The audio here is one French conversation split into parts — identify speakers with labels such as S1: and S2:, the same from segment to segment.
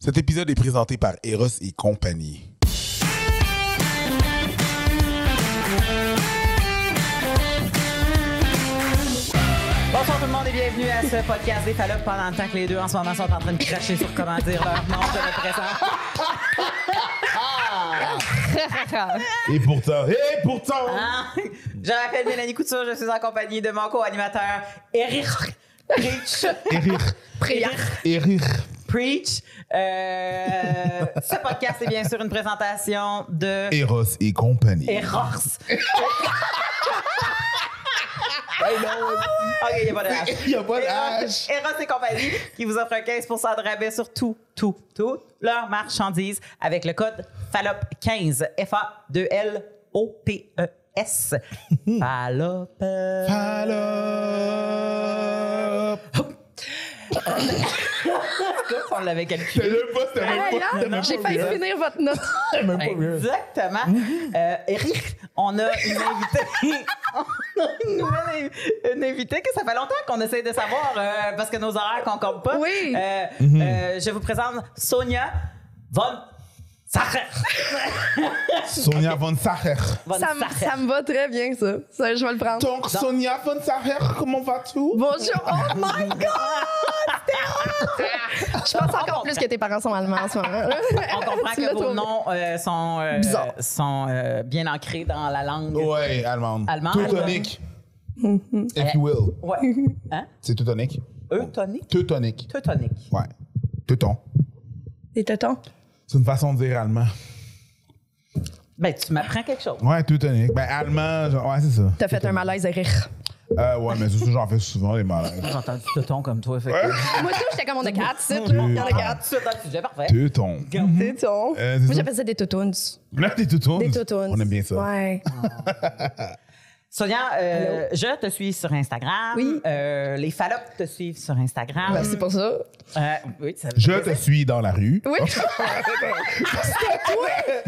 S1: Cet épisode est présenté par Eros et compagnie.
S2: Bonsoir tout le monde et bienvenue à ce podcast des Fallops pendant le temps que les deux en ce moment sont en train de cracher sur comment dire leur nom, je le présente.
S1: Et pourtant, et pourtant!
S2: Hein? Je m'appelle Mélanie Couture, je suis en compagnie de mon co-animateur Eric Preach. Eric
S1: Eric.
S2: Preach. Euh, ce podcast est bien sûr une présentation de
S1: Eros et compagnie.
S2: Errors. Ok, il n'y a pas de H.
S1: Il y a pas de
S2: Eros-
S1: H.
S2: Eros et compagnie qui vous offre 15 de rabais sur tout, tout, tout leurs marchandises avec le code FALOP15. E F-A-2-L-O-P-E-S. FALOP.
S1: Allô!
S2: On l'avait calculé.
S1: T'as même
S3: Ah,
S1: pas, t'as même pas, t'as même
S3: J'ai
S1: pas
S3: failli
S1: weird.
S3: finir votre note.
S1: T'as même pas weird.
S2: Exactement. Euh, Eric, on a une invitée. on a une nouvelle inv- une invitée que ça fait longtemps qu'on essaie de savoir euh, parce que nos horaires concordent pas.
S3: Oui.
S2: Euh, euh, je vous présente Sonia Von Sacher.
S1: Sonia Von Sacher.
S2: Von
S3: Ça, me-
S2: Sacher.
S3: ça me va très bien, ça. Ça, je vais le prendre.
S1: Donc, Sonia Von Sacher, comment vas-tu?
S3: Bonjour. Oh my God! C'était horrible! Je pense
S2: On comprend.
S3: encore plus que tes parents sont allemands en ce moment.
S2: On comprend
S3: Tu l'as
S2: que vos
S3: trouvé.
S2: noms euh, sont, euh,
S3: Bizarre.
S2: sont euh, bien ancrés dans la langue.
S1: Ouais, allemande.
S2: Allemande.
S1: Teutonique. If you will.
S2: Ouais. Hein?
S1: C'est teutonique.
S2: Eutonique?
S1: Teutonique.
S2: Teutonique.
S1: Ouais. Teuton.
S3: Tes tétons?
S1: C'est une façon de dire allemand.
S2: Ben, tu m'apprends quelque chose.
S1: Ouais, teutonique. Ben, allemand, genre, ouais, c'est ça.
S3: T'as fait un malaise à rire.
S1: Euh, ouais, mais c'est ça, j'en fais souvent, les malades.
S2: J'ai entendu teuton comme toi. Fait que...
S3: Moi, tout, j'étais comme on a quatre, c'est tout. Il y en a
S2: Ah,
S3: quatre.
S2: tu sais, dans le sujet, parfait.
S1: Teuton.
S3: Tétons.
S1: Euh, c'est ça.
S3: Moi, j'appelle ça des toutounes.
S1: Là, t'es teuton.
S3: Des toutounes.
S1: On aime bien ça.
S3: Ouais.
S2: Sonia, euh, je te suis sur Instagram.
S3: Oui.
S2: Euh, les fallops te suivent sur Instagram.
S3: Ben, c'est pour ça.
S2: Euh, oui, ça
S1: Je te suis dans la rue.
S3: Oui.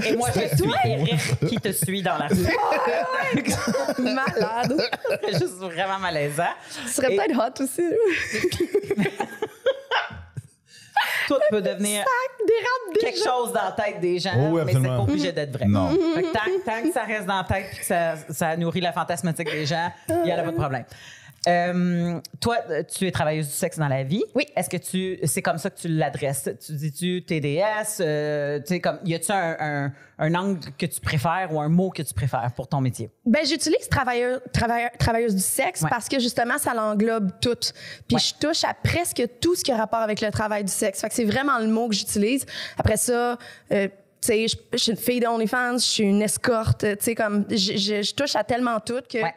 S2: Et moi, je suis Eric qui te suit dans la rue.
S3: Malade.
S2: C'est juste vraiment malaisant.
S3: Tu serais
S2: Et-
S3: peut-être hot aussi.
S2: Tout peut devenir
S3: Dérape déjà.
S2: quelque chose dans la tête des gens,
S1: Oh oui,
S2: mais c'est pas
S1: absolument.
S2: obligé d'être vrai.
S1: Non.
S3: Mm-hmm.
S2: Fait que tant, tant que ça reste dans la tête et que ça, ça nourrit la fantasmatique des gens, il n'y a pas de problème. Euh, toi, euh, tu es travailleuse du sexe dans la vie.
S3: Oui.
S2: Est-ce que tu, c'est comme ça que tu l'adresses? Tu dis-tu TDS? Euh, tu sais, comme, y a-tu un, un- un angle que tu préfères ou un mot que tu préfères pour ton métier?
S3: Ben, j'utilise travailleur, travailleur- travailleuse du sexe
S2: Ouais.
S3: parce que justement, ça l'englobe tout. Puis
S2: Ouais.
S3: je touche à presque tout ce qui a rapport avec le travail du sexe. Fait que c'est vraiment le mot que j'utilise. Après ça, euh, tu sais, je, je suis une fille d'OnlyFans, je suis une escorte, tu sais, comme, je, je- je touche à tellement tout que
S2: Ouais.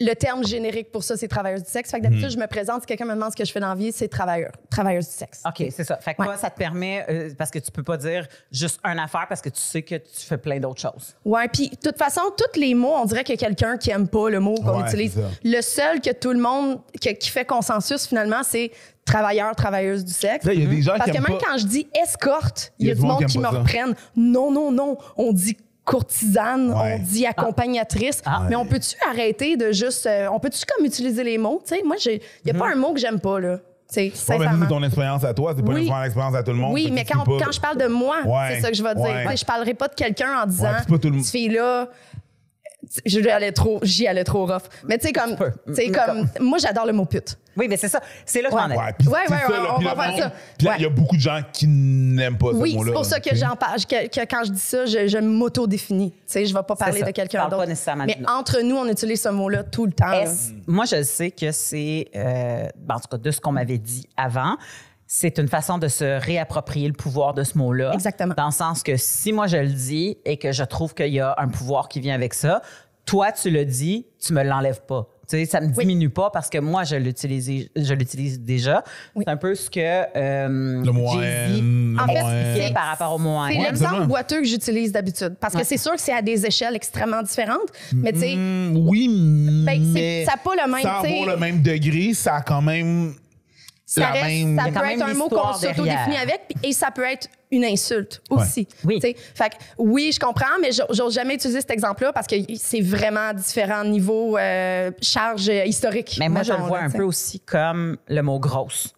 S3: le terme générique pour ça, c'est travailleuse du sexe. Fait que
S2: Hmm.
S3: d'habitude, je me présente, si quelqu'un me demande ce que je fais dans la vie, c'est travailleur, travailleuse du sexe.
S2: OK, c'est ça. Fait que
S3: Ouais.
S2: toi, ça te permet, euh, parce que tu peux pas dire juste une affaire parce que tu sais que tu fais plein d'autres choses.
S3: Ouais, puis de toute façon, tous les mots, on dirait qu'il y a quelqu'un qui aime pas le mot qu'on
S1: Ouais,
S3: utilise.
S1: c'est ça.
S3: Le seul que tout le monde que- qui fait consensus finalement, c'est travailleur, travailleuse du sexe.
S1: Là, il y a des gens
S3: Parce
S1: qui
S3: que
S1: aiment
S3: même
S1: pas-
S3: quand je dis escorte, il y a du monde
S1: aime
S3: qui me
S1: pas ça.
S3: reprennent. Non, non, non, on dit courtisane,
S1: Ouais.
S3: on dit accompagnatrice.
S2: Ah.
S3: Mais on peut-tu arrêter de juste, euh, on peut-tu comme utiliser les mots, tu sais? Moi, j'ai- il y a pas un mot que j'aime pas là. Tu sais,
S1: Mhm. Ouais, mais ça,
S3: sincèrement.
S1: c'est ton expérience à toi, c'est pas
S3: Oui.
S1: nécessairement l'expérience à tout le monde.
S3: Oui,
S1: Fait que
S3: mais
S1: tu
S3: quand,
S1: peux pas-
S3: quand je parle de moi,
S1: Ouais,
S3: c'est ça que je vais dire.
S1: ouais.
S3: Tu sais, Je parlerai pas de quelqu'un en disant,
S1: puis c'est pas tout le monde.
S3: cette fille-là, tu- je lui allais trop, j'y allais trop rough. Mais tu sais, comme,
S2: peux.
S3: tu sais, comme, moi, j'adore le mot pute.
S2: Oui, mais c'est ça. C'est là qu'on en est.
S1: Ouais, puis
S3: Ouais,
S1: c'est
S3: ouais,
S1: ça,
S3: ouais,
S1: là,
S3: on
S1: puis
S3: va
S1: le
S3: faire
S1: monde-
S3: ça.
S1: Puis là,
S3: Ouais.
S1: il y a beaucoup de gens qui n'aiment pas ce
S3: oui,
S1: mot-là.
S3: c'est pour ça que
S1: tu sais.
S3: j'en parle, que, que quand je dis ça, je, je m'auto-définis. Tu sais, je vais pas parler
S2: ça.
S3: de
S2: Tu
S3: quelqu'un
S2: parles
S3: d'autre.
S2: pas nécessairement de
S3: Mais
S2: nous.
S3: entre nous, on utilise ce mot-là tout le temps. là.
S2: Est-ce- Moi, je sais que c'est, euh, ben, en tout cas, de ce qu'on m'avait dit avant, c'est une façon de se réapproprier le pouvoir de ce mot-là.
S3: Exactement.
S2: Dans le sens que si moi je le dis et que je trouve qu'il y a un pouvoir qui vient avec ça, toi, tu le dis, tu me l'enlèves pas. Tu sais, ça me diminue pas parce que moi, je l'utilise, je l'utilise déjà.
S3: Oui.
S2: C'est un peu ce que euh,
S1: Le moine.
S2: Jay-Z
S1: le
S3: En fait,
S1: moine. Ben,
S2: fait par rapport au hein? moine.
S3: C'est
S1: Ouais, absolument.
S3: l'exemple boiteux que j'utilise d'habitude. Parce que c'est sûr que c'est à des échelles extrêmement différentes. Mais tu sais,
S1: Mm, oui, mais.
S3: Ben, c'est- ça a pas le même,
S1: Sans
S3: tu sais.
S1: avoir le même degré, ça a quand même.
S3: ça,
S1: la
S3: reste-
S1: même-
S3: ça
S1: Il y a
S2: quand
S3: peut
S2: même
S3: être un mot qu'on
S2: l'histoire
S3: s'auto-définit
S2: derrière.
S3: avec, puis- et ça peut être une insulte aussi.
S2: Oui.
S3: Tu sais, Fait que, oui, je comprends, mais j'a- j'ose jamais utiliser cet exemple-là parce que c'est vraiment différent niveau euh, charge euh, historique.
S2: Mais moi, je le
S3: mettons,
S2: vois
S3: là,
S2: un
S3: tu sais.
S2: peu aussi comme le mot grosse.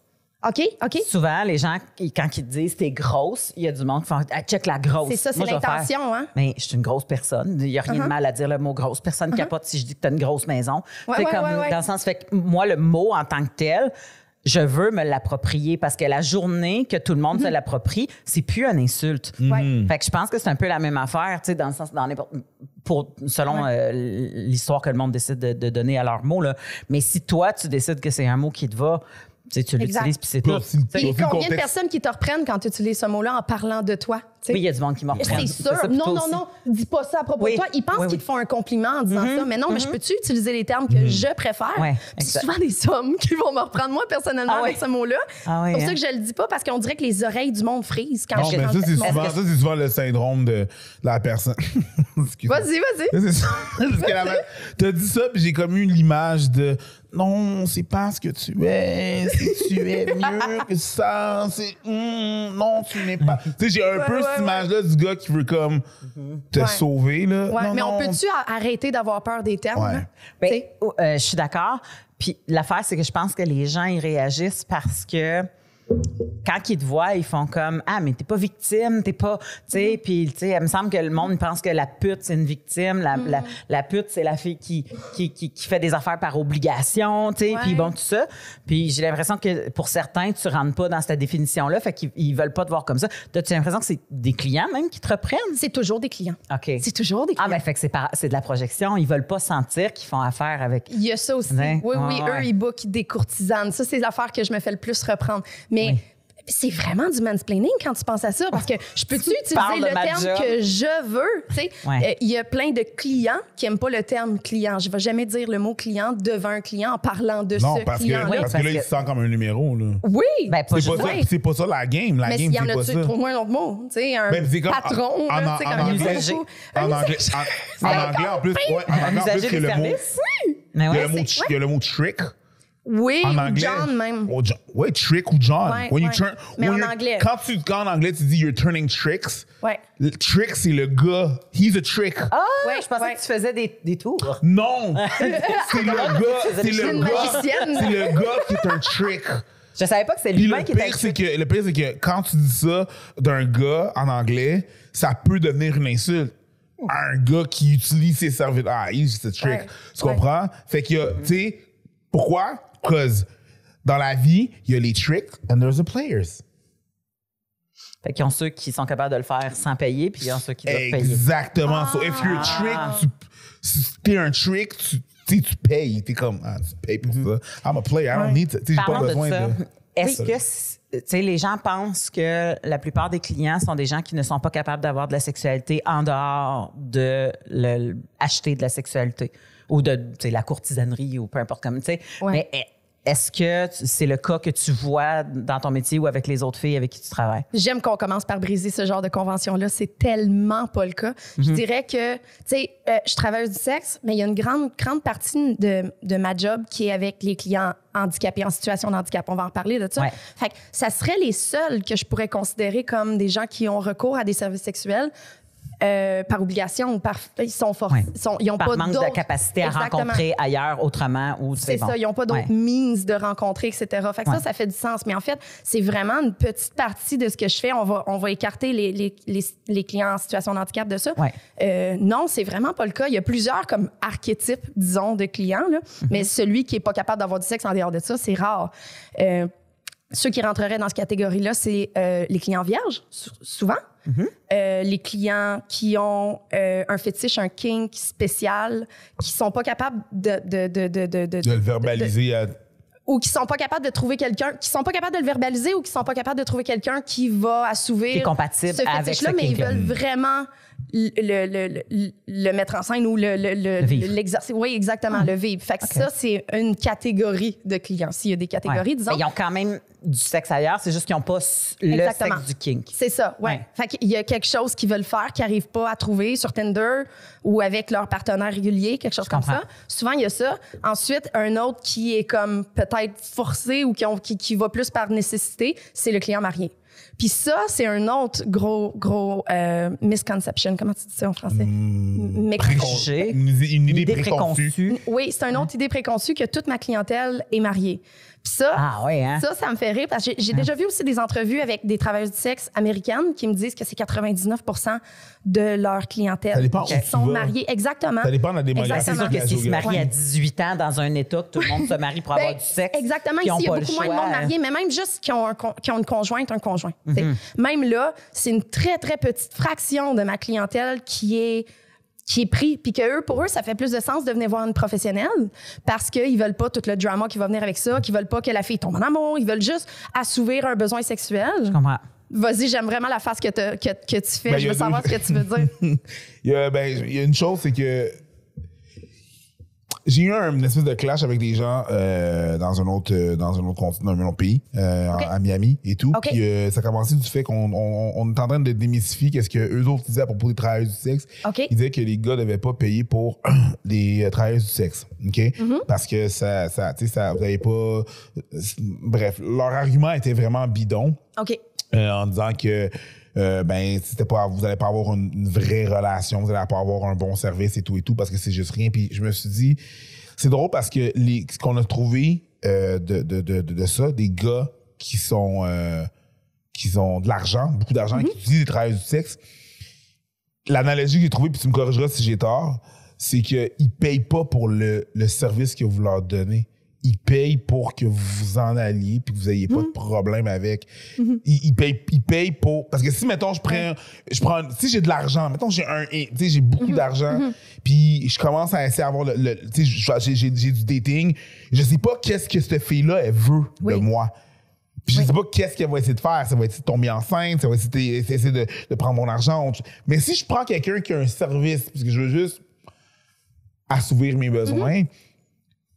S3: OK, OK.
S2: Souvent, les gens, ils- quand ils te disent t'es grosse, il y a du monde qui font Ah, check la grosse.
S3: C'est ça, c'est
S2: Moi, je vais faire,
S3: l'intention, hein?
S2: Mais je suis une grosse personne. Il n'y a rien
S3: Uh-huh.
S2: de mal à dire le mot grosse. Personne capote si je dis que tu as une grosse maison.
S3: Ouais,
S2: C'est
S3: ouais,
S2: comme
S3: ouais, ouais.
S2: dans le sens fait que moi le mot en tant que tel, je veux me l'approprier parce que la journée que tout le monde se
S3: Uh-huh.
S2: l'approprie, c'est plus une insulte.
S1: Mm-hmm.
S3: Ouais.
S2: Fait que je pense que c'est un peu la même affaire, tu sais, dans le sens, dans n'importe- pour, selon euh, l'histoire que le monde décide de, de donner à leurs mots, là. Mais si toi, tu décides que c'est un mot qui te va, tu sais, tu
S3: Exact.
S2: l'utilises puis c'est
S1: Puis
S2: tout.
S1: là, si-
S2: Tu sais,
S1: Dans
S3: Puis
S1: le
S3: combien de
S1: contexte-
S3: personnes qui te reprennent quand tu utilises ce mot-là en parlant de toi? tu sais?
S2: Oui, il y a du monde qui m'en reprend.
S3: C'est sûr.
S2: ça, puis
S3: non,
S2: toi
S3: non,
S2: aussi.
S3: non. Dis pas ça à propos
S2: Oui.
S3: de toi. Ils pensent
S2: Oui,
S3: qu'ils
S2: oui. Mm-hmm.
S3: te font un compliment en disant ça. Mais non, mais je peux-tu utiliser les termes que je préfère?
S2: Ouais,
S3: Puis c'est
S2: exact.
S3: souvent des hommes qui vont me reprendre, moi, personnellement,
S2: Ah ouais.
S3: avec ce mot-là.
S2: Ah ouais,
S3: c'est pour ça
S2: hein.
S3: que je le dis pas parce qu'on dirait que les oreilles du monde frisent quand
S1: Non,
S3: je
S1: mais
S3: rentre
S1: ça, c'est
S3: avec mon-
S1: souvent,
S2: Est-ce
S1: ça, c'est souvent le syndrome de la personne. Excuse-moi.
S3: Vas-y, vas-y.
S1: Là, c'est ça. Parce que la ma- T'as dit ça, puis j'ai comme eu l'image de non, c'est pas ce que tu es, c'est- tu es mieux que ça, c'est hum, non, tu n'es pas. Tu sais, j'ai un
S3: Ouais,
S1: peu
S3: ouais,
S1: cette
S3: ouais.
S1: image-là du gars qui veut comme te
S3: Ouais.
S1: sauver, là.
S3: Ouais,
S1: Non,
S3: mais on
S1: non.
S3: peut-tu a- arrêter d'avoir peur des termes?
S1: Ouais.
S3: là?
S2: Ben,
S3: Tu sais?
S2: oh, euh, je suis d'accord. Puis l'affaire, c'est que je pense que les gens, ils réagissent parce que quand ils te voient, ils font comme Ah, mais t'es pas victime, t'es pas. Tu sais,
S3: Mm-hmm.
S2: puis, tu sais, il me semble que le monde pense que la pute, c'est une victime. La,
S3: Mm-hmm.
S2: la, la pute, c'est la fille qui, qui, qui, qui fait des affaires par obligation, tu sais,
S3: Ouais.
S2: puis bon, tout ça. Puis j'ai l'impression que pour certains, tu rentres pas dans cette définition-là, fait qu'ils ils veulent pas te voir comme ça. T'as-tu l'impression que c'est des clients même qui te reprennent?
S3: C'est toujours des clients.
S2: OK.
S3: C'est toujours des clients.
S2: Ah, ben, fait que c'est par- c'est de la projection. Ils veulent pas sentir qu'ils font affaire avec.
S3: Il y a ça aussi.
S2: Ouais.
S3: Oui, oui,
S2: Ouais, Hein? Ah, ouais.
S3: eux, ils bookent des courtisanes. Ça, c'est l'affaire que je me fais le plus reprendre. Mais c'est vraiment du mansplaining quand tu penses à ça, parce que je peux-tu utiliser
S2: parles de
S3: le
S2: ma
S3: terme
S2: job.
S3: que je veux? Tu sais,
S2: Ouais.
S3: euh, il y a plein de clients qui n'aiment pas le terme client. Je ne vais jamais dire le mot client devant un client en parlant de
S1: Non,
S3: ce
S1: parce que,
S3: client-là.
S2: Oui,
S1: parce que
S2: parce
S1: là, il
S2: que-
S1: se sent comme un numéro, là.
S3: Oui,
S2: Ben, pas
S1: C'est pas,
S2: juste-
S1: ça-
S3: Ouais.
S1: c'est pas ça la game. La
S3: mais
S1: game,
S3: il y en
S1: c'est pas ça.
S3: a-tu, trouve-moi un autre mot. Tu sais, un
S1: Ben, c'est comme-
S3: patron,
S1: en-
S3: là,
S1: en-
S3: tu sais,
S1: en
S3: comme un
S2: anglais-
S3: usager.
S1: En
S3: Un
S1: anglais,
S3: usager.
S1: en, en
S3: C'est
S1: anglais, en
S3: encore
S1: plus,
S3: pire.
S1: ouais, en anglais, en plus,
S2: usager
S1: il y a
S2: de
S1: le mot,
S2: service? Mais
S1: il y
S2: ouais,
S1: a le mot,
S3: c'est-
S1: tr- il y a le mot trick.
S3: Oui,
S1: en
S3: ou
S1: anglais.
S3: John même.
S1: Ou Jo- ouais, trick ou John.
S3: Ouais,
S1: When you
S3: ouais.
S1: turn-
S3: Mais
S1: when
S3: en
S1: you're-
S3: anglais.
S1: Quand, tu, quand en anglais, tu dis you're turning tricks,
S3: Ouais.
S1: le trick, c'est le gars. He's a trick.
S2: Ah,
S3: Ouais,
S2: je pensais
S3: ouais.
S2: que tu faisais des, des tours.
S1: Ah. Non! c'est le gars. C'est
S2: faisais des-
S1: le
S3: une
S1: gars.
S3: magicienne.
S1: C'est le gars qui est un trick.
S2: Je savais pas que c'est
S1: Puis
S2: l'humain
S1: le
S2: qui était
S1: pire, c'est
S2: avec
S1: que, le pire, c'est que quand tu dis ça d'un gars en anglais, ça peut devenir une insulte. à Un gars qui utilise ses services. Ah, he's a trick.
S3: Ouais.
S1: Tu comprends? Fait que, tu sais, pourquoi? Cause dans la vie, il y a les tricks and there's the players.
S2: Fait qu'ils ont ceux qui sont capables de le faire sans payer, puis ils ont ceux qui doivent payer.
S1: Exactement. So if you're a trick, tu, si t'es un trick, tu, tu sais, tu payes. T'es comme, ah, tu payes pour ça. I'm a player, I don't need to. Tu sais, J'ai pas
S2: Parlons de
S1: besoin
S2: ça.
S1: de.
S2: Est-ce
S1: Oui.
S2: que c'est- tu sais, les gens pensent que la plupart des clients sont des gens qui ne sont pas capables d'avoir de la sexualité en dehors de le- acheter de la sexualité ou de tu sais, la courtisanerie ou peu importe comme tu sais.
S3: Ouais.
S2: Mais eh, est-ce que tu- c'est le cas que tu vois dans ton métier ou avec les autres filles avec qui tu travailles?
S3: J'aime qu'on commence par briser ce genre de convention-là. C'est tellement pas le cas.
S2: Mhm.
S3: Je dirais que, tu sais, euh, je travaille du sexe, mais il y a une grande, grande partie de, de ma job qui est avec les clients handicapés, en situation de handicap. On va en parler de ça.
S2: Ouais.
S3: Fait que ça serait les seuls que je pourrais considérer comme des gens qui ont recours à des services sexuels. euh, par obligation ou par ils sont forts
S2: Ouais.
S3: ils, sont- ils ont
S2: Par
S3: pas
S2: manque de
S3: d'autres-
S2: capacité à
S3: Exactement.
S2: rencontrer ailleurs, autrement, ou tu sais,
S3: C'est
S2: bon.
S3: ça, ils n'ont pas d'autres
S2: Ouais.
S3: means de rencontrer, etc. Fait que ça,
S2: Ouais.
S3: ça fait du sens. Mais en fait, c'est vraiment une petite partie de ce que je fais. On va, on va écarter les, les, les, les clients en situation de handicap de ça.
S2: Ouais.
S3: Euh, non, c'est vraiment pas le cas. Il y a plusieurs comme archétypes, disons, de clients. là.
S2: Mhm.
S3: Mais celui qui n'est pas capable d'avoir du sexe en dehors de ça, c'est rare. Euh, ceux qui rentreraient dans cette catégorie-là, c'est euh, les clients vierges, sou- souvent.
S2: Mhm.
S3: Euh, les clients qui ont euh, un fétiche, un kink spécial, qui sont pas capables de- de- de- de- de- de-
S1: De le verbaliser euh, à.
S3: ou qui sont pas capables de trouver quelqu'un, qui sont pas capables de le verbaliser ou qui sont pas capables de trouver quelqu'un qui va assouvir
S2: Qui est compatible
S3: ce
S2: avec
S3: fétiche-là,
S2: ce
S3: mais ils
S2: kink-là.
S3: veulent vraiment le, le- le- le- le mettre en scène ou le, le, le-
S2: Le vivre. Ah.
S3: l'exercer. Oui, exactement, le vivre. Fait que ça, c'est une catégorie de clients. S'il y a des
S2: Ouais.
S3: catégories, disons.
S2: Mais ils ont quand même du sexe ailleurs, c'est juste qu'ils n'ont pas s- le
S3: Exactement.
S2: sexe du kink.
S3: C'est ça, ouais.
S2: Ouais.
S3: Fait qu'il y a quelque chose qu'ils veulent faire, qu'ils n'arrivent pas à trouver sur Tinder ou avec leur partenaire régulier, quelque chose comme
S2: comprends.
S3: ça. Souvent, il y a ça. Ensuite, un autre qui est comme peut-être forcé ou qui, ont- qui, qui va plus par nécessité, c'est le client marié. Puis ça, c'est un autre gros, gros euh, misconception. Comment tu dis ça en français? Mais-
S2: J'ai
S1: Une, une idée
S2: Une idée
S1: préconçue.
S2: préconçue.
S3: oui, c'est une autre idée préconçue que toute ma clientèle est mariée. Puis ça,
S2: Ah ouais, hein? Ah.
S3: ça, ça me fait rire parce que j'ai- j'ai déjà vu aussi des entrevues avec des travailleuses du sexe américaines qui me disent que c'est 99 de leur clientèle
S1: Ça dépend où
S3: qui
S1: tu
S3: sont
S1: vas.
S3: mariées. Exactement.
S1: Ça dépend de la démographie.
S2: C'est
S3: Exactement.
S2: sûr
S1: de la
S2: que s'ils se marient
S1: géographie.
S2: à 18 ans dans un état que tout le monde se marie pour avoir
S3: Ben,
S2: du sexe,
S3: Exactement.
S2: puis ils
S3: Ici,
S2: ont
S3: il y a
S2: pas le
S3: beaucoup moins de
S2: choix.
S3: monde marié, mais même juste qui ont, un con- qui ont une conjointe, un conjoint. t'sais.
S2: Mm-hmm.
S3: Même là, c'est une très, très petite fraction de ma clientèle qui est qui est pris, puis que eux, pour eux, ça fait plus de sens de venir voir une professionnelle parce qu'ils veulent pas tout le drama qui va venir avec ça, qu'ils veulent pas que la fille tombe en amour, ils veulent juste assouvir un besoin sexuel.
S2: Je comprends.
S3: Vas-y, j'aime vraiment la face que, t'as- que, que tu fais,
S1: Ben, il y
S3: je
S1: a
S3: veux savoir
S1: deux-
S3: ce que tu veux dire.
S1: Il y a, ben, il y a une chose, c'est que j'ai eu un une espèce de clash avec des gens euh, dans un autre euh, dans un autre continent, dans un autre pays, euh, en-
S3: Ok.
S1: à Miami et tout.
S3: Ok.
S1: Puis euh, ça a commencé du fait qu'on on, on est en train de démystifier qu'est-ce que eux autres disaient à propos des travailleurs du sexe.
S3: Ok.
S1: Ils disaient que les gars devaient pas payer pour les euh, travailleurs du sexe, ok
S3: Mm-hmm.
S1: Parce que ça, ça, tu sais, ça, vous avez pas. euh, Bref, leur argument était vraiment bidon.
S3: OK.
S1: Euh, en disant que euh, ben c'était pas vous allez pas avoir une, une vraie relation, vous allez pas avoir un bon service et tout et tout parce que c'est juste rien. Puis je me suis dit c'est drôle parce que les ce qu'on a trouvé euh, de, de, de, de, de ça des gars qui sont euh, qui ont de l'argent, beaucoup d'argent, et qui utilisent les travailleurs du sexe. L'analogie que j'ai trouvée, puis tu me corrigeras si j'ai tort, c'est qu'ils ne payent pas pour le, le service que vous leur donnez. Ils payent pour que vous vous en alliez puis que vous n'ayez pas de problème avec. ils, ils payent, ils payent pour. Parce que si, mettons, je prends. Je prends si j'ai de l'argent, mettons, j'ai un. Tu sais, j'ai beaucoup d'argent, puis je commence à essayer d'avoir le. le- tu sais, j'ai- j'ai j'ai- j'ai du dating. Je sais pas qu'est-ce que cette fille-là, elle veut de
S3: Oui.
S1: moi. Puis je sais pas qu'est-ce qu'elle va essayer de faire. Ça va essayer de tomber enceinte, ça va essayer de, essayer de- de prendre mon argent. Mais si je prends quelqu'un qui a un service, parce que je veux juste assouvir mes
S3: Mm-hmm.
S1: besoins,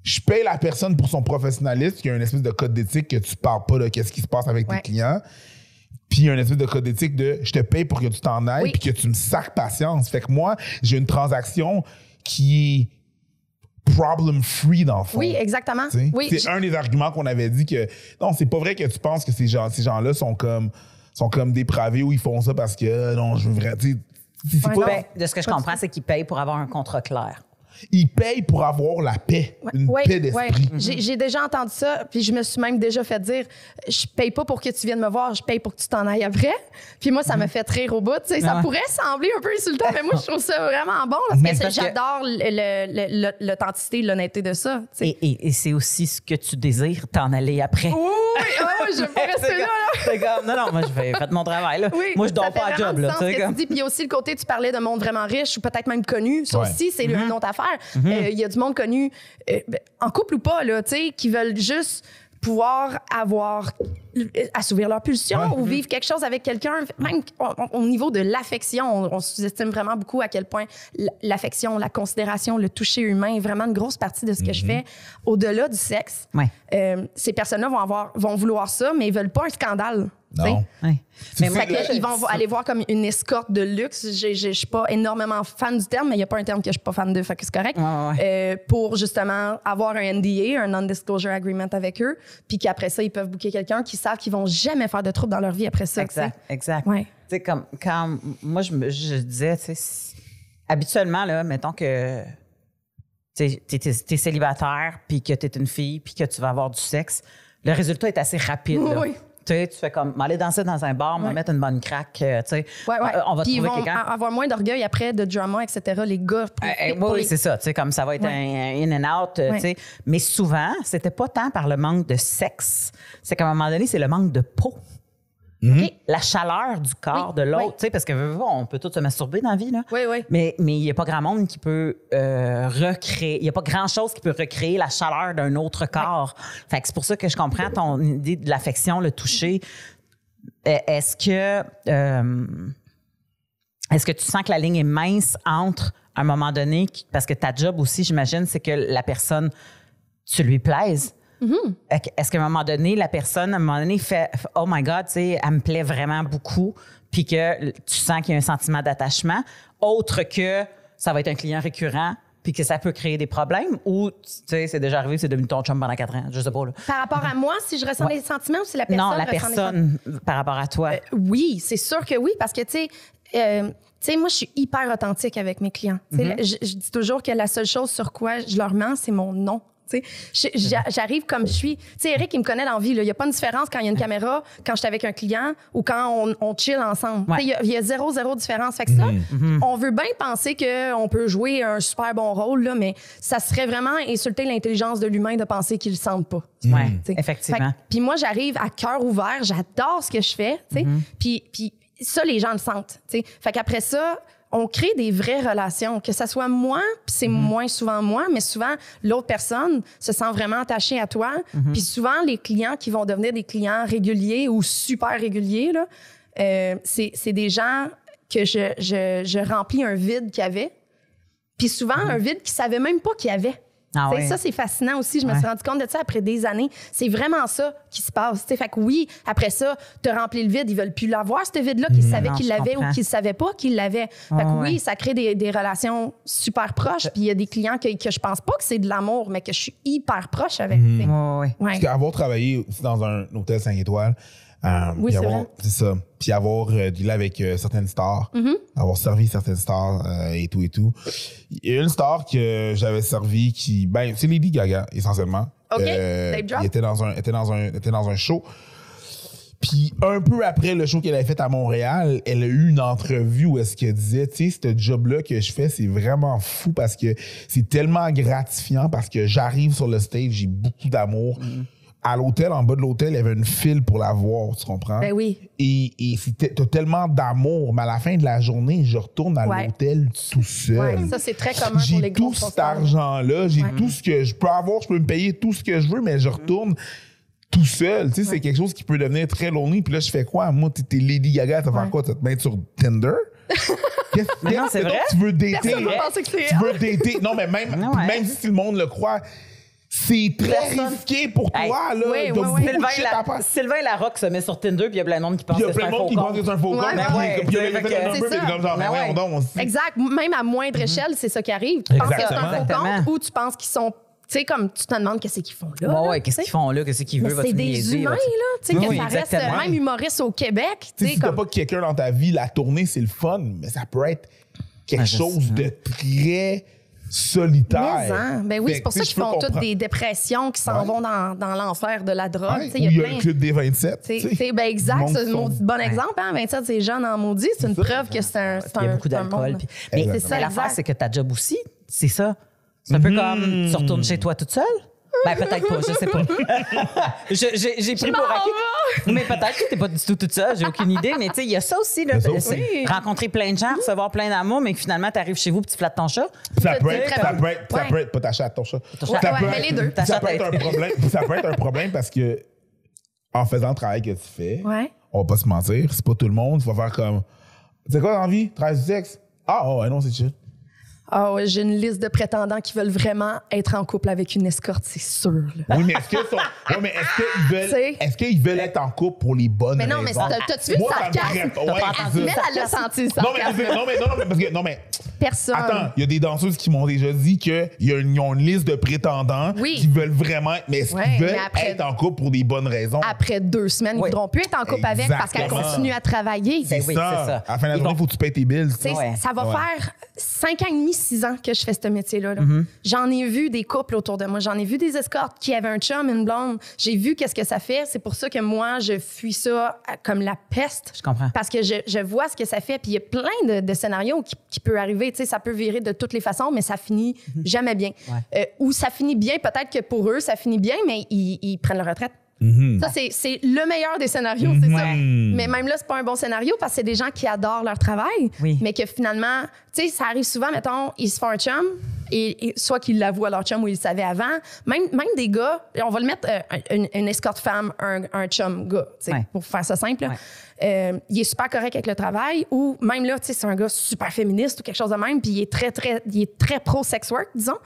S1: je paye la personne pour son professionnalisme, qui a une espèce de code d'éthique que tu parles pas de qu'est-ce qui se passe avec
S3: Ouais.
S1: tes clients. Puis il y a une espèce de code d'éthique de je te paye pour que tu t'en ailles
S3: Oui.
S1: puis que tu me sacs patience. Fait que moi, j'ai une transaction qui est problem free dans le fond.
S3: Oui, exactement.
S1: Tu sais,
S3: Oui,
S1: c'est un des arguments qu'on avait dit que non, c'est pas vrai que tu penses que ces gens, ces gens-là sont comme sont comme dépravés ou ils font ça parce que euh, non, je veux vraiment. tu sais, c'est- c'est
S3: Ouais,
S1: pas-
S3: non.
S2: Ben, de ce que je comprends, c'est qu'ils payent pour avoir un contrat clair.
S1: Ils payent pour avoir la paix, une
S3: Ouais,
S1: paix
S3: ouais.
S1: d'esprit.
S3: J'ai- J'ai déjà entendu ça, puis je me suis même déjà fait dire je paye pas pour que tu viennes me voir, je paye pour que tu t'en ailles après. Puis moi, ça me fait rire au bout. tu sais, Ça
S2: Mm-hmm. Ah.
S3: pourrait sembler un peu insultant, mais moi, je trouve ça vraiment bon parce
S2: Mais
S3: que c'est-
S2: parce que-
S3: j'adore le- le- le- l'authenticité, l'honnêteté de ça. tu sais.
S2: Et, et- et c'est aussi ce que tu désires, t'en aller après.
S3: Oui, oui, oui, je veux pas
S2: C'est
S3: Oh,
S2: comme-
S3: rester là. là.
S2: c'est comme, non, non, moi, je vais faire mon travail. Là.
S3: Oui,
S2: moi, je dors
S3: ça fait
S2: pas à
S3: vraiment
S2: job.
S3: du
S2: Là,
S3: sens
S2: tu sais,
S3: que tu
S2: comme-
S3: dis. Puis il y a aussi le côté, tu parlais de monde vraiment riche ou peut-être même connu. Ça
S1: Ouais. Mm-hmm.
S3: aussi, c'est une autre affaire. Euh, Il y a du monde connu, euh, ben, en couple ou pas, là, tu sais, qui veulent juste pouvoir avoir euh, assouvir leur pulsion
S1: Ouais. Mm-hmm.
S3: ou vivre quelque chose avec quelqu'un même au- au- au niveau de l'affection on, on sous-estime vraiment beaucoup à quel point l- l'affection la considération le toucher humain est vraiment une grosse partie de ce que je
S1: Mm-hmm.
S3: fais au-delà du sexe
S2: Ouais.
S3: Euh, ces personnes-là vont avoir vont vouloir ça mais ils veulent pas un scandale tu sais.
S1: Non.
S2: Ouais.
S1: C'est
S2: moi,
S1: ça que-
S3: Fait que ils vont aller voir comme une escorte de luxe. J'ai- j'ai- Je suis pas énormément fan du terme, mais il n'y a pas un terme que je suis pas fan de, fait que c'est correct.
S2: Ouais, Ah, ouais,
S3: Euh, pour justement avoir un NDA, un Non-Disclosure Agreement avec eux, puis qu'après ça, ils peuvent booker quelqu'un qui savent qu'ils vont jamais faire de troubles dans leur vie après ça.
S2: Exact, exact.
S3: Ouais.
S2: Tu sais, comme quand moi, je, me- je disais, tu sais, si- habituellement, là, mettons que tu es, célibataire, puis que tu es une fille, puis que tu vas avoir du sexe, le résultat est assez rapide. là.
S3: Oui.
S2: Tu sais, tu fais comme, m'aller danser dans un bar, me
S3: Ouais.
S2: mettre une bonne craque, euh, tu sais,
S3: Ouais, ouais.
S2: euh, on va
S3: Puis ils
S2: trouver
S3: vont
S2: quelqu'un.
S3: a- avoir moins d'orgueil après, de drama, etc. Les gars. pour-
S2: Euh, euh,
S3: pour
S2: oui,
S3: les-
S2: c'est ça. Tu sais, comme ça va être
S3: Ouais.
S2: un, un in and out. euh,
S3: Ouais.
S2: tu sais. Mais souvent, c'était pas tant par le manque de sexe. C'est qu'à un moment donné, c'est le manque de peau.
S3: Ok.
S2: La chaleur du corps
S3: Oui,
S2: de l'autre.
S3: oui.
S2: Tu sais, parce que veux, veux pas, on peut tous se masturber dans la vie. Là.
S3: Oui, oui.
S2: Mais mais il n'y a pas grand monde qui peut euh, recréer. Il n'y a pas grand chose qui peut recréer la chaleur d'un autre corps. Fait que c'est pour ça que je comprends ton idée de l'affection, le toucher. Euh, Est-ce que. euh, est-ce que tu sens que la ligne est mince entre à un moment donné, qui- parce que ta job aussi, j'imagine, c'est que la personne, tu lui plaises. Fait que Est-ce qu'à un moment donné, la personne, à un moment donné, fait Oh my God, tu sais, elle me plaît vraiment beaucoup, puis que l- tu sens qu'il y a un sentiment d'attachement, autre que ça va être un client récurrent, puis que ça peut créer des problèmes, ou tu sais, c'est déjà arrivé, c'est devenu ton chum pendant quatre ans, je sais pas. Là.
S3: Par rapport à moi, si je ressens des sentiments ou si la personne
S2: Non, la
S3: ressent des Euh,
S2: personne par rapport à toi.
S3: Oui, c'est sûr que oui, parce que, tu sais, euh, tu sais, moi, je suis
S2: Mhm.
S3: hyper authentique avec mes clients. Tu sais, Je, je dis toujours que la seule chose sur quoi je leur mens, c'est mon nom. Tu tu sais. Je-
S2: Mhm.
S3: j'a- J'arrive comme je suis. Tu sais, Eric, il me connaît dans la vie. là. Il n'y a pas de différence quand il y a une caméra, quand je suis avec un client ou quand on, on chill ensemble. Tu sais, Il y a- il y, a zéro, zéro différence. Fait que ça,
S2: Mhm.
S3: on veut bien penser qu'on peut jouer un super bon rôle, là, mais ça serait vraiment insulter l'intelligence de l'humain de penser qu'il ne le sente pas.
S2: Ouais,
S3: T'sais.
S2: effectivement.
S3: Fait que- Puis moi, j'arrive à cœur ouvert, j'adore ce que je fais, tu sais. Puis, puis ça, les gens le sentent, tu sais. Fait qu'après ça, on crée des vraies relations, que ça soit moi, puis c'est moins souvent moi, mais souvent l'autre personne se sent vraiment attachée à toi. Puis souvent, les clients qui vont devenir des clients réguliers ou super réguliers, là, euh, c'est c'est des gens que je, je, je remplis un vide qu'il y avait. Puis souvent, un vide qu'ils ne savaient même pas qu'il y avait.
S2: Mhm. Ah
S3: Tu sais,
S2: ouais.
S3: Ça, c'est fascinant aussi. Je me
S2: Ouais.
S3: suis rendu compte de ça après des années. C'est vraiment ça qui se passe. tu sais. Fait que oui, après ça, te remplis le vide. Ils veulent plus l'avoir, ce vide-là, qu'ils savaient
S2: Mm, Non,
S3: qu'ils
S2: je
S3: l'avaient ou
S2: comprends.
S3: qu'ils savaient pas qu'ils l'avaient. Fait
S2: Ouais,
S3: que oui,
S2: ouais. Euh.
S3: ça crée des, des relations super proches. Puis il y a des clients que, que je pense pas que c'est de l'amour, mais que je suis hyper proche avec. tu sais.
S2: Ouais, ouais.
S3: Ouais.
S1: Parce qu'avoir travaillé aussi dans un hôtel 5 étoiles, euh, puis
S3: Oui, c'est
S1: avoir-
S3: vrai.
S1: c'est ça. Puis avoir euh, dealé avec euh, certaines stars,
S3: Mm-hmm.
S1: avoir servi certaines stars euh, et tout et tout. Il y a une star que j'avais servi qui, ben, c'est Lady Gaga essentiellement. Euh,
S3: Ok, tape drop.
S1: il était dans un, était dans un, était dans un show. Puis un peu après le show qu'elle avait fait à Montréal, elle a eu une entrevue où est-ce qu'elle disait, tu sais, ce job-là que je fais, c'est vraiment fou parce que c'est tellement gratifiant parce que j'arrive sur le stage, j'ai beaucoup d'amour.
S3: Mm.
S1: À l'hôtel, en bas de l'hôtel, il y avait une file pour la voir, tu comprends?
S3: Ben oui.
S1: Et, et c'était- t'as tellement d'amour, mais à la fin de la journée, je retourne à
S3: Ouais.
S1: l'hôtel tout seul.
S2: euh,
S3: Ouais, ça, c'est très commun pour les
S1: J'ai tout
S3: grosses
S1: cet
S3: concerts.
S1: argent-là, j'ai tout ce que je peux avoir, je peux me payer tout ce que je veux, mais
S3: Mm-hmm.
S1: je retourne tout seul. Tu sais, c'est quelque chose qui peut devenir très lonely. Puis là, je fais quoi? Moi, t'es t'es Lady Gaga, t'as faire quoi? T'as te mettre sur Tinder? Qu'est-ce
S2: Mais non,
S1: qu'est-ce
S2: c'est
S1: que
S2: vrai.
S1: tu veux dater?
S3: Personne va penser que c'est
S1: tu veux dater. Non, mais même,
S2: Ah ouais.
S1: même si le monde le croit, c'est très
S2: Personne.
S1: risqué pour toi,
S2: Hey.
S1: là.
S3: Oui,
S1: T'as
S3: oui, oui.
S1: beaucoup de
S2: Sylvain,
S1: shit à
S2: la...
S1: passer.
S2: Sylvain Larocque se met sur Tinder, puis il y a plein de monde qui pense
S1: Il y a
S2: que c'est
S1: plein
S2: un
S1: de monde
S2: faux
S1: qui pense que
S2: compte.
S1: c'est un faux
S3: Ouais,
S1: con.
S3: ben
S2: ouais.
S1: Puis il y a
S2: Fait
S1: fait
S2: que-
S1: un number,
S3: c'est
S1: puis
S3: ça.
S1: comme genre,
S2: Ben
S1: mais
S2: ouais.
S1: voyons donc, on se-
S3: Exact. Même à moindre échelle, c'est ça qui arrive. Tu penses que c'est un faux
S2: Mm-hmm. Exactement.
S3: compte ou tu penses qu'ils sont. Tu sais, comme tu te demandes qu'est-ce qu'ils font là.
S2: Ouais,
S3: là,
S2: ouais, qu'est-ce
S3: tu sais.
S2: qu'ils font là? Qu'est-ce qu'ils
S3: Mais
S2: veulent?
S3: c'est
S2: Vas-tu
S3: des
S2: niaiser,
S3: humains, là.
S2: vas-tu-
S3: Tu sais, que
S1: Oui,
S3: ça reste
S2: exactement.
S3: même humoriste au Québec.
S1: Tu
S3: Tu
S1: sais,
S3: sais,
S1: si t'as
S3: comme.
S1: pas quelqu'un dans ta vie, la tournée, c'est le fun, mais ça peut être quelque
S2: Ah, je
S1: chose
S2: sais.
S1: de très solitaire.
S3: Mais, hein, ben oui,
S1: Fait
S3: c'est
S1: que,
S3: pour
S1: tu
S3: ça
S1: sais,
S3: qu'ils
S1: je peux
S3: font toutes
S1: comprendre.
S3: des dépressions qui s'en
S1: Ouais.
S3: vont dans, dans l'enfer de la drogue.
S1: Ouais,
S3: tu sais,
S1: ou
S3: il y a plein.
S1: le club des 27.
S3: tu sais,
S1: tu sais.
S3: tu sais, ben
S1: Le
S3: exact,
S1: monde
S3: c'est un
S1: sont-
S3: maudit bon exemple. Hein, 27, c'est jeune en maudit. C'est une preuve que c'est un. c'est
S2: Il y a
S3: un-
S2: beaucoup
S3: c'est un
S2: d'alcool.
S3: monde.
S2: puis-
S1: Exactement.
S2: Mais c'est ça,
S3: Mais
S2: l'affaire,
S3: exact.
S2: c'est que ta job aussi, c'est ça. C'est un peu comme tu retournes chez toi toute seule. Ben, peut-être pas, je sais pas. Je- J'ai j'ai pris
S3: m'en
S2: pour acquis. Mais peut-être que t'es pas du tout toute seule, j'ai aucune idée. Mais tu sais, il y a ça aussi,
S1: Il
S2: là.
S1: y a ça
S2: C'est-
S1: aussi.
S2: Rencontrer plein de gens, recevoir plein d'amour, mais que finalement, t'arrives chez vous puis tu flattes ton chat.
S1: Ça peut
S3: Très
S1: être, ça
S3: bien.
S1: peut être, ça
S3: Ouais.
S1: peut être pas ta chatte, ton chat.
S2: Ton chat.
S1: Ça
S3: Ouais,
S1: peut
S3: ouais,
S1: être-
S3: mais les deux.
S2: Ta
S1: Ça
S2: chatte
S1: peut être
S2: à
S1: un
S2: être.
S1: problème. Ça peut être un problème parce que en faisant le travail que tu fais,
S3: Ouais.
S1: on va pas se mentir, c'est pas tout le monde qui va faire comme. C'est quoi l'envie? Travail du sexe? Ah, oh, ouais, non, c'est chill.
S3: Ah ouais, j'ai une liste de prétendants qui veulent vraiment être en couple avec une escorte, c'est sûr. là.
S1: Oui, mais est-ce que sont- ouais, mais est-ce qu'ils veulent,
S3: C'est-
S1: est-ce qu'ils veulent être en couple pour les bonnes
S3: Mais
S1: raisons?
S3: non, mais t'as- t'as-tu vu le
S1: Moi, ça me
S3: sarcasme?
S1: répond.
S2: T'as
S1: Ouais,
S2: pas
S1: c'est
S2: entendu
S1: ça.
S3: Mais elle a senti le
S1: Non, mais,
S3: sarcasme.
S1: non, mais, non, non, mais, parce que, non, mais,
S3: Personne.
S1: attends, il y a des danseuses qui m'ont déjà dit qu'il y, a une- ils ont une liste de prétendants
S3: Oui.
S1: qui veulent vraiment, mais est-ce
S3: Ouais,
S1: qu'ils veulent
S3: mais après-
S1: être en couple pour des bonnes raisons?
S3: Après deux semaines,
S2: Oui.
S3: ils ne voudront plus être en couple avec parce qu'elle
S1: Exactement.
S3: continue à travailler.
S2: Ben oui, c'est ça.
S1: À la fin de la journée,
S2: Ils
S1: il
S2: vont-
S1: faut que tu payes tes bills.
S3: Tu sais,
S2: Ouais.
S3: Ça va
S1: Ouais.
S3: faire cinq ans et demi, six ans que je fais ce métier-là. là.
S2: Mm-hmm.
S3: J'en ai vu des couples autour de moi. J'en ai vu des escortes qui avaient un chum, une blonde. J'ai vu qu'est-ce que ça fait. C'est pour ça que moi, je fuis ça euh, comme la peste.
S2: Je comprends.
S3: Parce que je, je vois ce que ça fait. Puis il y a plein de, de scénarios qui, qui peuvent arriver. Tu sais, ça peut virer de toutes les façons, mais ça finit jamais bien.
S2: Mm-hmm. Ouais.
S3: Euh, ou ça finit bien, peut-être que pour eux, ça finit bien, mais ils, ils prennent leur retraite.
S2: Mm-hmm.
S3: Ça, c'est- c'est le meilleur des scénarios, c'est ça.
S1: Mhm.
S3: Mais même là, c'est pas un bon scénario parce que c'est des gens qui adorent leur travail,
S2: Oui.
S3: mais que finalement, tu sais, ça arrive souvent, mettons, ils se font un chum, et, et soit qu'ils l'avouent à leur chum ou ils le savaient avant. Même, même des gars, on va le mettre euh, une, une escorte femme, un, un chum gars, tu sais,
S2: Ouais.
S3: pour faire ça simple. là. Euh, il est super correct avec le travail, ou même là, tu sais, c'est un gars super féministe ou quelque chose de même, puis il est très, très, il est très pro-sex work, disons.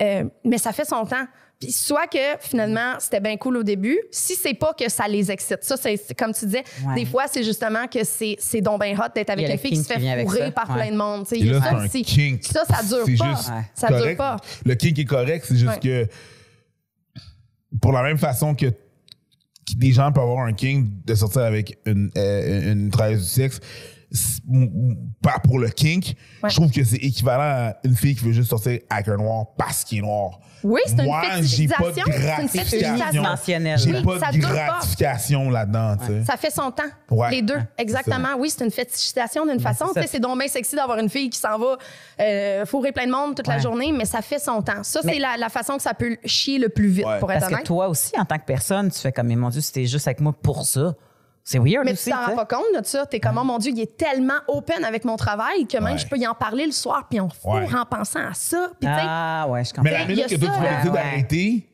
S3: Euh, mais ça fait son temps. Puis soit que finalement, c'était bien cool au début, si c'est pas que ça les excite. Ça, c'est c'est comme tu disais,
S2: Ouais.
S3: des fois, c'est justement que c'est c'est donc ben hot d'être
S2: Il y a
S3: avec une
S2: le
S3: fille qui
S2: kink
S3: se fait
S2: qui vient avec
S3: fourrer
S2: ça.
S3: par
S2: Ouais.
S3: plein de monde. tu sais.
S1: Et
S3: Il y a
S1: là,
S3: ça
S1: c'est un
S3: aussi.
S1: kink.
S3: Ça, ça dure
S1: C'est
S3: pas.
S1: juste
S3: Ça dure
S1: correct.
S3: pas.
S1: Le kink est correct, c'est juste que pour la même façon que que des gens peuvent avoir un kink de sortir avec une, euh, une travailleuse du sexe, s- m- m- pas pour le kink,
S3: Ouais.
S1: je trouve que c'est équivalent à une fille qui veut juste sortir avec un noir parce qu'il est noir.
S3: Oui, c'est une
S1: Moi, j'ai pas de
S3: fétichisation, c'est une
S1: gratification.
S2: fétichisation.
S1: J'ai
S3: Oui,
S1: pas
S3: ça
S1: de
S3: dure pas.
S1: gratification là-dedans, tu sais.
S3: Ça fait son temps.
S1: Ouais.
S3: Les deux, exactement. Oui, c'est une fétichisation d'une façon.
S2: c'est ça.
S3: Tu sais, C'est donc bien sexy d'avoir une fille qui s'en va euh, fourrer plein de monde toute la
S2: Ouais.
S3: journée, mais ça fait son temps. Ça,
S2: Mais-
S3: c'est la, la façon que ça peut chier le plus vite,
S1: Ouais.
S3: pour être
S2: Parce que
S3: honnête.
S2: toi aussi, en tant que personne, tu fais comme, mais mon Dieu, si t'es juste avec moi pour ça, c'est weird
S3: mais
S2: aussi.
S3: tu t'en
S2: tu
S3: rends
S2: sais.
S3: pas compte de ça. T'es comme, oh mon Dieu, il est tellement open avec mon travail que même
S1: Ouais.
S3: je peux y en parler le soir, puis on fourre
S1: Ouais.
S3: en pensant à ça. Puis tu sais,
S2: Ah, ouais, je comprends.
S1: Mais la
S3: Il y
S1: minute
S3: a
S1: que toi,
S3: ça,
S1: tu vas
S2: là.
S1: décider
S2: Ouais.
S1: d'arrêter,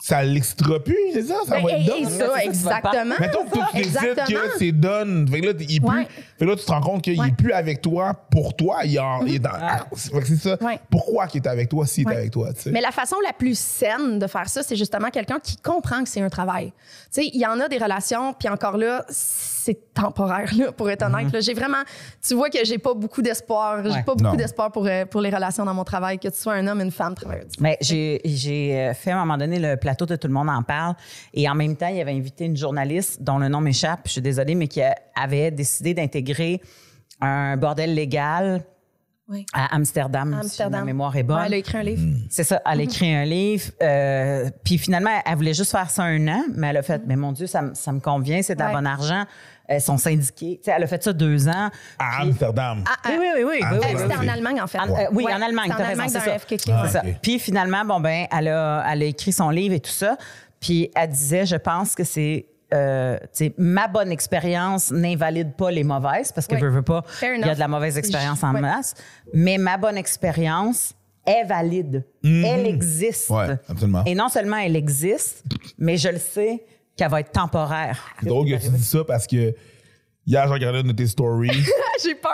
S1: ça l'extra plus, c'est ça? Ah Ça
S3: ben,
S1: va être
S3: et- et
S1: done. là.
S3: ça,
S2: c'est ça que tu
S3: exactement.
S1: Mettons que toi, tu décides
S3: Ah, Exactement.
S1: que c'est done. Fait que là, t- il est plus-
S3: Ouais.
S1: fait que là, tu te rends compte qu'il
S3: Ouais. Mm-hmm.
S1: n'est plus avec toi pour toi. Il, en- il est dans. Ah, c'est- fait que c'est ça.
S3: Ouais.
S1: Pourquoi qu'il est avec toi s'il
S3: Ouais.
S1: est avec toi? tu sais?
S3: Mais la façon la plus saine de faire ça, c'est justement quelqu'un qui comprend que c'est un travail. Tu sais, il y en a des relations, puis encore là, c'est temporaire, là, pour être honnête. là. J'ai vraiment, tu vois que j'ai pas beaucoup d'espoir. J'ai
S2: Mhm. Ouais.
S3: pas beaucoup
S1: Non.
S3: d'espoir pour, euh, pour les relations dans mon travail, que tu sois un homme, une femme travailleuse.
S2: Mais j'ai j'ai, euh, fait à un moment donné le plateau de Tout le monde en parle et en même temps, il avait invité une journaliste dont le nom m'échappe, je suis désolée, mais qui a- avait décidé d'intégrer un bordel légal
S3: Oui.
S2: à Amsterdam, si ma mémoire est bonne. Mm.
S3: Ouais, Mhm. elle a écrit un livre.
S2: C'est ça, elle a écrit un livre. euh, puis finalement, elle, elle voulait juste faire ça un an, mais elle a fait, mais mon Dieu, ça, me- ça me convient, c'est de la
S3: Mhm. Ouais.
S2: bonne argent. Elles sont syndiquées. Tu sais, elle a fait ça deux ans.
S1: À Amsterdam.
S3: Ah, ah,
S2: oui, oui, oui.
S1: Ah,
S2: oui, oui,
S3: euh,
S1: ouais,
S3: c'était
S1: ouais.
S3: en Allemagne, en fait.
S2: en- euh, oui,
S3: Ouais,
S2: en Allemagne, t'as
S3: c'était en
S2: raison,
S3: Allemagne,
S2: c'est
S3: dans
S2: ça.
S3: un FKK.
S1: Ah,
S2: C'est ça.
S1: ok.
S2: Puis finalement, bon ben, elle a, elle a écrit son livre et tout ça. Puis elle disait, je pense que c'est euh, tu sais, ma bonne expérience n'invalide pas les mauvaises parce que
S3: Oui.
S2: je veux pas.
S3: Fair
S2: Il y a
S3: enough.
S2: de la mauvaise
S3: C'est
S2: expérience
S3: ju-
S2: en
S3: ouais.
S2: masse, mais ma bonne expérience est valide. Elle existe.
S1: Mhm. Ouais, absolument.
S2: Et non seulement elle existe, mais je le sais qu'elle va être temporaire.
S1: C'est drôle que tu dis ça parce que hier, je regardais une de tes stories.
S3: J'ai peur.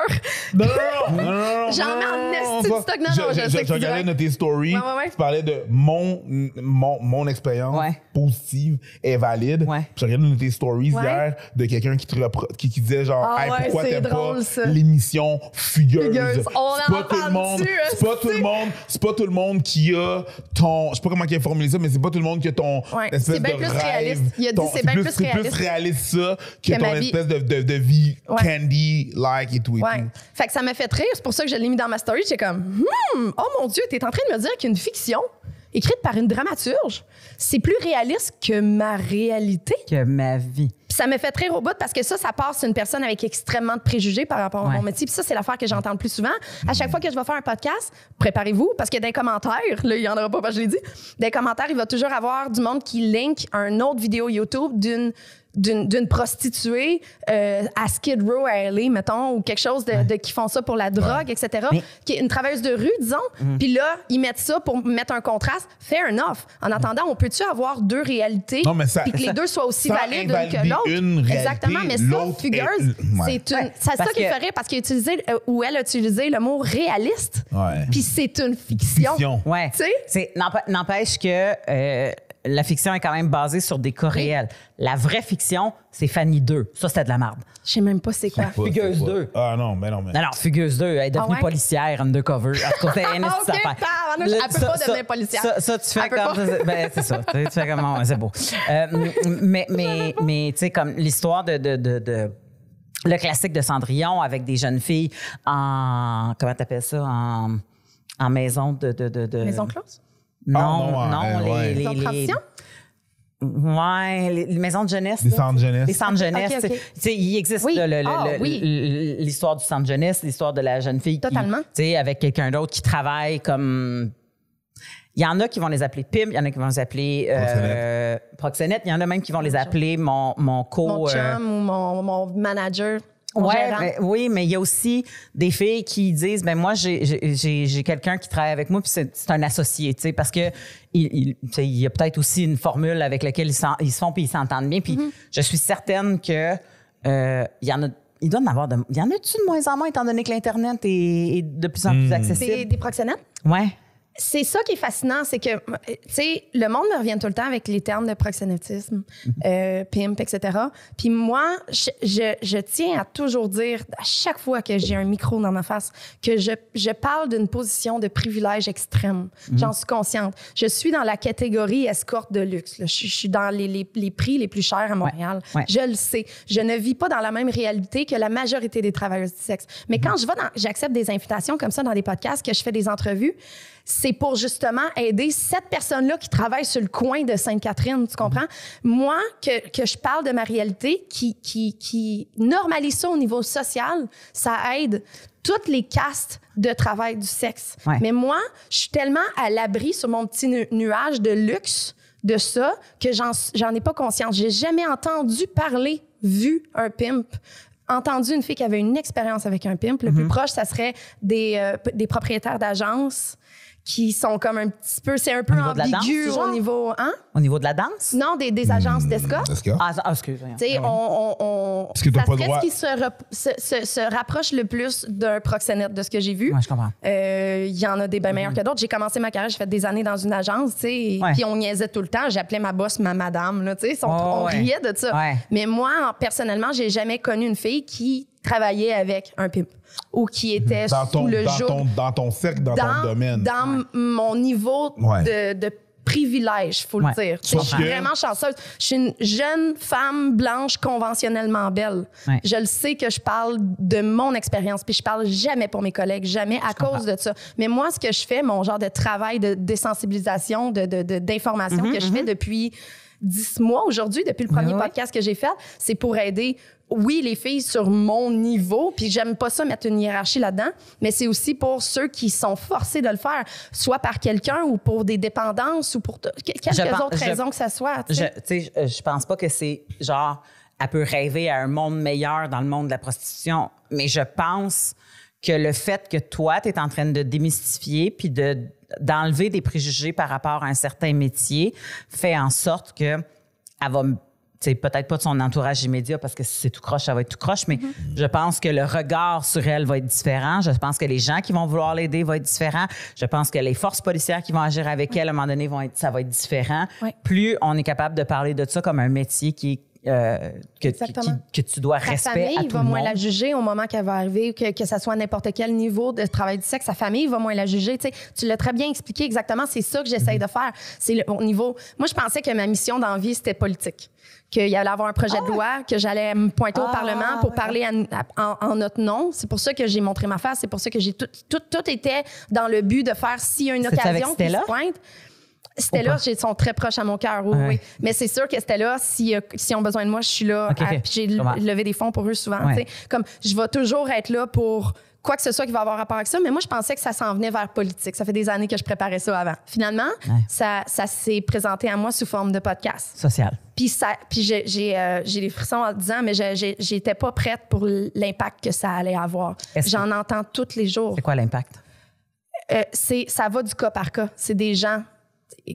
S1: Non, non, non, non, non,
S3: J'en
S1: non,
S3: mets en
S1: non,
S3: esti
S1: non,
S3: de stock. Non, non, je sais que tu
S1: regardais
S3: dirais.
S1: notre story.
S3: Ouais, ouais, ouais.
S1: Tu parlais de mon, mon, mon expérience
S2: Ouais.
S1: positive est valide.
S2: Ouais.
S1: Puis Je regardais une de tes stories
S3: Ouais.
S1: hier de quelqu'un qui, te repro- qui, qui disait genre,
S3: Ah
S1: Hey,
S3: ouais,
S1: pourquoi
S3: c'est
S1: t'aimes
S3: drôle, ça.
S1: pas l'émission fugueuse?
S3: Fugueuse. On
S1: C'est
S3: en
S1: pas tout le
S3: parle
S1: monde.
S3: dessus,
S1: C'est pas
S3: esti.
S1: tout le monde. C'est pas tout le monde qui a ton. Je sais pas comment il a formulé ça, mais c'est pas tout le monde qui a ton.
S3: Ouais.
S1: espèce
S3: C'est bien
S1: de
S3: plus
S1: rêve,
S3: réaliste. Il a dit,
S1: ton-
S3: c'est bien plus
S1: C'est
S3: réaliste.
S1: plus réaliste ça que
S3: Que
S1: ton
S3: ma vie.
S1: espèce de, de, de vie
S3: Ouais.
S1: candy-like et tout et
S3: Ouais.
S1: tout.
S3: Fait que ça m'a fait rire. C'est pour ça que je l'ai mis dans ma story. J'étais comme, hmm, oh mon Dieu, t'es en train de me dire qu'une fiction écrite par une dramaturge, c'est plus réaliste que ma réalité.
S2: Que ma vie.
S3: Puis ça me fait très au bout parce que ça, ça passe une personne avec extrêmement de préjugés par rapport
S2: Ouais.
S3: à mon métier. Puis ça, c'est l'affaire que j'entends le plus souvent. À chaque fois que je vais faire un podcast, préparez-vous parce que dans les commentaires, là, il y en aura pas parce que je l'ai dit, dans les commentaires, il va toujours avoir du monde qui link un autre vidéo YouTube d'une d'une d'une prostituée euh, à Skid Row à LA, mettons, ou quelque chose de, de- qui font ça pour la drogue, etc.
S2: Mais-
S3: Qui est une traverse de rue, disons.
S1: Mhm.
S3: Puis là, ils mettent ça pour mettre un contraste. Fair enough. En attendant, on peut-tu avoir deux réalités
S1: Non, mais ça-
S3: puis que les
S1: ça-
S3: deux soient aussi
S1: sans
S3: valide que
S1: invalider
S3: l'autre.
S1: une réalité,
S3: Exactement, mais ça,
S1: l'autre
S3: Fugueuse,
S1: est- ouais.
S3: c'est une.
S2: Ouais,
S3: C'est ça
S2: parce
S3: qui me
S2: que-
S3: fait rire parce qu'il a utilisé, euh, ou elle a utilisé le mot réaliste.
S1: Ouais.
S3: Puis c'est une fiction.
S1: Fiction.
S2: Ouais.
S3: Tu sais?
S2: C'est- n'emp- N'empêche que euh, la fiction est quand même basée sur des cas réels. La vraie fiction, c'est Fanny 2. Ça, c'était de la merde.
S3: Je sais même pas c'est quoi.
S1: Ouais,
S2: Fugueuse
S1: c'est pas-
S2: deux.
S1: Ah non, mais non, mais.
S2: Non, non, Fugueuse 2, elle est devenue
S3: Ah ouais?
S2: policière, undercover. En tout cas, c'est une petite
S3: Ok,
S2: affaire.
S3: tabarnouche,
S2: Le-
S3: elle peut pas devenir policière.
S2: Ça, ça, tu fais
S3: Elle peut
S2: comme.
S3: pas.
S2: ben, c'est ça. Tu sais, tu fais comme. ouais, c'est beau. Euh, m- m- mais, mais, mais tu sais, comme l'histoire de. de, de, de- le classique de Cendrillon avec des jeunes filles en. Comment t'appelles ça? En, en maison de. de, de, de-
S3: Maison close?
S2: Non,
S1: non,
S2: Ah, non, euh,
S1: ouais,
S2: les,
S1: ouais.
S2: les-
S3: Maison de
S2: les-
S3: transition?
S2: Ouais, les, les maisons de jeunesse.
S1: Des
S2: là.
S1: centres jeunesse.
S2: Les centres jeunesse.
S3: ok.
S2: tu sais. Tu sais, il existe
S3: Oui.
S2: là, le- le-
S3: Ah,
S2: le-
S3: oui.
S2: le- l'histoire du centre jeunesse, l'histoire de la jeune fille. qui-
S3: Totalement.
S2: Tu sais, avec quelqu'un d'autre qui travaille comme. Il y en a qui vont les appeler PIM, il y en a qui vont les appeler euh, proxénète. Il y en a même qui vont les appeler mon, mon co.
S3: Mon chum
S2: euh,
S3: ou mon, mon manager. Mon
S2: Ouais,
S3: gérant.
S2: mais- oui, mais il y a aussi des filles qui disent, ben moi j'ai- j'ai j'ai- j'ai quelqu'un qui travaille avec moi puis c'est c'est un associé, tu sais, parce que il, il, tu sais, il y a peut-être aussi une formule avec laquelle ils, s'en- ils se font puis ils s'entendent bien, puis
S3: Mm-hmm.
S2: je suis certaine que euh, il y en a, il doit en avoir, de, il y en a-tu de moins en moins étant donné que l'internet est, est de plus en plus accessible.
S3: Des, des proxénètes?
S2: Ouais.
S3: c'est ça qui est fascinant, c'est que, euh, tu sais, le monde me revient tout le temps avec les termes de proxénétisme,
S2: Mhm.
S3: euh, pimp, etc. Puis moi, je, je, je tiens à toujours dire, à chaque fois que j'ai un micro dans ma face, que je, je parle d'une position de privilège extrême.
S2: Mhm.
S3: J'en suis consciente. Je suis dans la catégorie escorte de luxe. là. Je, je suis dans les, les, les prix les plus chers à Montréal.
S2: ouais.
S3: Je le sais. Je ne vis pas dans la même réalité que la majorité des travailleuses du sexe. Mais
S2: Mhm.
S3: quand je vais dans, j'accepte des invitations comme ça dans des podcasts, que je fais des entrevues, c'est pour justement aider cette personne-là qui travaille sur le coin de Sainte-Catherine, tu comprends? Moi, que, que je parle de ma réalité, qui, qui, qui normalise ça au niveau social, ça aide toutes les castes de travail du sexe.
S2: Ouais.
S3: Mais moi, je suis tellement à l'abri sur mon petit nu- nuage de luxe de ça que j'en j'en ai pas conscience. J'ai jamais entendu parler, vu un pimp. Entendu une fille qui avait une expérience avec un pimp.
S2: Mhm.
S3: Le plus proche, ça serait des, euh, p- des propriétaires d'agences qui sont comme un petit peu. C'est un peu
S2: niveau de la danse,
S3: ambigu
S2: genre?
S3: au niveau. Hein?
S2: Au niveau de la danse?
S3: Non, des, des agences d'escorte.
S1: Est-ce que.
S2: Ah, ça- ah, excuse. voyons.
S3: Tu sais, on, on, on-
S1: Ben Parce que t'as
S3: ça
S1: pas le
S3: serait
S1: droit.
S3: ce qui se, rep- se, se- se rapproche le plus d'un proxénète de ce que j'ai vu.
S2: Ouais, je comprends. Mhm.
S3: Euh, Il y en a des bien meilleurs que d'autres. J'ai commencé ma carrière, j'ai fait des années dans une agence, tu sais, et
S2: Ouais.
S3: puis on niaisait tout le temps. J'appelais ma boss ma madame, là, tu sais, on,
S2: Oh,
S3: on
S2: ouais.
S3: riait de ça.
S2: Ouais.
S3: Mais moi, en- personnellement, j'ai jamais connu une fille qui travaillait avec un pimp ou qui était
S1: Dans
S3: sous
S1: ton,
S3: le
S1: dans,
S3: jour
S1: ton, dans ton cercle, dans, ton domaine.
S3: dans mon niveau
S1: Ouais.
S3: de, de privilège, faut
S2: Ouais.
S3: le dire.
S1: Sauf
S3: Je suis
S1: que-
S3: vraiment chanceuse. Je suis une jeune femme blanche conventionnellement belle.
S2: Ouais.
S3: Je le sais que je parle de mon expérience, puis je parle jamais pour mes collègues, jamais à cause de ça. Mais moi, ce que je fais, mon genre de travail de désensibilisation, de, de- de- d'information que je fais depuis dix mois aujourd'hui, depuis le
S2: Mhm,
S3: premier
S2: Ouais, ouais.
S3: podcast que j'ai fait, c'est pour aider. Oui, les filles sur mon niveau, puis j'aime pas ça mettre une hiérarchie là-dedans, mais c'est aussi pour ceux qui sont forcés de le faire, soit par quelqu'un ou pour des dépendances ou pour t- que- quelques
S2: pense-
S3: autres
S2: je-
S3: raisons que ça soit. tu
S2: Je,
S3: sais.
S2: tu sais, je, je pense pas que c'est genre, elle peut rêver à un monde meilleur dans le monde de la prostitution, mais je pense que le fait que toi, tu es en train de démystifier puis de, d'enlever des préjugés par rapport à un certain métier fait en sorte que elle va m- tu sais, peut-être pas de son entourage immédiat parce que si c'est tout croche, ça va être tout croche, mais
S3: Mhm.
S2: je pense que le regard sur elle va être différent. Je pense que les gens qui vont vouloir l'aider vont être différents. Je pense que les forces policières qui vont agir avec elle à un moment donné vont être, ça va être différent.
S3: Ouais.
S2: Plus on est capable de parler de ça comme un métier qui est, euh, que, qui-
S3: Exactement.
S2: qui- que tu dois
S3: Sa
S2: respect
S3: famille
S2: à tout
S3: va
S2: le
S3: moins
S2: monde.
S3: la juger au moment qu'elle va arriver, que, que ça soit à n'importe quel niveau de travail du sexe. Sa famille va moins la juger. Tu sais, tu l'as très bien expliqué exactement. C'est ça que j'essaye
S2: Mhm.
S3: de faire. C'est le- au niveau. Moi, je pensais que ma mission dans la vie, c'était politique. Qu'il y allait avoir un projet
S2: Ah!
S3: de loi, que j'allais me pointer au Parlement pour parler à- à- en, en notre nom. C'est pour ça que j'ai montré ma face. C'est pour ça que j'ai tout, tout, tout était dans le but de faire s'il y a une
S2: C'était avec
S3: occasion qui
S2: Stella? Ah
S3: se pointe. Stella, ils sont très proches à mon cœur, oui,
S2: Ouais.
S3: oui. Mais c'est sûr que Stella, si, euh, s'ils ont besoin de moi, je suis là.
S2: Ok, ok.
S3: Ah, puis j'ai
S2: Je comprends.
S3: levé des fonds pour eux souvent.
S2: Ouais.
S3: tu sais. Comme je vais toujours être là pour quoi que ce soit qui va avoir rapport avec ça. Mais moi, je pensais que ça s'en venait vers politique. Ça fait des années que je préparais ça avant. Finalement,
S2: Ouais.
S3: ça, ça s'est présenté à moi sous forme de podcast.
S2: Social.
S3: Puis ça, puis j'ai, j'ai, euh, j'ai des frissons en disant, mais j'ai- j'ai- j'étais pas prête pour l'impact que ça allait avoir.
S2: Est-ce que-
S3: J'en entends tous les jours.
S2: C'est quoi l'impact?
S3: Euh, c'est ça va du cas par cas. C'est des gens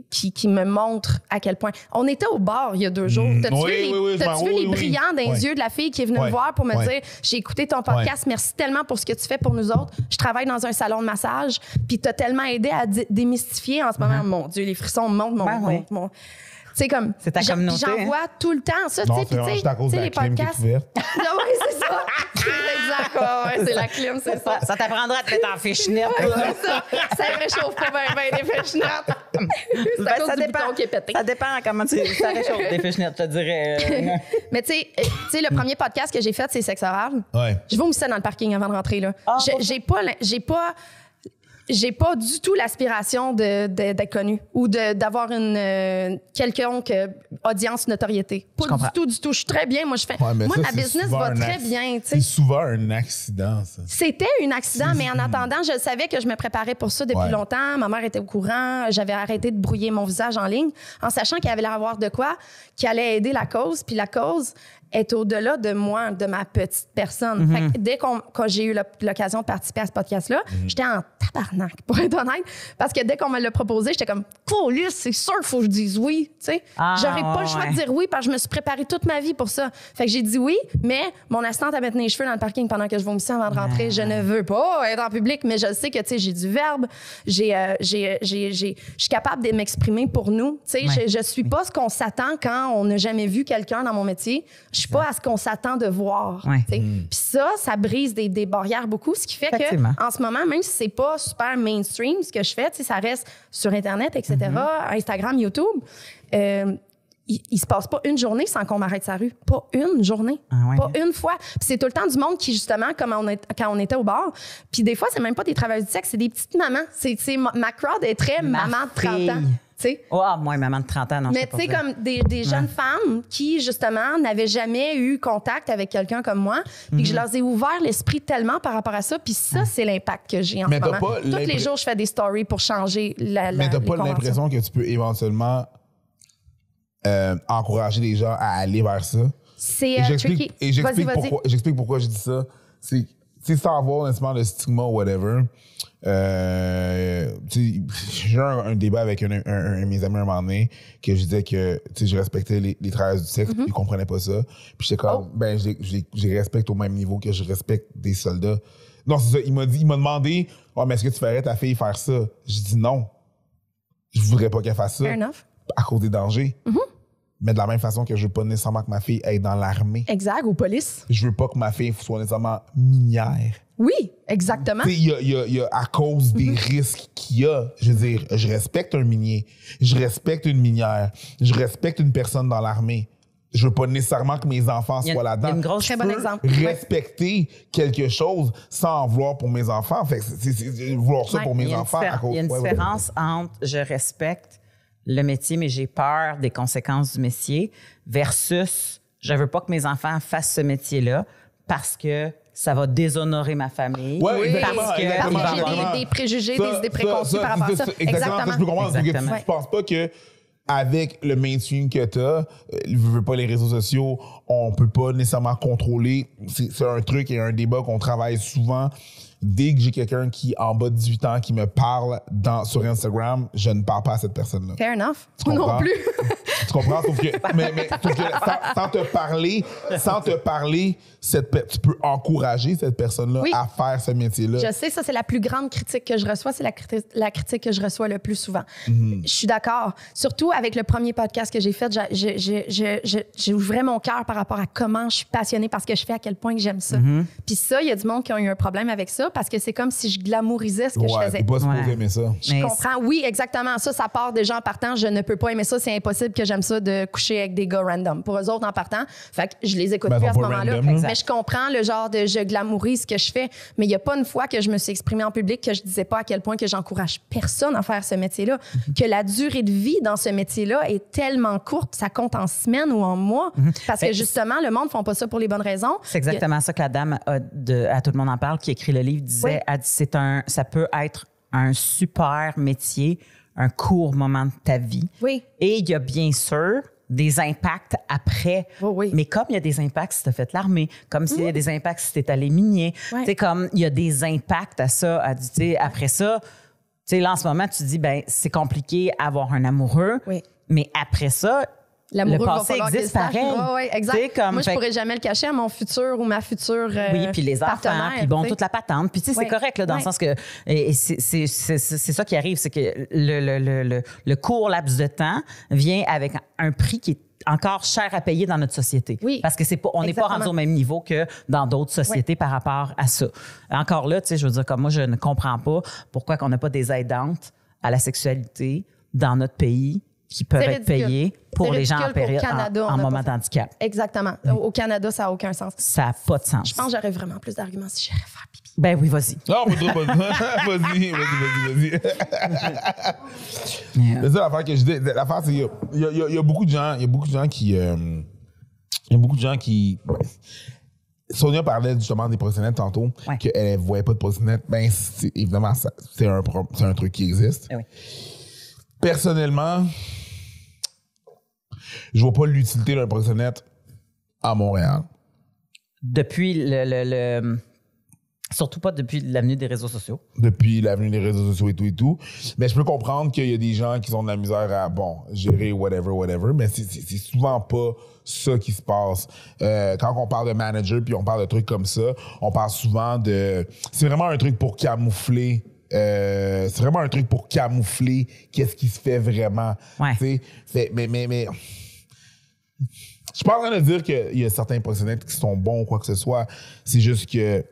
S3: qui, qui me montrent à quel point. On était au bar il y a deux jours.
S1: Mm,
S3: T'as-tu
S1: oui,
S3: vu les,
S1: oui, oui, je
S3: t'as-tu
S1: m'en-
S3: vu
S1: oui,
S3: les
S1: oui, oui.
S3: brillants dans les
S1: Ouais.
S3: yeux de la fille qui est venue
S1: Ouais.
S3: me voir pour me
S1: Ouais.
S3: dire J'ai écouté ton podcast, merci tellement pour ce que tu fais pour nous autres. Je travaille dans un salon de massage, puis t'as tellement aidé à dé- démystifier en ce moment.
S1: Mm-hmm.
S3: Mon Dieu, les frissons me montent, mon.
S2: Ben Ouais,
S3: mon-
S2: ouais.
S3: mon- Tu sais, comme.
S2: C'est ta
S3: j'en-
S2: communauté,
S3: J'en
S2: hein.
S3: vois tout le temps, ça. tu
S1: Non,
S3: sais,
S1: c'est
S3: puis
S1: vraiment
S3: tu sais,
S1: juste à cause de
S3: tu sais,
S1: la
S3: les
S1: clim qui est
S3: podcasts.
S1: ouverte.
S3: Non, ouais, c'est ça. C'est exact, ouais, ouais, c'est la clim, c'est ça.
S2: Ça t'apprendra à te mettre en fiche-net.
S3: ça, ça réchauffe pas bien, bien les fèches-nattes. C'est à
S2: Ben,
S3: cause
S2: ça
S3: du
S2: dépend.
S3: bouton qui est pété.
S2: Ça dépend comment tu. Ça réchauffe des fichenettes, je te dirais. euh,
S3: Mais tu sais, euh, tu sais, le premier podcast que j'ai fait, c'est Sexe oral.
S1: Ouais.
S3: Je vomissais dans le parking avant de rentrer, là.
S2: Ah,
S3: Je-
S2: bon.
S3: j'ai pas... l'in- J'ai pas... J'ai pas du tout l'aspiration de- de- d'être connue ou de- d'avoir une euh, quelconque euh, audience notoriété.
S2: Je
S3: Pas
S2: comprends.
S3: du tout, du tout. Je suis très bien. Moi, je fais.
S1: Ouais, mais
S3: moi,
S1: ça,
S3: ma
S1: c'est
S3: business
S1: souvent
S3: va
S1: un
S3: très
S1: acc-
S3: bien. tu sais.
S1: C'est souvent un accident, ça.
S3: C'était un accident, mais en attendant, je savais que je me préparais pour ça depuis
S1: Ouais.
S3: longtemps. Ma mère était au courant. J'avais arrêté de brouiller mon visage en ligne en sachant qu'il allait avoir de quoi qui allait aider la cause. Puis la cause, est au-delà de moi, de ma petite personne.
S2: Mhm.
S3: Fait que dès qu'on, quand j'ai eu l'op- l'occasion de participer à ce podcast-là,
S2: Mhm.
S3: j'étais en tabarnak, pour être honnête, parce que dès qu'on me l'a proposé, j'étais comme, Colis, c'est sûr, faut que je dise oui. Tu sais,
S2: Ah,
S3: J'aurais pas
S2: ouais,
S3: le choix de
S2: ouais.
S3: dire oui parce que je me suis préparée toute ma vie pour ça. Fait que j'ai dit oui, mais mon assistante avait tenu les cheveux dans le parking pendant que je vomissais avant de rentrer. Je ne veux pas être en public, mais je sais que tu sais, j'ai du verbe, j'ai, euh, j'ai, j'ai, j'ai- je suis capable de m'exprimer pour nous. Tu sais,
S2: Ouais.
S3: je, je suis pas ce qu'on s'attend quand on n'a jamais vu quelqu'un dans mon métier. Je suis pas à ce qu'on s'attend de voir.
S2: Ouais.
S3: tu sais. Puis ça, ça brise des, des barrières beaucoup, ce qui fait que
S2: Effectivement.
S3: en ce moment, même si c'est pas super mainstream ce que je fais, tu sais, ça reste sur Internet, etc.,
S2: Mhm.
S3: Instagram, YouTube. euh, il, il se passe pas une journée sans qu'on m'arrête sa rue. Pas une journée.
S2: Ah ouais.
S3: Pas une fois. Puis c'est tout le temps du monde qui, justement, comme on est- quand on était au bar, puis des fois, c'est même pas des travailleurs du sexe, c'est des petites mamans. C'est, c'est- ma, ma crowd est très
S2: Ma
S3: maman de 30 ans.
S2: fille.
S3: tu sais.
S2: Oh, ah, moi, maman de 30 ans, non, je
S3: Mais
S2: sais pas
S3: tu sais,
S2: dire.
S3: comme des, des jeunes femmes qui, justement, n'avaient jamais eu contact avec quelqu'un comme moi, puis
S1: Mhm.
S3: que je leur ai ouvert l'esprit tellement par rapport à ça, puis ça, c'est l'impact que j'ai en
S1: Mais
S3: ce
S1: t'as
S3: moment.
S1: pas
S3: Tous les
S1: l'impr-
S3: jours, je fais des stories pour changer la. la
S1: Mais t'as
S3: les
S1: pas
S3: conventions.
S1: l'impression que tu peux éventuellement euh, encourager les gens à aller vers ça?
S3: C'est
S1: Et
S3: euh,
S1: j'explique
S3: tricky.
S1: et j'explique pourquoi, j'explique pourquoi je dis ça. C'est tu sais, sans avoir nécessairement le stigma ou whatever. euh, tu sais, J'ai eu un, un débat avec un, un- un de mes amis un moment donné que je disais que tu sais, je respectais les, les travailleurs du sexe,
S3: Mm-hmm.
S1: puis ils comprenaient pas ça. Puis j'étais
S3: Oh.
S1: comme, ben, je les- je les- je les respecte au même niveau que je respecte des soldats. Non, c'est ça. Il m'a dit, il m'a demandé, oh, mais est-ce que tu ferais ta fille faire ça? J'ai dit non. Je voudrais pas qu'elle fasse ça
S3: Fair enough. Mm-hmm.
S1: à cause des dangers. Mais de la même façon que je veux pas nécessairement que ma fille aille dans l'armée
S3: Exact, ou police.
S1: je veux pas que ma fille soit nécessairement minière.
S3: Oui, exactement.
S1: Tu sais, il y a, il y a- il y a- à cause des
S2: Mhm.
S1: risques qu'il y a, je veux dire, je respecte un minier, je respecte une minière, je respecte une personne dans l'armée. Je veux pas nécessairement que mes enfants
S2: Il y a-
S1: soient là-dedans.
S2: il y a une grosse-
S1: Je
S3: Très bon
S1: peux
S3: exemple.
S1: Respecter quelque chose sans en vouloir pour mes enfants. Fait que c'est- c'est- c'est- vouloir ça
S3: Ouais,
S1: pour
S2: Il y
S1: mes
S2: a une
S1: enfants
S2: diffé-
S1: à cause
S2: Il y a une
S1: ouais, ouais, ouais.
S2: différence entre je respecte le métier, mais j'ai peur des conséquences du métier, versus je veux pas que mes enfants fassent ce métier-là parce que ça va déshonorer ma famille.
S1: Ouais,
S3: Oui,
S1: exactement,
S2: parce que
S3: Parce
S1: exactement,
S2: il va
S3: que
S2: y
S3: j'ai
S2: avoir-
S1: exactement.
S3: des, des préjugés,
S1: Ça,
S3: des idées
S1: ça,
S3: préconçues
S1: ça,
S3: par rapport à ça.
S1: Exactement. ça, je peux comprendre. Parce que
S2: Exactement.
S1: tu- tu penses pas que euh, avec le mainstream que tu as, je veux pas les réseaux sociaux, on peut pas nécessairement contrôler. C'est c'est un truc et un débat qu'on travaille souvent. Dès que j'ai quelqu'un qui en bas de 18 ans qui me parle dans, sur Instagram, je ne parle pas à cette personne-là.
S3: Fair enough.
S1: Tu
S3: Moi non
S1: comprends?
S3: plus.
S1: Tu comprends? Sauf que, mais, mais, sauf que sans, sans te parler, sans te parler, cette, pe- tu peux encourager cette personne-là
S3: Oui.
S1: à faire ce métier-là.
S3: Je sais, ça, c'est la plus grande critique que je reçois. C'est la, criti- la critique que je reçois le plus souvent. Je suis d'accord. Surtout avec le premier podcast que j'ai fait, j'a- j'ai- j'ai- j'ai j'ai- j'ai ouvert mon cœur par rapport à comment je suis passionnée par ce que je fais, à quel point que j'aime ça. Puis ça, il y a du monde qui a eu un problème avec ça parce que c'est comme si je glamourisais ce que je
S1: ouais,
S3: faisais.
S1: t'es pas supposé
S2: Ouais.
S1: aimer ça.
S2: Mais
S3: Je comprends. Oui, exactement. Ça, ça part déjà en partant. Je ne peux pas aimer ça. C'est impossible que j'aime ça de coucher avec des gars random. Pour eux autres, en partant, fait que je les écoute
S1: Ben,
S3: plus
S1: ils
S3: à ce
S1: sont pas
S3: moment-là.
S1: random, là.
S3: Mais je comprends le genre de je glamourise ce que je fais. Mais il n'y a pas une fois que je me suis exprimée en public que je disais pas à quel point que j'encourage personne à faire ce métier-là. Que la durée de vie dans ce métier-là est tellement courte. Ça compte en semaines ou en mois. Parce que
S2: Ben,
S3: justement, le monde ne font pas ça pour les bonnes raisons.
S2: C'est exactement ça que la dame a de- à Tout le monde en parle qui écrit le livre disait.
S3: Oui.
S2: Elle dit, c'est un, ça peut être un super métier, un court moment de ta vie.
S3: Oui.
S2: Et il y a bien sûr des impacts après.
S3: Oui, oui.
S2: Mais comme il y a des impacts si tu as fait l'armée, comme s'il y a des impacts si tu es allé minier,
S3: Ouais.
S2: tu sais, comme il y a des impacts à ça. Elle dit, tu sais, après ça, tu sais, là, en ce moment, tu dis, ben c'est compliqué avoir un amoureux.
S3: Oui.
S2: Mais après ça, le
S3: L'amoureux, va
S2: passé
S3: falloir
S2: existe
S3: qu'il le sache.
S2: pareil.
S3: Ouais, ouais, exact.
S2: Tu sais, comme,
S3: Moi, je
S2: fait que-
S3: pourrais jamais le cacher à mon futur ou ma future. euh,
S2: oui, puis les enfants,
S3: partenaire,
S2: puis bon,
S3: tu sais.
S2: toute la patente. Puis tu sais,
S3: Ouais.
S2: c'est correct, là, dans
S3: Ouais.
S2: le sens que et- et c'est c'est- c'est- c'est- c'est ça qui arrive, c'est que le, le- le- le- le court laps de temps vient avec un prix qui est encore cher à payer dans notre société.
S3: Oui.
S2: Parce que c'est pas, on n'est pas
S3: Exactement.
S2: rendu au même niveau que dans d'autres sociétés par rapport à ça. Encore là, tu sais, je veux dire, comme moi, je ne comprends pas pourquoi qu'on n'a pas des aidantes à la sexualité dans notre pays qui peuvent
S3: C'est
S2: être
S3: ridicule.
S2: payées
S3: C'est
S2: pour les gens en
S3: ridicule qu'au
S2: période, en-
S3: Canada, on
S2: en
S3: n'a pas
S2: moment
S3: ça.
S2: d'handicap.
S3: Exactement. Au- Au Canada, ça n'a aucun sens.
S2: Ça n'a pas de sens.
S3: Je pense que j'aurais vraiment plus d'arguments si j'allais faire pipi.
S2: Ben oui, vas-y.
S1: Non, pas trop, pas trop. Vas-y, vas-y, vas-y, vas-y. C'est ça l'affaire que je dis. L'affaire, c'est qu'il y a- il y, a- il y a- il y a beaucoup de gens, il y a beaucoup de gens qui. euh, il y a beaucoup de gens qui. Sonia parlait justement des proxénètes tantôt,
S2: Ouais.
S1: qu'elle ne voyait pas de proxénètes. Ben, c'est- évidemment, ça- c'est un, pro- c'est un truc qui existe.
S2: Ben oui.
S1: Personnellement, je vois pas l'utilité d'un proxénète à Montréal.
S2: Depuis le, le- le- Surtout pas depuis l'avenue des réseaux sociaux.
S1: depuis l'avenue des réseaux sociaux et tout et tout. Mais je peux comprendre qu'il y a des gens qui ont de la misère à, bon, gérer whatever, whatever, mais c'est- c'est c'est souvent pas ça qui se passe. Euh, quand on parle de manager puis on parle de trucs comme ça, on parle souvent de... C'est vraiment un truc pour camoufler. euh, c'est vraiment un truc pour camoufler qu'est-ce qui se fait vraiment.
S2: Ouais.
S1: Tu sais, fait- mais, mais, mais... Je suis pas en train de dire qu'il y a certains professionnels qui sont bons ou quoi que ce soit. C'est juste que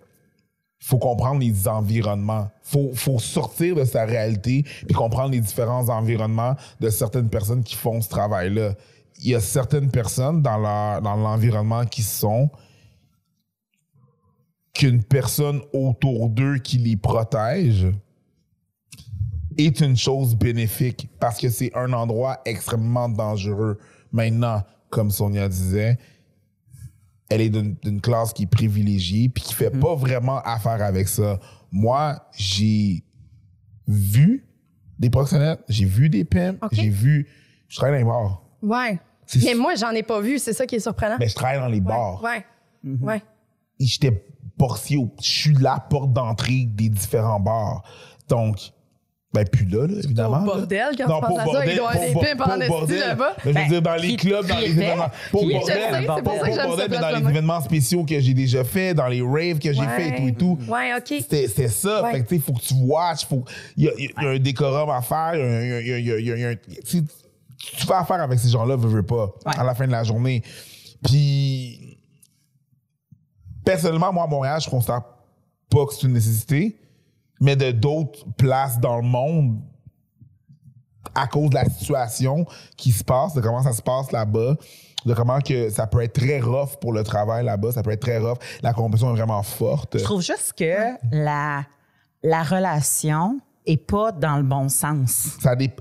S1: faut comprendre les environnements. Faut, faut sortir de sa réalité puis comprendre les différents environnements de certaines personnes qui font ce travail-là. Il y a certaines personnes dans, leur, dans l'environnement qui sont qu'une personne autour d'eux qui les protège est une chose bénéfique parce que c'est un endroit extrêmement dangereux. Maintenant, comme Sonia disait, elle est d'une d'une classe qui est privilégiée puis qui fait pas vraiment affaire avec ça. Moi, j'ai vu des professionnels, j'ai vu des pimps,
S3: Ok.
S1: j'ai vu. Je travaille dans les bars.
S3: Ouais.
S1: C'est-
S3: Mais moi, j'en ai pas vu. C'est ça qui est surprenant.
S1: Mais je travaille dans les bars.
S3: Ouais.
S2: Mhm.
S3: Ouais.
S1: Et j'étais portier au- Je suis la porte d'entrée des différents bars. Donc, ben, plus là, là, évidemment. là.
S3: au bordel, quand
S1: Non,
S3: tu
S1: pas
S3: penses
S1: au
S3: à ça, il
S1: bordel,
S3: doit y avoir
S1: pas au
S3: des pimps
S1: bo-
S3: en
S1: pas au
S3: esti
S1: bordel.
S3: là-bas.
S1: Mais je veux
S2: Ben,
S1: dire, dans
S2: qui-
S1: les clubs,
S2: qui
S1: dans les
S2: était,
S1: événements. Pas au
S2: qui- je
S1: bordel,
S2: sais, c'est
S1: pas
S2: pour ça que
S1: au
S2: j'aime
S1: bordel,
S3: cette
S1: mais dans les
S3: place-là.
S1: événements spéciaux que j'ai déjà fait, dans les raves que j'ai
S3: Ouais.
S1: fait, tout et tout.
S3: Ouais, OK.
S1: C'était- C'est ça.
S3: Ouais.
S1: Fait que, tu sais, faut que tu watches. Faut... Il, y a, il y a un décorum à faire. il y a- il y a- il y a- il y a- il y a un- tu sais, tu fais affaire avec ces gens-là, veux, veux pas,
S2: Ouais.
S1: à la fin de la journée. Puis, personnellement, moi, à Montréal, je constate pas que c'est une nécessité, mais de d'autres places dans le monde, à cause de la situation qui se passe, de comment ça se passe là-bas, de comment que ça peut être très rough pour le travail là-bas, ça peut être très rough. La compétition est vraiment forte.
S2: Je trouve juste que la, la relation est pas dans le bon sens.
S1: Ça dé-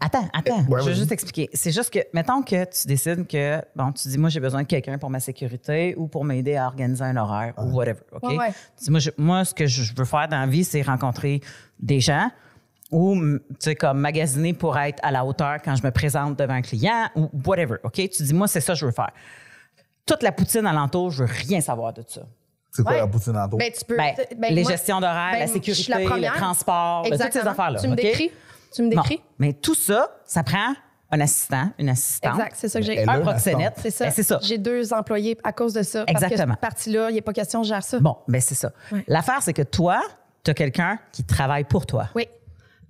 S2: Attends, attends,
S1: ouais,
S2: je vais
S1: vas-y.
S2: juste expliquer. C'est juste que, mettons que tu décides que, bon, tu dis, moi, j'ai besoin de quelqu'un pour ma sécurité ou pour m'aider à organiser un horaire ou whatever, OK?
S3: Ouais, ouais.
S2: Tu dis, moi, je- moi, ce que je je veux faire dans la vie, c'est rencontrer des gens ou, m- tu sais, comme magasiner pour être à la hauteur quand je me présente devant un client ou whatever, OK? Tu dis, moi, c'est ça que je veux faire. Toute la poutine alentour, je veux rien savoir de ça.
S1: C'est quoi
S3: Ouais.
S1: la poutine en taux?
S3: Ben, tu peux.
S2: Ben,
S3: ben,
S2: les
S3: moi-
S2: gestions d'horaire,
S3: ben,
S2: la
S3: je
S2: sécurité,
S3: suis la première.
S2: le transport, ben, toutes ces
S3: Exactement.
S2: affaires-là.
S3: Tu me
S2: OK?
S3: décris? Tu me
S2: Bon,
S3: décris?
S2: mais tout ça, ça prend un assistant, une assistante,
S3: Exact, c'est ça que j'ai. Ah,
S1: Elle
S2: un
S1: a-
S2: proxénète.
S3: C'est ça.
S1: Eh,
S2: Ben, c'est ça.
S3: J'ai deux employés à cause de ça. Parce que
S2: Exactement.
S3: cette partie-là, il n'y a pas question, je gère ça.
S2: Bon, ben c'est ça.
S3: Ouais.
S2: L'affaire, c'est que toi, tu as quelqu'un qui travaille pour toi.
S3: Oui.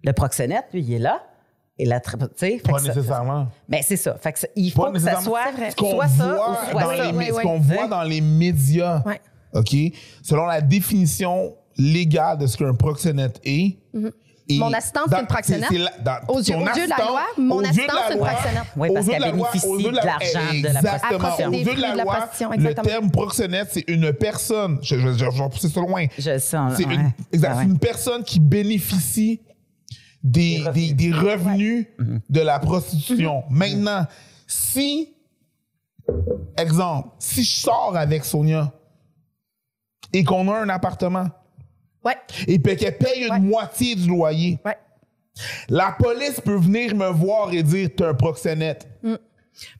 S2: Le proxénète, lui, il est là. Et la, tra- tu sais, fait
S1: Pas
S2: que ça-
S1: nécessairement.
S2: Ben, c'est ça. Fait que ça- il
S1: Pas
S2: faut que ça
S1: nécessairement.
S2: soit,
S3: C'est vrai.
S1: Ce qu'on
S2: soit ça
S1: voit
S2: ou soit
S1: dans
S2: ça.
S1: les mé-
S3: Oui,
S1: ce
S3: oui.
S1: qu'on voit dans les médias,
S3: Ouais.
S1: OK? Selon la définition légale de ce qu'un proxénète est, et
S3: Mm-hmm. Mon assistante,
S1: dans-
S3: c'est une proxénète.
S1: c'est la- dans-
S3: Aux yeux-
S1: ton
S3: aux yeux de la
S1: assistante-
S3: loi, mon
S1: aux yeux de
S3: assistante,
S1: la
S3: c'est une
S1: loi,
S3: proxénète.
S2: Oui, parce
S1: aux yeux
S2: qu'elle
S1: de la loi,
S2: bénéficie
S1: aux yeux
S2: de l'argent de la
S1: Exactement.
S3: proxénète.
S1: Aux
S3: Des
S1: yeux de
S3: fruits
S1: la
S3: de la
S1: loi,
S3: prostitution,
S1: le
S3: exactement.
S1: terme proxénète, c'est une personne. Je je- je- je vais pousser ça loin.
S2: Je le sens.
S1: C'est
S2: ouais.
S1: une, exact,
S2: Ah
S1: c'est
S2: ouais.
S1: une personne qui bénéficie des, des des revenus,
S2: Mm-hmm.
S1: de la prostitution. Maintenant, si, exemple, si je sors avec Sonia et qu'on a un appartement
S3: Ouais.
S1: et puis qu'elle paye une
S3: Ouais.
S1: moitié du loyer,
S3: Ouais.
S1: la police peut venir me voir et dire T'es un proxénète.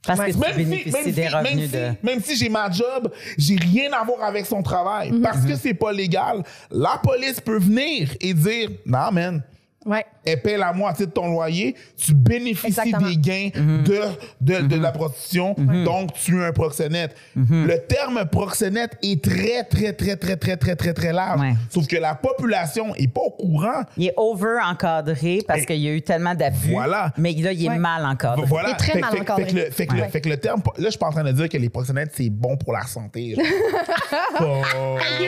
S2: Parce que
S3: Ouais.
S2: tu
S1: Même si,
S2: bénéficies
S1: même si-
S2: des
S1: même
S2: revenus
S1: si-
S2: de.
S1: même si j'ai ma job, j'ai rien à voir avec son travail parce
S2: Mhm.
S1: que c'est pas légal. La police peut venir et dire non man,
S3: Ouais.
S1: elle paie la moitié de ton loyer, tu bénéficies
S3: Exactement.
S1: des gains
S2: Mhm.
S1: de, de, de la prostitution, donc tu es un proxénète.
S2: Mhm.
S1: Le terme proxénète est très très très très très très très très large.
S2: Ouais.
S1: Sauf que la population est pas au courant.
S2: Il est over encadré parce
S1: Et-
S2: qu'il y a eu tellement d'abus.
S1: Voilà.
S2: Mais là, il est
S3: Ouais.
S2: mal encadré.
S1: Voilà.
S3: Il est Ah, ben, très
S1: Fait-
S3: mal
S1: fait-
S3: encadré.
S1: Fait que le- fait que le-
S3: Ouais.
S1: fait que le terme, là, je suis pas en train de dire que les proxénètes, c'est bon pour la santé.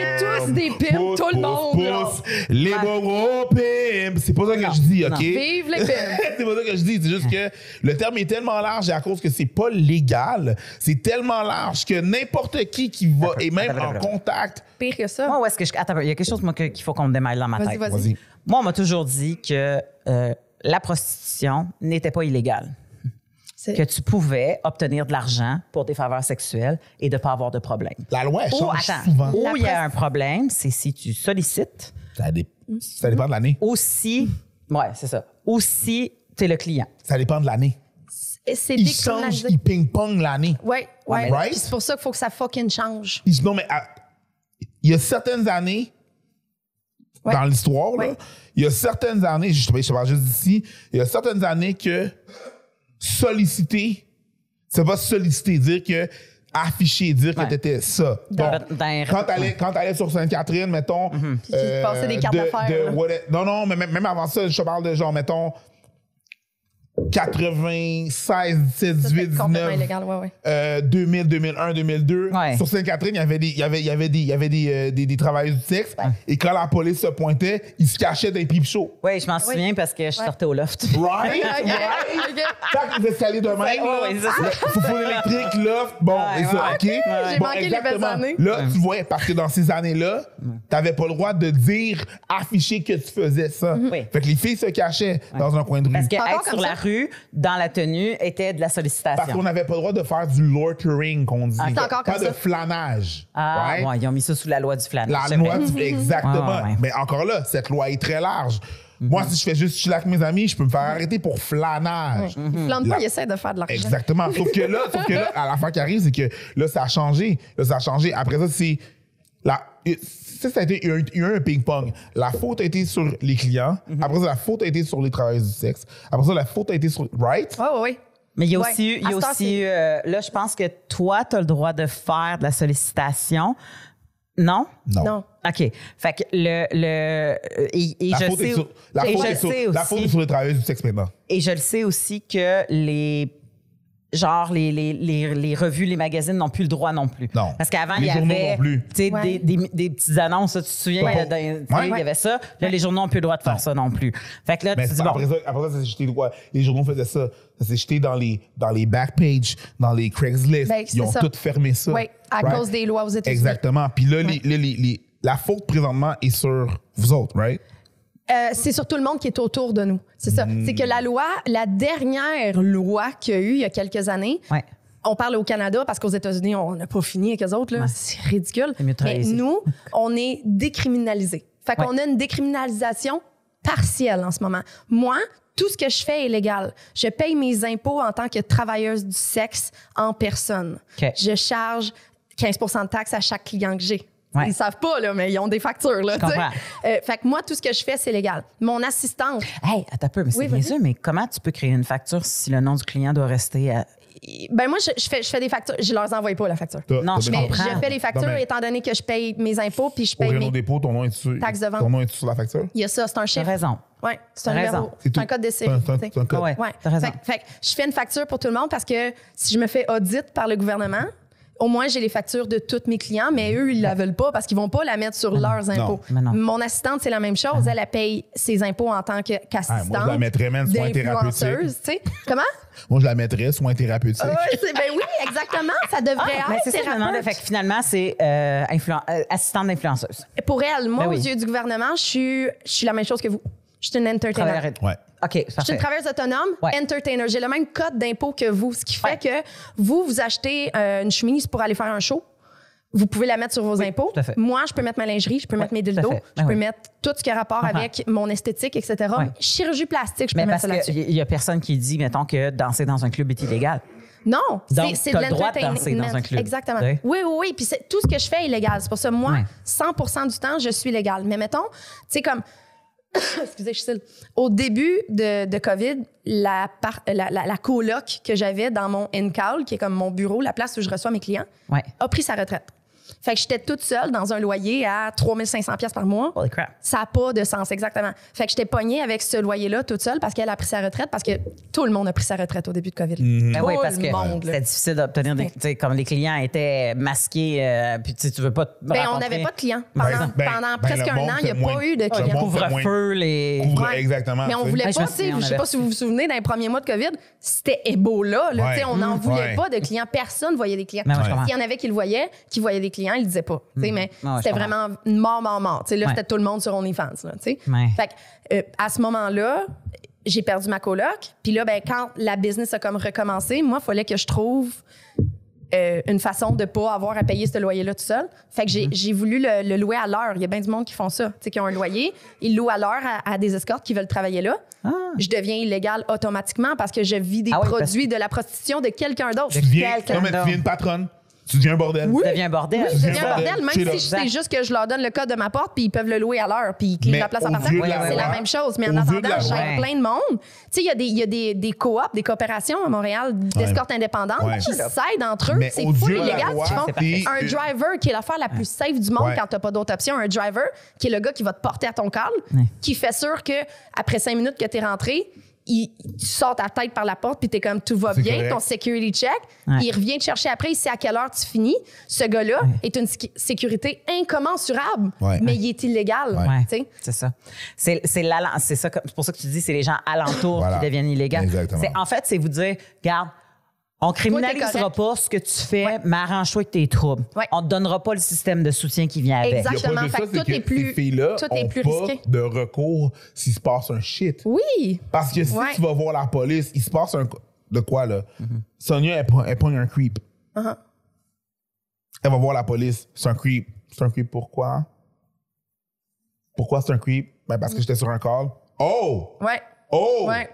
S1: genre.
S3: tous des pimps, tout le monde, là.
S1: pousse. Les moraux pimps. C'est pas ça que je dis, OK?
S3: Vive les pimps.
S1: c'est pas ça que je dis. C'est juste que le terme est tellement large et à cause que c'est pas légal, c'est tellement large que n'importe qui qui va, et même en contact,
S3: Pire que ça.
S2: Moi, où est-ce que je. Attends, il y a quelque chose moi, que- qu'il faut qu'on me démêle dans ma
S3: Vas-y,
S2: tête.
S3: vas-y.
S1: vas-y.
S2: Moi, on m'a toujours dit que euh, la prostitution n'était pas illégale,
S3: C'est-
S2: que tu pouvais obtenir de l'argent pour des faveurs sexuelles et de ne pas avoir de problème.
S1: La loi,
S3: Oh,
S1: elle
S2: Ou,
S1: change
S2: attends,
S1: souvent.
S2: où
S3: La
S2: il y a
S3: prost-
S2: un problème, c'est si tu sollicites
S1: Ça, dé- ça dépend de l'année.
S2: aussi. Ouais, c'est ça. Aussi, tu es le client.
S1: Ça dépend de l'année.
S3: c'est
S1: Ils changent, ils ping-pong l'année.
S3: Ouais, ouais.
S1: Right?
S3: Puis C'est pour ça qu'il faut que ça fucking change.
S1: Ils- Non, mais à- il y a certaines années
S3: Ouais.
S1: dans l'histoire, là,
S3: Ouais.
S1: il y a certaines années, je, te- je te parle juste d'ici, il y a certaines années que solliciter, c'est pas solliciter, dire que afficher, dire que
S2: Ouais.
S1: t'étais ça.
S2: Dans-
S1: Donc,
S2: dans-
S1: quand t'allais, quand t'allais sur Sainte-Catherine, mettons... euh,
S3: passais Mhm. des cartes
S1: de-
S3: d'affaires,
S1: de
S3: là.
S1: what it- non, non, mais même, même avant ça, je te parle de genre, mettons, 96, 17,
S3: Ça, c'est
S1: 18,
S3: complètement
S1: 19,
S3: illégal, ouais, ouais.
S1: euh, 2000, 2001, 2002.
S2: Ouais.
S1: Sur Sainte-Catherine, il y avait des, il y avait, il y avait des, il y avait des, euh, des, des travailleurs du sexe. Et quand la police se pointait, ils se cachaient dans les pipe shows.
S2: Oui, je m'en souviens parce que je sortais au loft.
S1: Right? right? Tac, les escaliers de même.
S2: Ouais, ouais,
S1: là.
S2: c'est ça.
S1: Le- Faut faut l'électrique, loft. Bon,
S2: Ouais,
S1: et ça,
S2: ouais.
S1: OK. Bon,
S3: manqué les belles années.
S1: Là, tu vois, parce que dans ces années-là, t'avais pas le droit de dire, afficher que tu faisais ça.
S3: Mhm.
S2: Oui.
S1: Fait que les filles se cachaient dans un coin de rue.
S2: Parce que
S3: Encore
S2: être sur
S3: comme
S2: la
S3: ça?
S2: rue, dans la tenue, était de la
S1: Parce qu'on
S2: sollicitation.
S1: n'avait pas le droit de faire du loitering, qu'on dit.
S3: Ah, c'est encore
S1: pas
S3: comme
S1: de
S3: ça.
S1: flanage.
S2: Ah,
S1: Right?
S2: ouais, ils ont mis ça sous la loi du flanage.
S1: La
S2: c'est
S1: loi
S2: vrai.
S1: du- Exactement.
S2: Ah, ouais.
S1: Mais encore là, cette loi est très large. Moi, si je fais juste chiller avec mes amis, je peux me faire arrêter pour flanage.
S3: Il Flambe pas, il essaie de faire de l'argent.
S1: Exactement. Sauf que là, sauf que là, à la fin qui arrive, c'est que là, ça a changé. Là, ça a changé. Après ça, c'est. La, ça, ça a été, il y a eu- il y a eu un ping-pong. La faute a été sur les clients.
S2: Mhm.
S1: Après ça, la faute a été sur les travailleurs du sexe. Après ça, la faute a été sur. Right?
S3: Ouais, ouais, ouais.
S2: Mais il y a
S3: Ouais.
S2: aussi eu, il y a
S3: À ce temps,
S2: aussi eu, euh, là, je pense que toi, tu as le droit de faire de la sollicitation. Non?
S1: Non.
S3: Non.
S2: OK. Fait que le. le euh, et, et
S1: La
S2: je
S1: faute,
S2: sais,
S1: est sur, la,
S2: et
S1: faute
S2: je
S1: est sur,
S2: sais
S1: la
S2: aussi-
S1: faute est sur les travailleurs du sexe maintenant.
S2: Et je le sais aussi que les. Genre, les, les, les, les revues, les magazines n'ont plus le droit non plus.
S1: Non.
S2: Parce qu'avant,
S1: Les
S2: il y
S1: journaux
S2: avait
S1: non plus.
S2: tu sais,
S3: Ouais.
S2: des, des, des petites annonces, ça, tu te souviens,
S1: Ouais.
S2: dans- tu sais, il y
S1: Ouais.
S2: avait ça. Là, les journaux n'ont plus le droit de faire ça non plus. Fait que là,
S1: Mais
S2: tu dis,
S1: c'est-
S2: bon,
S1: après, ça, après ça, ça s'est jeté droit. Les journaux faisaient ça. Ça s'est jeté dans les, dans les backpages, dans les Craigslist.
S3: Ben, c'est
S1: Ils ont
S3: ça.
S1: tout fermé ça.
S3: Oui, à cause des lois aux États-Unis.
S1: Exactement. Puis là, les- les- les- les- la faute présentement est sur vous autres, right?
S3: Euh, c'est sur tout le monde qui est autour de nous. C'est ça. C'est que la loi, la dernière loi qu'il y a eu il y a quelques années,
S2: Ouais.
S3: on parle au Canada parce qu'aux États-Unis, on n'a pas fini avec eux autres. là. C'est ridicule.
S2: mieux de travailler
S3: Mais
S2: ici.
S3: nous, on est décriminalisés. Fait qu'on a une décriminalisation partielle en ce moment. Moi, tout ce que je fais est légal. Je paye mes impôts en tant que travailleuse du sexe en personne.
S2: OK.
S3: Je charge 15 de taxes à chaque client que j'ai.
S2: Ouais.
S3: Ils savent pas, là, mais ils ont des factures. Là,
S2: Je
S3: tu sais.
S2: comprends.
S3: Euh, fait que moi, tout ce que je fais, c'est légal. Mon assistante,
S2: Hey, attends un peu, mais c'est
S3: Oui,
S2: bien
S3: vas-y.
S2: sûr, mais comment tu peux créer une facture si le nom du client doit rester à.
S3: ben moi, je, je fais, je fais des factures. Je leur envoie pas la facture.
S1: T'as-
S2: Non,
S1: t'as
S2: je
S1: bien-
S2: comprends.
S3: Je fais les factures
S1: Non, mais-
S3: étant donné que je paye mes impôts puis je
S1: ben, Au
S3: paye
S1: Renault
S3: mes...
S1: Dépôt, ton nom est sur,
S3: Taxe de vente.
S1: ton nom est sur la facture?
S3: Il y a ça, c'est un chiffre.
S2: T'as raison.
S3: Ouais, c'est un
S2: Raison.
S3: numéro.
S1: C'est
S3: C'est
S1: tout.
S3: un code de
S1: C'est un-
S3: série.
S1: c'est un-
S3: tu sais.
S1: c'est un code.
S2: Ah ouais,
S3: Ouais.
S2: t'as raison.
S3: Fait, fait que je fais une facture pour tout le monde parce que si je me fais audit par le gouvernement, au moins j'ai les factures de tous mes clients, mais eux, ils la veulent pas parce qu'ils vont pas la mettre sur leurs impôts.
S2: Mais non.
S3: Mon assistante, c'est la même chose. Elle, elle paye ses impôts en tant que-
S1: Ah,
S3: qu'assistante.
S1: moi, je la mettrais même soins
S3: d'influenceuse,
S1: thérapeutiques.
S3: tu sais. Comment?
S1: Moi, je la mettrais, soins thérapeutiques.
S3: Ouais, c'est- ben oui, exactement. Ça devrait
S2: Ah, mais
S3: être
S2: c'est ça, que je me demandais.
S3: thérapeute.
S2: Fait que finalement, c'est euh, influen- euh, assistante d'influenceuse.
S3: Pour elle, moi,
S2: Ben oui.
S3: aux yeux du gouvernement, je suis, je suis la même chose que vous. Je suis une entertainer.
S2: Travailleur-
S1: Ouais.
S2: OK,
S3: Je suis
S2: parfait.
S3: une travailleuse autonome,
S2: Ouais.
S3: entertainer. J'ai le même code d'impôt que vous, ce qui fait
S2: Ouais.
S3: que vous, vous achetez euh, une chemise pour aller faire un show. Vous pouvez la mettre sur vos impôts.
S2: tout à fait.
S3: Moi, je peux mettre ma lingerie, je peux mettre mes
S2: tout à
S3: dildos,
S2: fait.
S3: je
S2: Ben
S3: peux
S2: oui.
S3: mettre tout ce qui a rapport
S2: Comprends.
S3: avec mon esthétique, etc.
S2: Ouais.
S3: Chirurgie plastique, je peux
S2: Mais
S3: mettre
S2: parce
S3: ça là-dessus.
S2: qu'il y a personne qui dit, mettons, que danser dans un club est illégal.
S3: Non,
S2: Donc,
S3: c'est- c'est de
S2: t'as le droit de danser
S3: l'entertainment.
S2: dans un club.
S3: Exactement.
S2: Oui.
S3: Oui, oui, oui. Puis c'est- tout ce que je fais est légal. C'est pour ça, moi,
S2: Ouais.
S3: 100 du temps, je suis légale. Mais mettons, tu sais, comme. Excusez, je suis seule. Au début de, de COVID, la, par- la, la- la coloc que j'avais dans mon NCAL, qui est comme mon bureau, la place où je reçois mes clients,
S2: Ouais.
S3: a pris sa retraite. Fait que j'étais toute seule dans un loyer à 3500 pièces par mois.
S2: Oh, Holy crap.
S3: Ça n'a pas de sens, exactement. Fait que j'étais pognée avec ce loyer-là toute seule parce qu'elle a pris sa retraite, parce que tout le monde a pris sa retraite au début de COVID.
S2: Ben
S3: Tout
S2: oui, parce
S3: le
S2: que
S3: monde, là.
S2: c'était difficile d'obtenir des. Tu sais, comme les clients étaient masqués, euh, puis tu sais, tu veux pas. te
S3: Ben, on
S2: rencontrer.
S3: n'avait pas de clients.
S1: Ben,
S3: Pendant,
S1: ben,
S3: pendant
S1: ben,
S3: presque
S1: le
S3: un
S1: monde
S3: an, il n'y a
S1: fait moins-
S3: pas eu de
S1: le
S3: clients.
S1: monde-
S2: Couvre-feu, les.
S1: Couvre-
S3: Ouais.
S1: Exactement.
S3: Mais on
S1: tu sais.
S3: voulait
S2: Ouais, je me
S3: pas, tu sais,
S2: souviens, on
S3: je sais
S2: avait-
S3: pas si vous vous souvenez, dans les premiers mois de COVID, c'était Ebola. Là,
S1: Ouais.
S3: tu sais, On n'en
S1: Mmh.
S3: voulait
S1: Ouais.
S3: pas de clients. Personne voyait des clients.
S2: Ben ouais, je
S1: Ouais.
S2: comprends. Mm. Ah
S3: S'il y en avait qui le voyaient, qui voyaient des clients, ils le disaient pas. tu sais, Mais
S2: Ouais, ouais,
S3: c'était
S2: je comprends.
S3: vraiment mort, mort, mort. Tu sais, Là,
S2: Ouais.
S3: c'était tout le monde sur OnlyFans. Là, tu sais.
S2: Ouais.
S3: Fait que, euh, à ce moment-là, j'ai perdu ma coloc. Puis là, ben, quand la business a comme recommencé, moi, il fallait que je trouve euh, une façon de pas avoir à payer ce loyer-là tout seul. Fait que j'ai
S2: Mhm.
S3: j'ai voulu le, le louer à l'heure. Il y a bien du monde qui font ça, tu sais, qui ont un loyer. Ils louent à l'heure à, à des escortes qui veulent travailler là. Je deviens illégale automatiquement parce que je vis des
S2: Ah oui, parce-
S3: produits de la prostitution de quelqu'un d'autre.
S1: Tu deviens,
S2: quelqu'un
S1: non, mais tu deviens une patronne. Tu deviens un bordel.
S2: Ça devient un bordel.
S3: Oui, je deviens
S1: ça.
S3: un bordel,
S1: C'est
S3: même
S1: là.
S3: si je- c'est juste que je leur donne le code de ma porte, puis ils peuvent le louer à l'heure, puis ils clignent
S1: Mais
S3: la place
S1: au
S3: en partant.
S1: vieux de
S2: la
S3: C'est la
S2: loi,
S3: même chose.
S1: au
S3: Mais en
S1: vieux
S3: attendant,
S1: de la
S3: j'ai
S1: loi.
S3: plein de monde. Tu sais, il y a des, il y a des, des coops, des coopérations à Montréal d'escortes indépendantes
S1: Ouais.
S3: qui s'aident entre eux.
S1: Mais
S3: C'est
S1: au
S3: fou
S1: vieux de la
S3: illégal
S1: loi,
S3: ce qu'ils font.
S1: t'es-
S3: Un driver qui est l'affaire la plus safe du monde
S1: Ouais.
S3: quand t'as pas d'autre option. Un driver qui est le gars qui va te porter à ton calme,
S2: Ouais.
S3: qui fait sûr que après cinq minutes que t'es rentré, il, tu sors ta tête par la porte, puis t'es comme tout va
S1: C'est
S3: bien,
S1: correct.
S3: ton security check.
S2: Ouais.
S3: Il revient te chercher après, il sait à quelle heure tu finis. Ce gars-là est une sécu- sécurité incommensurable,
S1: Ouais.
S3: mais il est illégal.
S2: Ouais,
S3: tu sais.
S2: c'est ça. C'est c'est l'allant- c'est ça. que- C'est pour ça que tu dis, c'est les gens alentours
S1: Voilà.
S2: qui deviennent illégaux.
S1: Exactement.
S2: C'est- En fait, c'est vous dire, regarde, on criminalisera
S3: correct.
S2: pas ce que tu fais, mais arrange-toi avec tes troubles.
S3: Ouais.
S2: On te donnera pas le système de soutien qui vient avec.
S3: Exact.
S1: Il y a pas
S3: Exactement.
S1: juste ça,
S3: Fait que
S1: c'est
S3: tout
S1: que
S3: est plus-
S1: ces filles-là
S3: tout est
S1: ont
S3: plus
S1: pas
S3: risqué.
S1: de recours s'il se passe un shit.
S3: Oui.
S1: Parce que si
S3: Ouais. Mm-hmm.
S1: tu vas voir la police, il se passe un. De quoi, là? Sonia, elle, pon- elle pogne un creep.
S3: Uh-huh.
S1: Elle va voir la police. C'est un creep. C'est un creep pourquoi? Pourquoi c'est un creep? Ben parce que j'étais sur un call. Oh!
S3: Ouais.
S1: Oh!
S3: Ouais.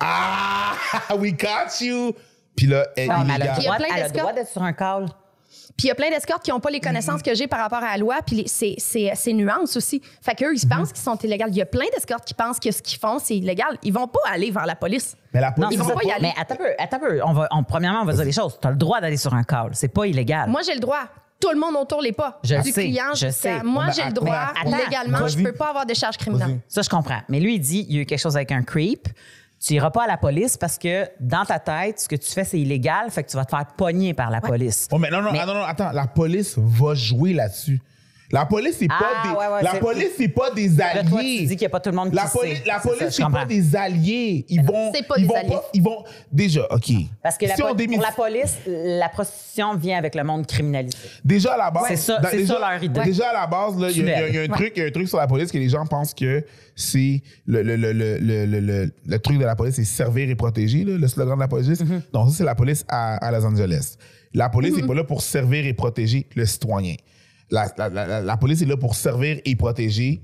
S1: Ah! We got you! Puis là, elle
S2: Non, Ah, mais elle
S1: illégale.
S2: a le
S3: Il y a
S2: droit,
S3: plein
S2: elle a le
S3: d'escortes.
S2: droit d'être sur un call.
S3: Puis il y a plein d'escortes qui n'ont pas les connaissances que j'ai par rapport à la loi, puis les- c'est- c'est c'est nuances aussi. Fait qu'eux, ils
S2: Mm-hmm.
S3: pensent qu'ils sont illégaux. Il y a plein d'escortes qui pensent que ce qu'ils font, c'est illégal. Ils vont pas aller vers la police.
S1: Mais la
S2: Non,
S1: police.
S2: c'est
S3: vont
S2: ça.
S3: pas y aller.
S2: Mais attends un peu, attends un peu. On va, on- premièrement, on va dire les choses. Tu as le droit d'aller sur un call. C'est pas illégal.
S3: Moi, j'ai le droit. Tout le monde autour les pas.
S2: Je
S3: du
S2: sais,
S3: client
S2: je
S3: jusqu'à
S2: sais.
S3: Moi,
S1: Mais
S3: j'ai le
S1: attends,
S3: droit.
S1: mais
S2: attends.
S3: Légalement, je
S1: Vas-y.
S3: peux pas avoir de charge
S1: Vas-y.
S3: criminelle.
S2: Ça, je comprends. Mais lui, il dit, il y a eu quelque chose avec un creep. Tu iras pas à la police parce que dans ta tête, ce que tu fais, c'est illégal. Fait que tu vas te faire pogner par la police.
S1: Oh, mais non, non,
S2: Mais-
S1: ah, non, non, attends, la police va jouer là-dessus. La police, c'est
S2: Ah,
S1: pas des,
S2: ouais, ouais,
S1: la
S2: c'est-
S1: police, c'est pas des alliés.
S2: Là, toi, tu dis qu'il y a pas tout le monde
S1: la
S2: qui
S1: police,
S2: sait.
S1: La
S2: C'est ça, je
S1: police, c'est pas
S2: comprends.
S1: des alliés. Ils vont,
S3: C'est pas
S1: ils
S3: des
S1: vont
S3: alliés.
S1: pas, ils vont, déjà, OK.
S2: Parce que la
S1: si
S2: po-
S1: on démystifie-
S2: pour la police, la prostitution vient avec le monde criminalisé.
S1: Déjà à la base,
S2: C'est ça-
S1: dans-
S2: c'est
S1: déjà,
S2: ça leur idée.
S1: Déjà à la base, là, il y, a- il y a- il y a un
S3: Ouais.
S1: truc, il y a un truc sur la police que les gens pensent que c'est le, le, le, le, le, le- le- le truc de la police, c'est servir et protéger, là, le slogan de la police.
S2: Mm-hmm.
S1: Non, ça c'est la police à, à Los Angeles. La police n'est pas là pour servir et protéger le citoyen. La, la, la- la- la police est là pour servir et protéger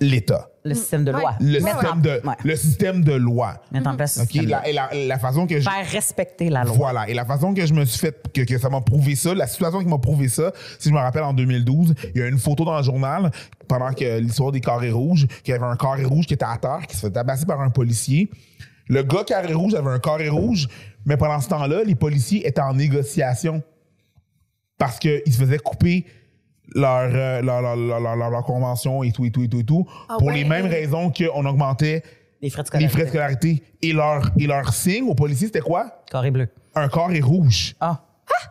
S1: l'État,
S2: Le système de
S3: Mm. ouais.
S2: loi.
S1: le,
S3: Ouais, Mm.
S1: système,
S2: ouais.
S1: de,
S2: Ouais.
S1: le système de loi.
S2: Mettre en place le
S1: Ok,
S2: système de
S1: la- et la, la façon que je,
S2: loi. Faire respecter la loi.
S1: voilà. Et la façon que je me suis fait, que, que ça m'a prouvé ça, la situation qui m'a prouvé ça, si je me rappelle en 2012, il y a une photo dans le journal pendant que l'histoire des carrés rouges, qu'il y avait un carré rouge qui était à terre, qui se fait tabasser par un policier. Le gars carré rouge avait un carré rouge, mais pendant ce temps-là, les policiers étaient en négociation parce qu'ils se faisaient couper leur, euh, leur, leur, leur- leur- leur- leur convention et tout, et tout, et tout, et tout,
S3: Ah
S1: pour
S3: ouais.
S1: les mêmes raisons qu'on augmentait
S2: Les frais de
S1: les
S2: scolarité.
S1: frais de scolarité. Et leur, et leur signe aux policiers, c'était quoi?
S2: Carré bleu.
S1: Un carré rouge.
S2: Ah.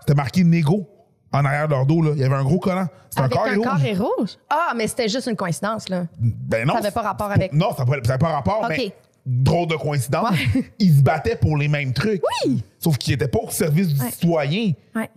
S1: C'était marqué Négo en arrière de leur dos. Là. Il y avait un gros collant. C'était un
S3: Avec
S1: corps
S3: un
S1: rouge.
S3: corps et rouge. Ah, mais c'était juste une coïncidence, là.
S1: Ben non.
S3: Ça avait pas rapport avec-
S1: Non, ça n'avait pas rapport,
S3: Ok.
S1: mais drôle de coïncidence.
S3: Ouais.
S1: Ils se battaient pour les mêmes trucs. Oui. Sauf qu'ils n'étaient pas au service du
S3: Ouais.
S1: citoyen.
S3: Ouais.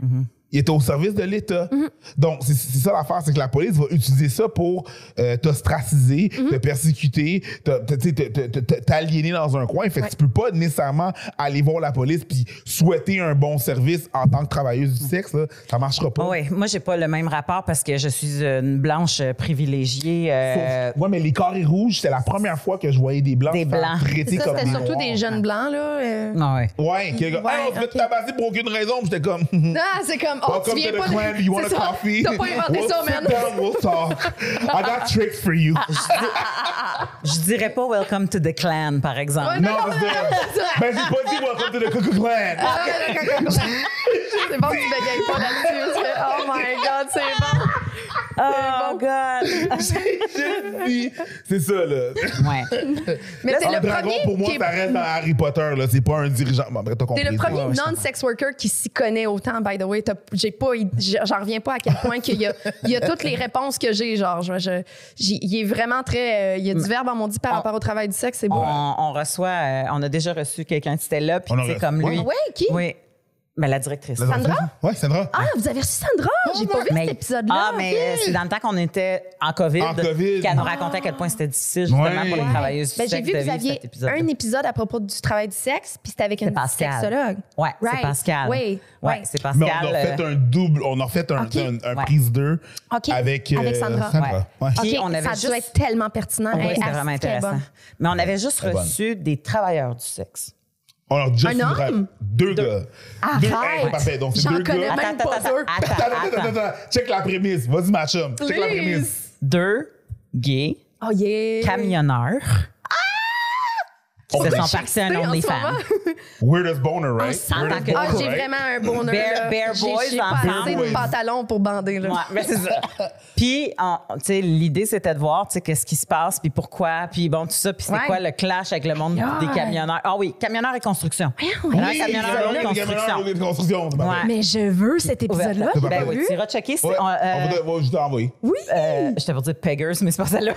S1: Ils étaient au service de l'État.
S3: Mhm.
S1: Donc, c'est- c'est ça l'affaire, c'est que la police va utiliser ça pour euh, t'ostraciser,
S3: Mhm.
S1: te persécuter, te- te- tu sais, te- te- te- t'aliéner dans un coin. Fait que
S3: Ouais.
S1: tu peux pas nécessairement aller voir la police puis souhaiter un bon service en tant que travailleuse
S3: Mhm.
S1: du sexe. Là. Ça marchera pas.
S2: Oui, moi, j'ai pas le même rapport parce que je suis une blanche euh, privilégiée. euh,
S1: Sauf- ouais, mais les carrés rouges, c'est la première fois que je voyais des blancs
S2: Des
S1: se faire
S2: blancs.
S1: traiter
S3: Ça,
S1: comme Mm.
S3: c'était
S1: des
S3: surtout
S1: noirs.
S3: des jeunes blancs, là. euh.
S2: ouais.
S1: Ouais, qui ouais,
S3: Ouais,
S1: on se fait
S3: ok.
S1: tabasser pour aucune raison. Puis J'étais comme,
S3: Ah, c'est comme,
S1: oh,
S3: oh, tu
S1: welcome
S3: viens
S1: to the
S3: pas
S1: clan, you want a
S3: C'est ça.
S1: coffee?
S3: T'as pas inventé
S1: We'll
S3: ça,
S1: sit
S3: man. Ah,
S1: down, we'll talk. I got tricks for you.
S2: Je dirais pas Welcome to the Clan, par exemple.
S3: Ouais,
S1: non, parce que, ben, j'ai pas dit welcome to the cuckoo clan.
S3: Ah, ouais, d'accord, d'accord, d'accord. C'est bon que tu bégayes pas là-dessus. tu fais, Oh my God, c'est bon.
S2: Oh, God!
S1: J'ai dit, c'est ça, là.
S2: Ouais.
S3: Mais t'es
S1: Un
S3: le
S1: dragon,
S3: premier
S1: pour moi,
S3: qui est-
S1: ça reste dans Harry Potter, là. C'est pas un dirigeant. Bon, après, t'as compris.
S3: T'es le premier
S1: Ouais, ouais,
S3: non-sex worker qui s'y connaît autant, by the way. T'as- J'ai pas, id- j'- j'en reviens pas à quel point qu'il y a, il y a toutes les réponses que j'ai, genre, je, je- j'y- il est vraiment très, euh, il y a
S1: Mm.
S3: du verbe en mon
S1: Ah.
S3: dit par rapport au travail du sexe, c'est beau.
S2: On, on reçoit, euh, on a déjà reçu quelqu'un qui était là, puis
S1: On a
S2: tu sais,
S1: reçu-
S2: comme
S1: Ouais.
S2: lui.
S3: Ah ouais, qui?
S2: Oui. Mais la directrice.
S1: La
S3: Sandra?
S1: directrice? Ouais, Sandra.
S3: Ah, vous avez reçu Sandra! J'ai pas vu
S2: Mais-
S3: cet épisode-là. Ah.
S2: Ah, mais euh, c'est dans le temps qu'on était en COVID,
S1: En COVID.
S2: qu'elle nous racontait à quel point c'était difficile justement
S1: Ouais.
S2: pour les
S1: Ouais.
S2: travailleuses du
S3: Ben, j'ai
S2: sexe de
S3: vu que vous
S2: vivre
S3: aviez
S2: cet épisode.
S3: un épisode à propos du travail du sexe, puis c'était avec une
S2: Pascal.
S3: sexologue.
S2: Ouais, c'est
S3: Right.
S2: Pascal.
S3: Oui,
S2: ouais,
S3: oui.
S2: c'est
S1: Mais
S2: Pascal.
S1: on a
S2: euh,
S1: fait un double, on a fait un,
S3: Ok.
S1: un- un
S2: Ouais.
S1: prise 2
S3: Ok.
S1: avec, euh,
S3: Avec Sandra.
S1: Ouais.
S2: Puis
S3: Ok,
S2: on avait
S3: ça
S2: juste-
S3: doit être tellement pertinent.
S2: Ouais,
S3: Hey,
S2: Ah
S3: ah,
S2: c'était
S3: Asti,
S2: vraiment
S3: qu'elle est
S2: intéressant.
S3: bonne.
S2: Mais on avait juste
S1: Elle est bonne.
S2: reçu des travailleurs du sexe.
S1: On a juste
S3: Un
S1: une
S3: homme? Ah,
S1: rap- deux, gars. Deux, hey,
S3: Arrête!
S1: c'est parfait. Donc, c'est
S3: J'en
S1: deux
S3: connais
S1: gars.
S3: même
S2: Attends,
S3: pas
S2: attends,
S3: deux.
S2: attends,
S1: Attends, attends,
S2: attends.
S1: attends, attends. Check la prémisse. Vas-y, ma chum. Check la
S3: Please.
S1: prémisse.
S2: Deux gays
S3: Oh yeah!
S2: camionneurs
S1: On
S2: se
S1: dirait
S2: sont partis à
S3: Shakespeare
S2: un
S3: en ce
S2: OnlyFans.
S3: moment.
S1: Weirdest boner,
S2: On
S1: right?
S2: s'entend
S1: Weirdest
S2: que-
S3: Ah,
S1: boner,
S3: j'ai
S1: right?
S3: vraiment un bonheur.
S2: Bear-
S3: là.
S2: Bear
S3: J'ai-
S2: Boys
S3: J'ai pas
S2: ensemble.
S3: assez de pantalons pour bander. Là.
S2: Ouais, ben c'est ça. Puis, on- tu sais, l'idée, c'était de voir, tu sais, qu'est-ce qui se passe, puis pourquoi, puis bon, tout ça, puis c'est
S3: Ouais.
S2: quoi le clash avec le monde
S3: Yeah.
S2: des camionneurs. Ah oui, camionneurs et construction.
S3: ouais.
S2: Alors,
S1: Oui,
S2: camionneurs
S1: les
S2: et
S1: camionneurs
S2: construction.
S1: de construction. c'est parfait.
S2: Ouais.
S3: Mais je veux cet épisode-là.
S1: C'est
S3: j'ai
S1: pas
S3: pas
S2: Ben
S1: mal.
S2: oui,
S3: vu.
S2: tu iras checker. c'est-
S1: Ouais.
S2: on, euh,
S1: On va te- ouais, je t'ai envoyé.
S3: Oui!
S2: euh, J'étais pour dire Peggers, mais c'est pas celle-là.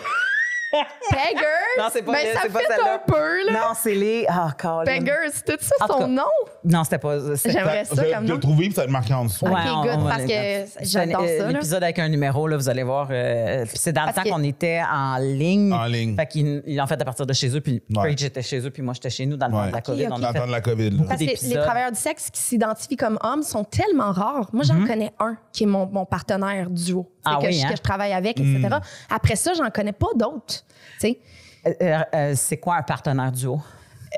S3: Peggers!
S2: non, c'est pas,
S3: Mais
S2: c'est
S3: Ben, ça
S2: pas
S3: fait
S2: celle-là.
S3: un peu, là.
S2: Non, c'est les. Ah, Colin.
S3: Peggers, c'est tout ça
S2: En tout cas,
S3: son nom?
S2: Non, c'était pas. c'était-
S3: J'aimerais Reste ça
S1: Je-
S3: comme
S1: Je
S3: nom.
S1: le trouvé, puis ça va être marqué en dessous.
S2: Ouais,
S3: Ok,
S2: on-
S3: good,
S2: on va
S3: parce
S2: aller-
S3: que
S2: C'est un-
S3: j'adore
S2: euh,
S3: ça, là.
S2: L'épisode avec un numéro, là, vous allez voir. euh, puis c'est dans le
S3: Parce
S2: temps
S3: que-
S2: qu'on était en ligne.
S1: En ligne.
S2: Fait qu'ils ils l'ont fait à partir de chez eux. Puis
S1: Ouais.
S2: Preach était chez eux, puis moi, j'étais chez nous dans le temps
S1: Ouais.
S2: de la COVID.
S3: Ok,
S2: on
S1: On
S2: a fait-
S1: attend de la COVID. là.
S3: Parce que les
S2: d'épisodes.
S3: travailleurs du sexe qui s'identifient comme hommes sont tellement rares. Moi, j'en connais un qui est mon, mon partenaire duo, tu
S2: Mhm.
S3: sais,
S2: Ah
S3: que,
S2: oui,
S3: je,
S2: hein? Hmm.
S3: que je travaille avec, etc. Après ça, j'en connais pas d'autres. tu sais.
S2: Euh, euh, euh, c'est quoi un partenaire duo?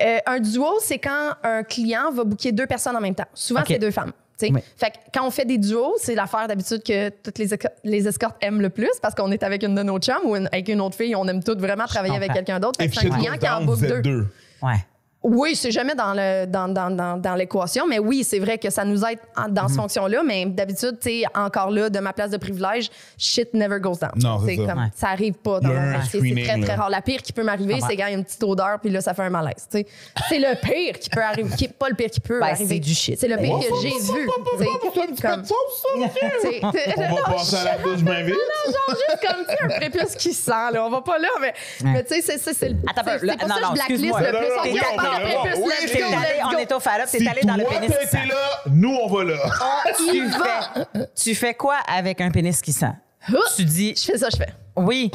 S3: Euh, un duo, c'est quand un client va booker deux personnes en même temps. Souvent,
S2: Ok.
S3: c'est deux femmes. tu sais.
S2: Oui.
S3: Fait que quand on fait des duos, c'est l'affaire d'habitude que toutes les, éco- les escortes aiment le plus parce qu'on est avec une de nos chums ou une- avec une autre fille. On aime toutes vraiment travailler avec
S2: comprends.
S3: quelqu'un d'autre. Fait
S1: Et
S3: que
S1: puis,
S3: c'est
S1: chez
S3: un client qui en
S1: Down, vous
S3: book
S1: êtes
S3: deux.
S1: deux.
S2: Ouais.
S3: Oui, c'est jamais dans le dans, dans, dans, dans l'équation, mais oui, c'est vrai que ça nous aide en- dans cette fonction-là, mais d'habitude, tu sais, encore là, de ma place de privilège, shit never goes down.
S1: Non, c'est ça.
S3: Comme,
S2: Ouais.
S3: ça arrive pas dans
S1: Il y a
S3: mon
S1: un
S3: quartier,
S1: screening,
S3: C'est très, très
S1: là.
S3: rare. La pire qui peut m'arriver,
S2: Comprends.
S3: c'est quand il y a une petite odeur, puis là, ça fait un malaise. tu sais. C'est le pire qui peut arriver. Qui, pas le pire qui peut
S2: Ben,
S3: arriver.
S2: c'est du shit.
S3: C'est le pire
S1: Oh,
S3: que j'ai
S1: ça,
S3: vu.
S1: ça, ça,
S3: tu sais,
S1: ça, un petit peu
S3: comme-
S1: de sauce, ça, monsieur.
S3: tu sais,
S1: On va
S3: non,
S1: passer à la douche, je m'invite.
S3: Ah genre juste comme tu sais, un prépuce qui sent là on va pas là mais, mais tu sais c'est c'est c'est le
S2: Attends,
S3: c'est-
S2: là,
S3: c'est pour
S2: non,
S3: ça que
S2: non,
S3: je blacklist
S2: excuse-moi.
S3: le
S1: Non,
S3: plus
S1: non,
S3: on
S1: non, oui,
S3: vient
S1: on
S3: pas de
S1: va-
S3: prépuce
S1: oui,
S3: let's
S1: c'est
S3: go,
S1: allé,
S3: let's
S2: on
S3: go.
S2: est au fallop, t'es
S1: Si
S2: allé dans le
S1: toi,
S2: pénis
S1: t'as
S2: qui sent.
S1: été là, nous, on va là.
S3: on y
S2: Tu
S3: va
S2: fais, tu fais quoi avec un pénis qui sent?
S3: Oh!
S2: Tu dis
S3: Je fais ça, je fais.
S2: oui.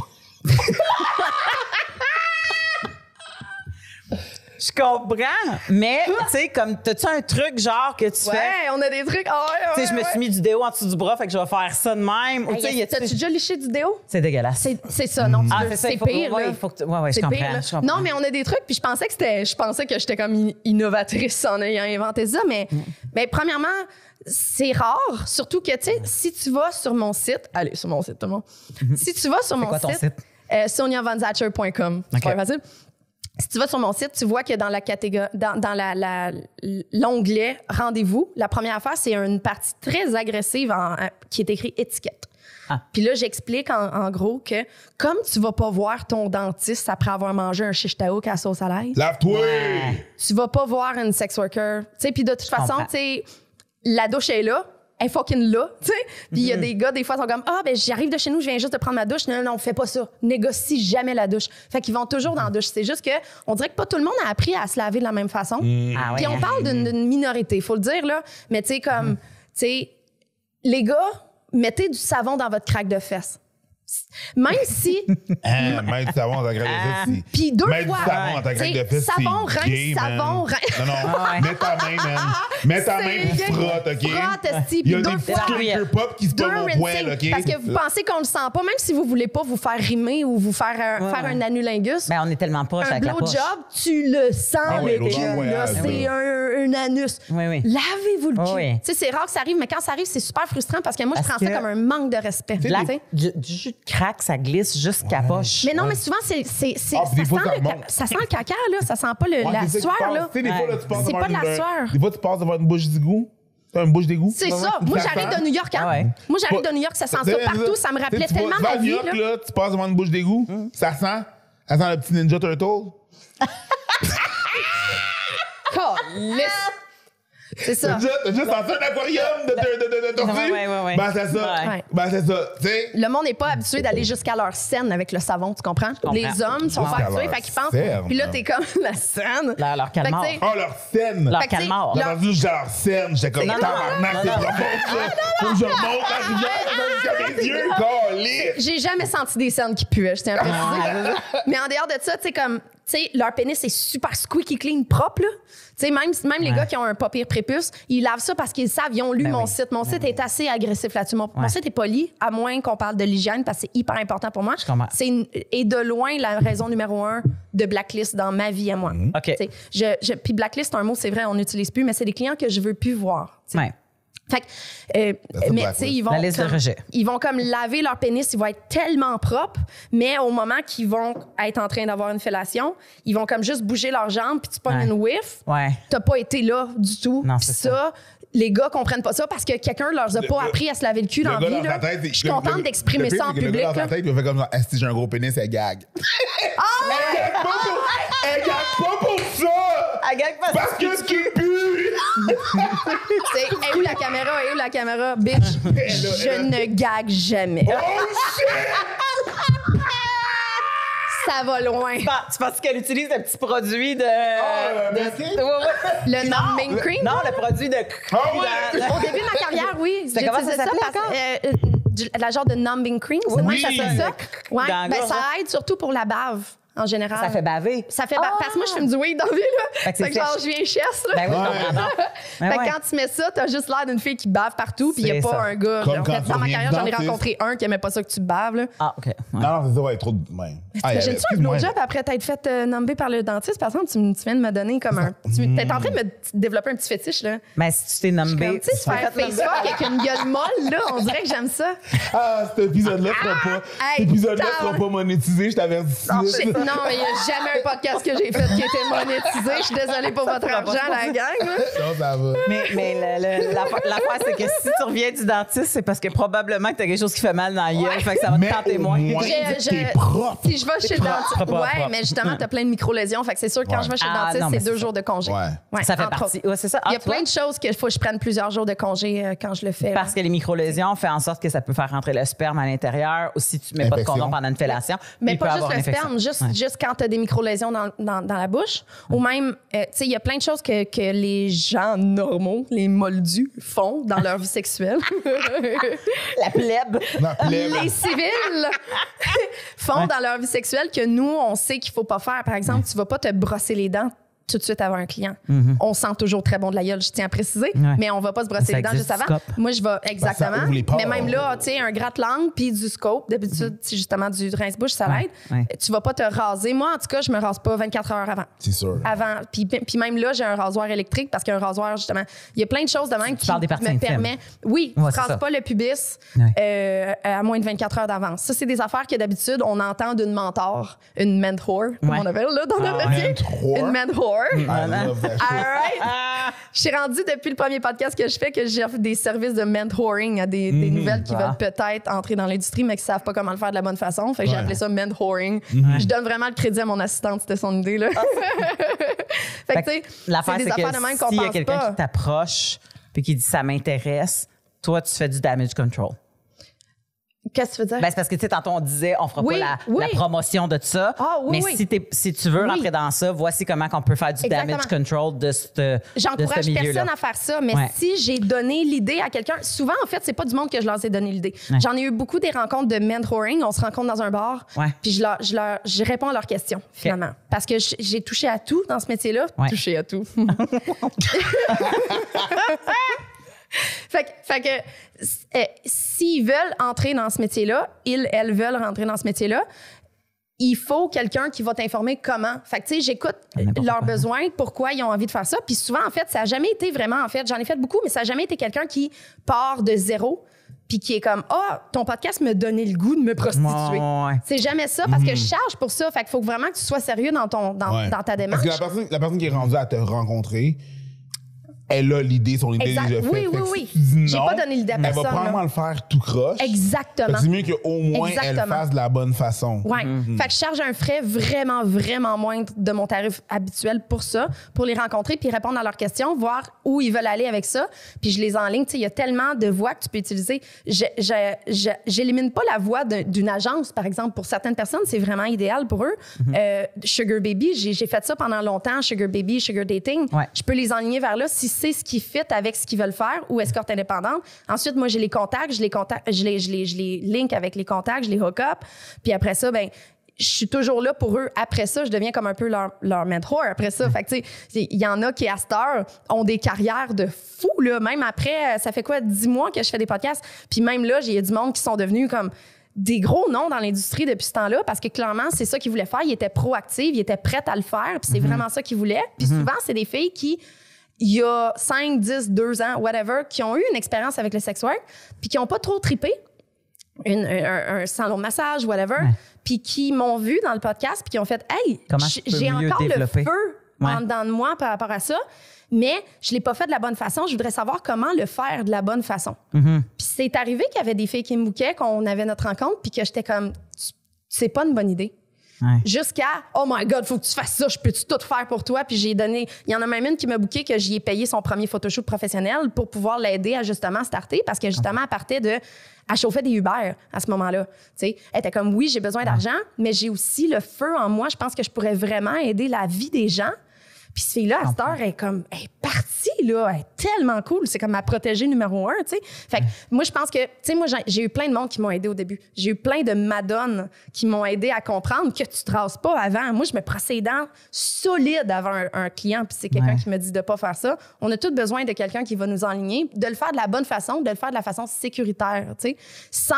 S2: Je comprends, mais tu sais, comme, t'as-tu un truc genre que tu fais?
S3: Ouais, on a des trucs. Ah ouais,
S2: Tu sais, je me suis mis du déo en dessous du bras, fait que je vais faire ça de même. Ou tu sais, y a-
S3: T'as-tu déjà liché du déo?
S2: C'est dégueulasse.
S3: C'est c'est ça, non? tu
S2: Ah,
S3: veux-
S2: c'est ça, il faut que-
S3: pire.
S2: ouais,
S3: là.
S2: il faut que tu- ouais, ouais, je
S3: C'est
S2: comprends,
S3: pire, là.
S2: je comprends.
S3: Non, mais on a des trucs, puis je pensais que c'était. Je pensais que j'étais comme in- innovatrice en ayant inventé ça, mais
S2: Mm.
S3: ben, premièrement, c'est rare. Surtout que, tu sais, si tu vas sur mon site. Allez, sur mon site, tout le monde. Si tu vas sur mon
S2: Mm-hmm. quoi ton
S3: site,
S2: site?
S3: euh, soniavanzacher.com. C'est
S2: Ok.
S3: pas facile. Si tu vas sur mon site, tu vois que dans la catégorie, dans, dans la- la- l'onglet rendez-vous, la première affaire, c'est une partie très agressive en- en- qui est écrite étiquette.
S2: Ah.
S3: Puis là, j'explique en, en gros que comme tu vas pas voir ton dentiste après avoir mangé un shish taouk à sauce à l'ail,
S1: Lave-toi.
S2: Ouais.
S3: tu vas pas voir une sex worker. Tu sais, puis de toute façon,
S2: comprends.
S3: tu sais, la douche est là. Elle est fucking là, tu sais. Puis il y a des gars, des fois, sont comme Ah, ben j'arrive de chez nous, je viens juste de prendre ma douche. Non, non, non, fais pas ça. Négocie jamais la douche. Fait qu'ils vont toujours dans la douche. C'est juste que, on dirait que pas tout le monde a appris à se laver de la même façon.
S2: Ah ouais,
S3: Puis on
S2: hein? Mm.
S3: parle d'une d'une minorité, faut le dire, là. Mais tu sais, comme, tu sais, les gars, mettez du savon dans votre craque de fesses. Même si
S1: Hein, Mettre du savon dans ta graine de fesses.
S3: Euh, Puis deux
S1: Mettre
S3: fois.
S1: du savon dans ta
S3: T'sais,
S1: graine de fesses.
S3: savon,
S1: c'est
S3: rince,
S1: gay, man.
S3: savon, rince.
S1: Non,
S2: ouais.
S1: non. Mets ta main, man. Mets ta
S3: C'est
S1: main puis
S3: gay.
S1: frotte, OK?
S3: Frotte, esti,
S1: Il y a
S3: puis
S1: des
S3: deux
S1: petits
S3: fois.
S1: cracker pop qui se
S3: deux
S1: peuvent au
S3: rinsing,
S1: poil, OK?
S3: parce que vous pensez qu'on le sent pas, même si vous voulez pas vous faire rimer ou vous faire un,
S2: Ouais,
S3: faire
S2: ouais.
S3: un anulingus.
S2: Ben, on est tellement proche
S3: un
S2: avec la poche.
S3: blowjob, tu le sens,
S1: Ah ouais,
S3: le
S1: l'odeur,
S3: cul.
S1: ouais,
S3: là,
S1: ah,
S3: c'est
S1: ouais.
S3: un, un anus.
S2: Oui, oui.
S3: Lavez-vous le cul.
S2: Oh, oui.
S3: Tu sais, c'est rare que ça arrive, mais quand ça arrive, c'est super frustrant parce que moi, je
S2: Parce
S3: prends ça
S2: que-
S3: comme un manque de respect.
S2: De la-
S3: tu sais.
S2: du du jus de crack, ça glisse jusqu'à poche.
S3: Mais non, mais souvent, c'est, c'est, c'est-
S1: Ah,
S3: ça,
S1: puis des fois,
S3: sent
S1: ça
S3: le ca-
S1: remonte.
S3: ça sent le caca, là. Ça sent pas le,
S1: Ouais,
S3: la
S1: c'est ça qui
S3: sueur,
S1: passe.
S3: là.
S1: Tu sais, des fois, là, tu passes
S3: C'est
S1: devant
S3: pas de la
S1: une-
S3: sueur.
S1: Des fois, tu passes devant une bouche d'égout. T'as une bouche d'égout.
S3: C'est ça. Moi, j'arrive de New York. hein.
S2: Ah ouais.
S3: Moi, j'arrive de New York, ça sent ça partout. Ça me rappelait
S1: Tu sais, tu
S3: tellement
S1: vas- tu
S3: ma
S1: vas à
S3: vie.
S1: New York,
S3: là. Mm.
S1: là, tu passes devant une bouche d'égout, ça sent, ça sent le petit Ninja Turtle.
S3: Calisse. C'est ça.
S1: T'as juste, t'as juste sorti un aquarium de, de, de, de, de tortues?
S2: Ouais, ouais, ouais, ouais.
S1: Ben, c'est ça.
S2: Ouais.
S1: Ben, c'est ça. Tu sais?
S3: Le monde n'est pas habitué d'aller jusqu'à leur scène avec le savon, tu comprends?
S2: comprends.
S3: Les hommes
S1: Jusqu'à
S3: sont pas habitués,
S1: leur
S3: fait qu'ils pensent.
S1: scène.
S3: Puis là, t'es comme la scène.
S2: Leur- leur
S3: Fait que,
S2: calmar.
S3: tu sais,
S1: Ah, leur scène.
S2: Leur
S3: Fait que, tu sais,
S2: calmar.
S1: J'ai entendu juste leur scène. J'étais comme,
S2: Non, non,
S1: tabarnak,
S2: non,
S1: c'est
S2: non,
S1: profond, ça. Faut que je monte la rivière, je vais jusqu'à mes yeux, câlisse.
S3: J'ai jamais senti des scènes qui puaient, je tiens à
S2: Ah,
S3: préciser. Mais en dehors de ça, tu sais, comme, tu sais, leur pénis est super squeaky clean, propre, là. Tu sais, même, même les
S2: Ouais.
S3: gars qui ont un pas pire prépuce, ils lavent ça parce qu'ils savent, ils ont lu
S2: Ben
S3: mon
S2: oui.
S3: site. Mon site est assez agressif là-dessus. Mon, mon
S2: Ouais.
S3: site est poli, à moins qu'on parle de l'hygiène parce que c'est hyper important pour moi.
S2: comprends.
S3: C'est une- et de loin la raison numéro un de blacklist dans ma vie à moi.
S2: Mhm. OK.
S3: Tu sais, Je, je, puis blacklist, c'est un mot, c'est vrai, on n'utilise plus, mais c'est des clients que je veux plus voir. tu sais.
S2: Ouais.
S3: Fait que, euh,
S1: That's a
S3: mais tu
S1: blacklist.
S3: sais, ils vont.
S2: La liste de
S3: comme-
S2: rejet.
S3: Ils vont comme laver leur pénis, ils vont être tellement propres, mais au moment qu'ils vont être en train d'avoir une fellation, ils vont comme juste bouger leurs jambes, puis tu pognes
S2: Ouais.
S3: une whiff.
S2: Ouais.
S3: T'as pas été là du tout.
S2: Non,
S3: Puis
S2: c'est
S3: ça, les gars comprennent pas ça parce que quelqu'un leur a pas
S1: gars-
S3: appris à se laver le cul dans la
S1: Le
S3: vie.
S1: gars dans
S3: là.
S1: sa tête,
S3: Je suis
S1: le- le-
S3: contente d'exprimer
S1: le pire,
S3: ça en
S1: c'est que
S3: public.
S1: Le gars dans
S3: là. Ah!
S1: sa tête, il fait comme genre, Ah, si j'ai un gros pénis, elle gag. Elle gag pas pour- Elle gag pas pour ça!
S2: Ah,
S1: Parce que ce qui pue!
S3: C'est hey, où la caméra? Hey, où la caméra? Bitch, je ne gague jamais.
S1: Oh shit!
S3: Ça va loin.
S2: Bah, tu penses qu'elle utilise le petit produit de.
S1: Ah,
S2: de-
S1: le biscuit?
S2: Ouais, ouais.
S3: Le norming cream?
S2: Non, le produit de.
S1: Ah ouais!
S2: Dans-
S3: Au début de ma carrière, oui.
S2: C'était
S3: J'utilisais
S2: comment ça s'appelait
S3: parce-
S2: encore?
S3: euh, euh, du- la genre de numbing cream, c'est
S2: Oui.
S3: moi ça s'appelle ça.
S2: Oui.
S3: Ouais.
S2: Dans la
S3: Ben,
S2: gorge,
S3: ça
S2: hein.
S3: aide surtout pour la bave en général.
S2: Ça fait baver.
S3: Ça fait ba-
S2: Ah!
S3: parce que moi je fume du weed dans la vie là.
S2: Fait que c'est
S3: Fait que genre
S2: sèche.
S3: je viens chesse là.
S2: Ben oui, je comprends donc. Ben
S3: Fait que
S2: ouais.
S3: quand tu mets ça, t'as juste l'air d'une fille qui bave partout, puis il n'y a
S2: C'est
S3: pas
S2: ça.
S3: un gars.
S1: Comme
S3: En
S1: quand
S3: fait,
S1: tu
S3: dans ma
S1: reviens
S3: carrière, j'en ai
S1: du dentiste.
S3: rencontré un qui aimait pas ça que tu baves. là.
S2: Ah, OK. ouais.
S1: Non, non, c'est ça, ouais, trop de. Ouais. Ah, elle-
S3: T'imagines-tu un
S1: excuse-moi.
S3: blowjob après t'être fait euh, nommer par le dentiste? Par exemple, tu, me- tu viens de me donner comme un.
S1: Mm.
S3: Tu, t'es en train de me développer un petit fétiche, là.
S2: Mais si tu t'es nommé.
S3: Comme, tu sais, se faire
S2: fait-
S3: face fuck avec une gueule molle, là, on dirait que j'aime ça.
S1: Ah, cet épisode-là sera pas.
S3: Ah, Hey,
S1: cet épisode-là
S3: putain.
S1: sera pas monétisé, je t'avertis.
S3: Non, mais il n'y a jamais un podcast que j'ai fait qui a été monétisé. Je suis désolée pour votre
S2: fera pas
S3: argent, la gang. là.
S1: Non, ça va.
S2: Mais, mais le- le- la- l'affaire, c'est que si tu reviens du dentiste, c'est parce que probablement que t'as quelque chose qui fait mal dans la gueule. Fait que ça va te
S1: Mais
S2: tenter
S1: au
S2: moins.
S1: moins-
S2: J'ai-
S1: J'ai- T'es propre.
S3: Si je vais chez le
S2: propre,
S3: dentiste.
S2: propre,
S3: ouais,
S2: propre.
S3: mais justement, tu as plein de micro-lésions. Fait que c'est sûr que quand
S1: Ouais.
S3: je vais chez le
S2: Ah,
S3: dentiste,
S2: non, mais
S3: c'est
S2: c'est
S3: deux
S2: ça.
S3: jours de congé.
S1: Ouais.
S2: Ça fait
S3: entre
S2: partie.
S3: autres.
S2: Ouais, c'est ça. Ah,
S3: Il y a
S2: tu vois?
S3: plein de choses qu'il faut que je prenne plusieurs jours de congé euh, quand je le fais. là.
S2: Parce que les micro-lésions font en sorte que ça peut faire rentrer le sperme à l'intérieur ou si tu mets pas de
S1: Infection.
S2: condom pendant une fellation.
S3: Mais
S2: il
S3: pas
S2: peut
S3: juste
S2: avoir
S3: le
S2: une
S3: sperme,
S2: infection.
S3: juste,
S2: Ouais.
S3: juste quand tu as des micro-lésions dans, dans- dans la bouche. Ou même, euh, tu sais, il y a plein de choses que, que les gens normaux, les moldus, font dans leur vie sexuelle.
S2: La plèbe.
S1: Non, plèbe.
S3: les civils font dans leur vie sexuelle que nous, on sait qu'il faut pas faire. Par exemple, tu vas pas te brosser les dents tout de suite avant un client. On sent toujours très bon de la gueule, je tiens à préciser,
S2: Mhm. Ouais.
S3: mais on va pas se brosser
S2: Ça
S3: les dents
S2: existe
S3: juste
S2: du
S3: avant.
S2: scope. Bah,
S3: Moi, je vais exactement.
S1: ouvre les pores.
S3: mais même là, tu sais, un gratte-langue puis du scope, d'habitude, c'est justement du rince-bouche, ça
S2: Mhm. Ouais,
S3: l'aide.
S2: ouais.
S3: Tu vas pas te raser. Moi, en tout cas, je me rase pas 24 heures avant.
S1: C'est sûr.
S3: Avant, puis, puis même là, j'ai un rasoir électrique parce qu'un rasoir, justement, il y a plein de choses de même qui
S2: parles des parties
S3: me
S2: intimes.
S3: permet. Oui, tu
S2: Ouais,
S3: ne
S2: c'est ça.
S3: rases pas le pubis
S2: Ouais.
S3: euh, à moins de 24 heures d'avance. Ça, c'est des affaires que d'habitude, on entend d'une mentor, une mentor, comme
S2: Ouais.
S3: on appelle là, dans
S2: Ah,
S3: notre métier.
S1: mentor. Mm.
S3: Une mentor.
S1: I love that shit.
S3: All right.
S2: Ah!
S3: Je suis rendue depuis le premier podcast que je fais que j'offre des services de mentoring à des, des nouvelles qui
S2: Ah.
S3: veulent peut-être entrer dans l'industrie, mais qui savent pas comment le faire de la bonne façon. Fait que j'ai
S1: Ouais.
S3: appelé ça mentoring. Je donne vraiment le crédit à mon assistante, c'était son idée. Là. fait que, tu sais,
S2: L'affaire, c'est
S3: c'est des affaires de même
S2: que
S3: qu'on
S2: s'il y a
S3: pense
S2: quelqu'un
S3: pas.
S2: qui t'approche puis qui dit ça m'intéresse, toi, tu fais du damage control.
S3: Qu'est-ce que tu veux dire?
S2: Ben, c'est parce que, tu sais, tantôt, on disait, on fera
S3: Oui,
S2: pas la,
S3: oui.
S2: la promotion de ça.
S3: Ah, oui,
S2: mais
S3: oui.
S2: Si, t'es- si tu veux
S3: Oui.
S2: rentrer dans ça, voici comment qu'on peut faire du damage
S3: Exactement.
S2: control de ce de ce
S3: J'encourage
S2: milieu-là.
S3: personne à faire ça, mais
S2: Ouais.
S3: si j'ai donné l'idée à quelqu'un, souvent, en fait, c'est pas du monde que je leur ai donné l'idée.
S2: Ouais.
S3: J'en ai eu beaucoup des rencontres de mentoring. On se rencontre dans un bar,
S2: Ouais.
S3: puis je, leur, je, leur- je réponds à leurs questions, finalement. Parce que j- j'ai touché à tout dans ce métier-là.
S2: Ouais.
S3: Touché à tout. fait que, fait que, s- euh, s'ils veulent entrer dans ce métier-là, ils, elles veulent rentrer dans ce métier-là, il faut quelqu'un qui va t'informer comment. Fait que, tu sais, j'écoute
S2: N'importe
S3: leurs
S2: quoi.
S3: besoins, pourquoi ils ont envie de faire ça. Puis souvent, en fait, ça n'a jamais été vraiment, en fait, j'en ai fait beaucoup, mais ça n'a jamais été quelqu'un qui part de zéro puis qui est comme, ah, ton podcast me donnait le goût de me prostituer.
S2: Ouais, ouais, ouais.
S3: C'est jamais ça parce que je charge pour ça. Fait qu'il faut vraiment que tu sois sérieux dans, ton, dans,
S1: Ouais.
S3: dans ta démarche.
S1: Parce que la personne, la personne qui est rendue à te rencontrer, elle a l'idée, son idée
S3: Exact.
S1: est déjà faite.
S3: Oui,
S1: Fait que
S3: oui,
S1: si
S3: oui.
S1: tu dis
S3: J'ai
S1: non,
S3: pas donné l'idée à
S1: Elle va
S3: personne,
S1: probablement
S3: là.
S1: le faire tout croche. Fait que
S3: Exactement.
S1: C'est mieux qu'au moins elle
S3: Exactement.
S1: fasse de la bonne façon.
S3: Ouais. Fait que je charge un frais vraiment, vraiment moindre de mon tarif habituel pour ça, pour les rencontrer, puis répondre à leurs questions, voir où ils veulent aller avec ça. Puis je les enligne. Tu sais, il y a tellement de voies que tu peux utiliser. Je- je- je- J'élimine pas la voie d'un- d'une agence, par exemple. Pour certaines personnes, c'est vraiment idéal pour eux. Euh, Sugar Baby, j'ai j'ai fait ça pendant longtemps, Sugar Baby, Sugar Dating.
S2: Ouais.
S3: Je peux les enligner vers là si c'est ce qui fit avec ce qu'ils veulent faire ou escorte indépendante. Ensuite, moi, j'ai les contacts, je les, contacts, je les, je les, je les link avec les contacts, je les hook up. Puis après ça, ben je suis toujours là pour eux. Après ça, je deviens comme un peu leur, leur mentor. Après ça, fait que, tu sais, il y en a qui, à cette heure, ont des carrières de fou, là. Même après, euh, ça fait quoi, 10 mois que je fais des podcasts. Puis même là, j'ai du monde qui sont devenus comme des gros noms dans l'industrie depuis ce temps-là parce que clairement, c'est ça qu'ils voulaient faire. Ils étaient proactifs, ils étaient prêts à le faire, puis c'est
S2: Mhm.
S3: vraiment ça qu'ils voulaient. Puis souvent, c'est des filles qui, il y a 5, 10, 2 ans, whatever, qui ont eu une expérience avec le sex work, puis qui n'ont pas trop tripé, une- un, un- un salon de massage, whatever,
S2: Ouais.
S3: puis qui m'ont vu dans le podcast, puis qui ont fait Hey,
S2: Comment
S3: j-
S2: je peux
S3: j'ai
S2: mieux
S3: encore
S2: développer?
S3: le feu
S2: Ouais.
S3: en dedans de moi par rapport à ça, mais je ne l'ai pas fait de la bonne façon. Je voudrais savoir comment le faire de la bonne façon. Puis c'est arrivé qu'il y avait des filles qui me bouquaient, qu'on avait notre rencontre, puis que j'étais comme Tu- C'est pas une bonne idée.
S2: Ouais.
S3: Jusqu'à Oh my God, faut que tu fasses ça, je peux tout faire pour toi. Puis j'ai donné. Il y en a même une qui m'a bouqué que j'y ai payé son premier photoshoot professionnel pour pouvoir l'aider à justement starter parce que justement, elle partait de. Elle chauffait des Uber à ce moment-là. Tu sais, Elle était comme Oui, j'ai besoin d'argent, mais j'ai aussi le feu en moi. Je pense que je pourrais vraiment aider la vie des gens. Puis cette fille-là, à cette heure, elle est comme, elle est partie, là. Elle est tellement cool. C'est comme ma protégée numéro un, tu sais. Fait que moi, je pense que, tu sais, moi, j'ai- j'ai eu plein de monde qui m'ont aidé au début. J'ai eu plein de madones qui m'ont aidé à comprendre que tu te rases pas avant. Moi, je me brossais les dents solide avant un, un client. Puis c'est quelqu'un
S2: Ouais.
S3: qui me dit de pas faire ça. On a tous besoin de quelqu'un qui va nous enligner, de le faire de la bonne façon, de le faire de la façon sécuritaire, tu sais, sans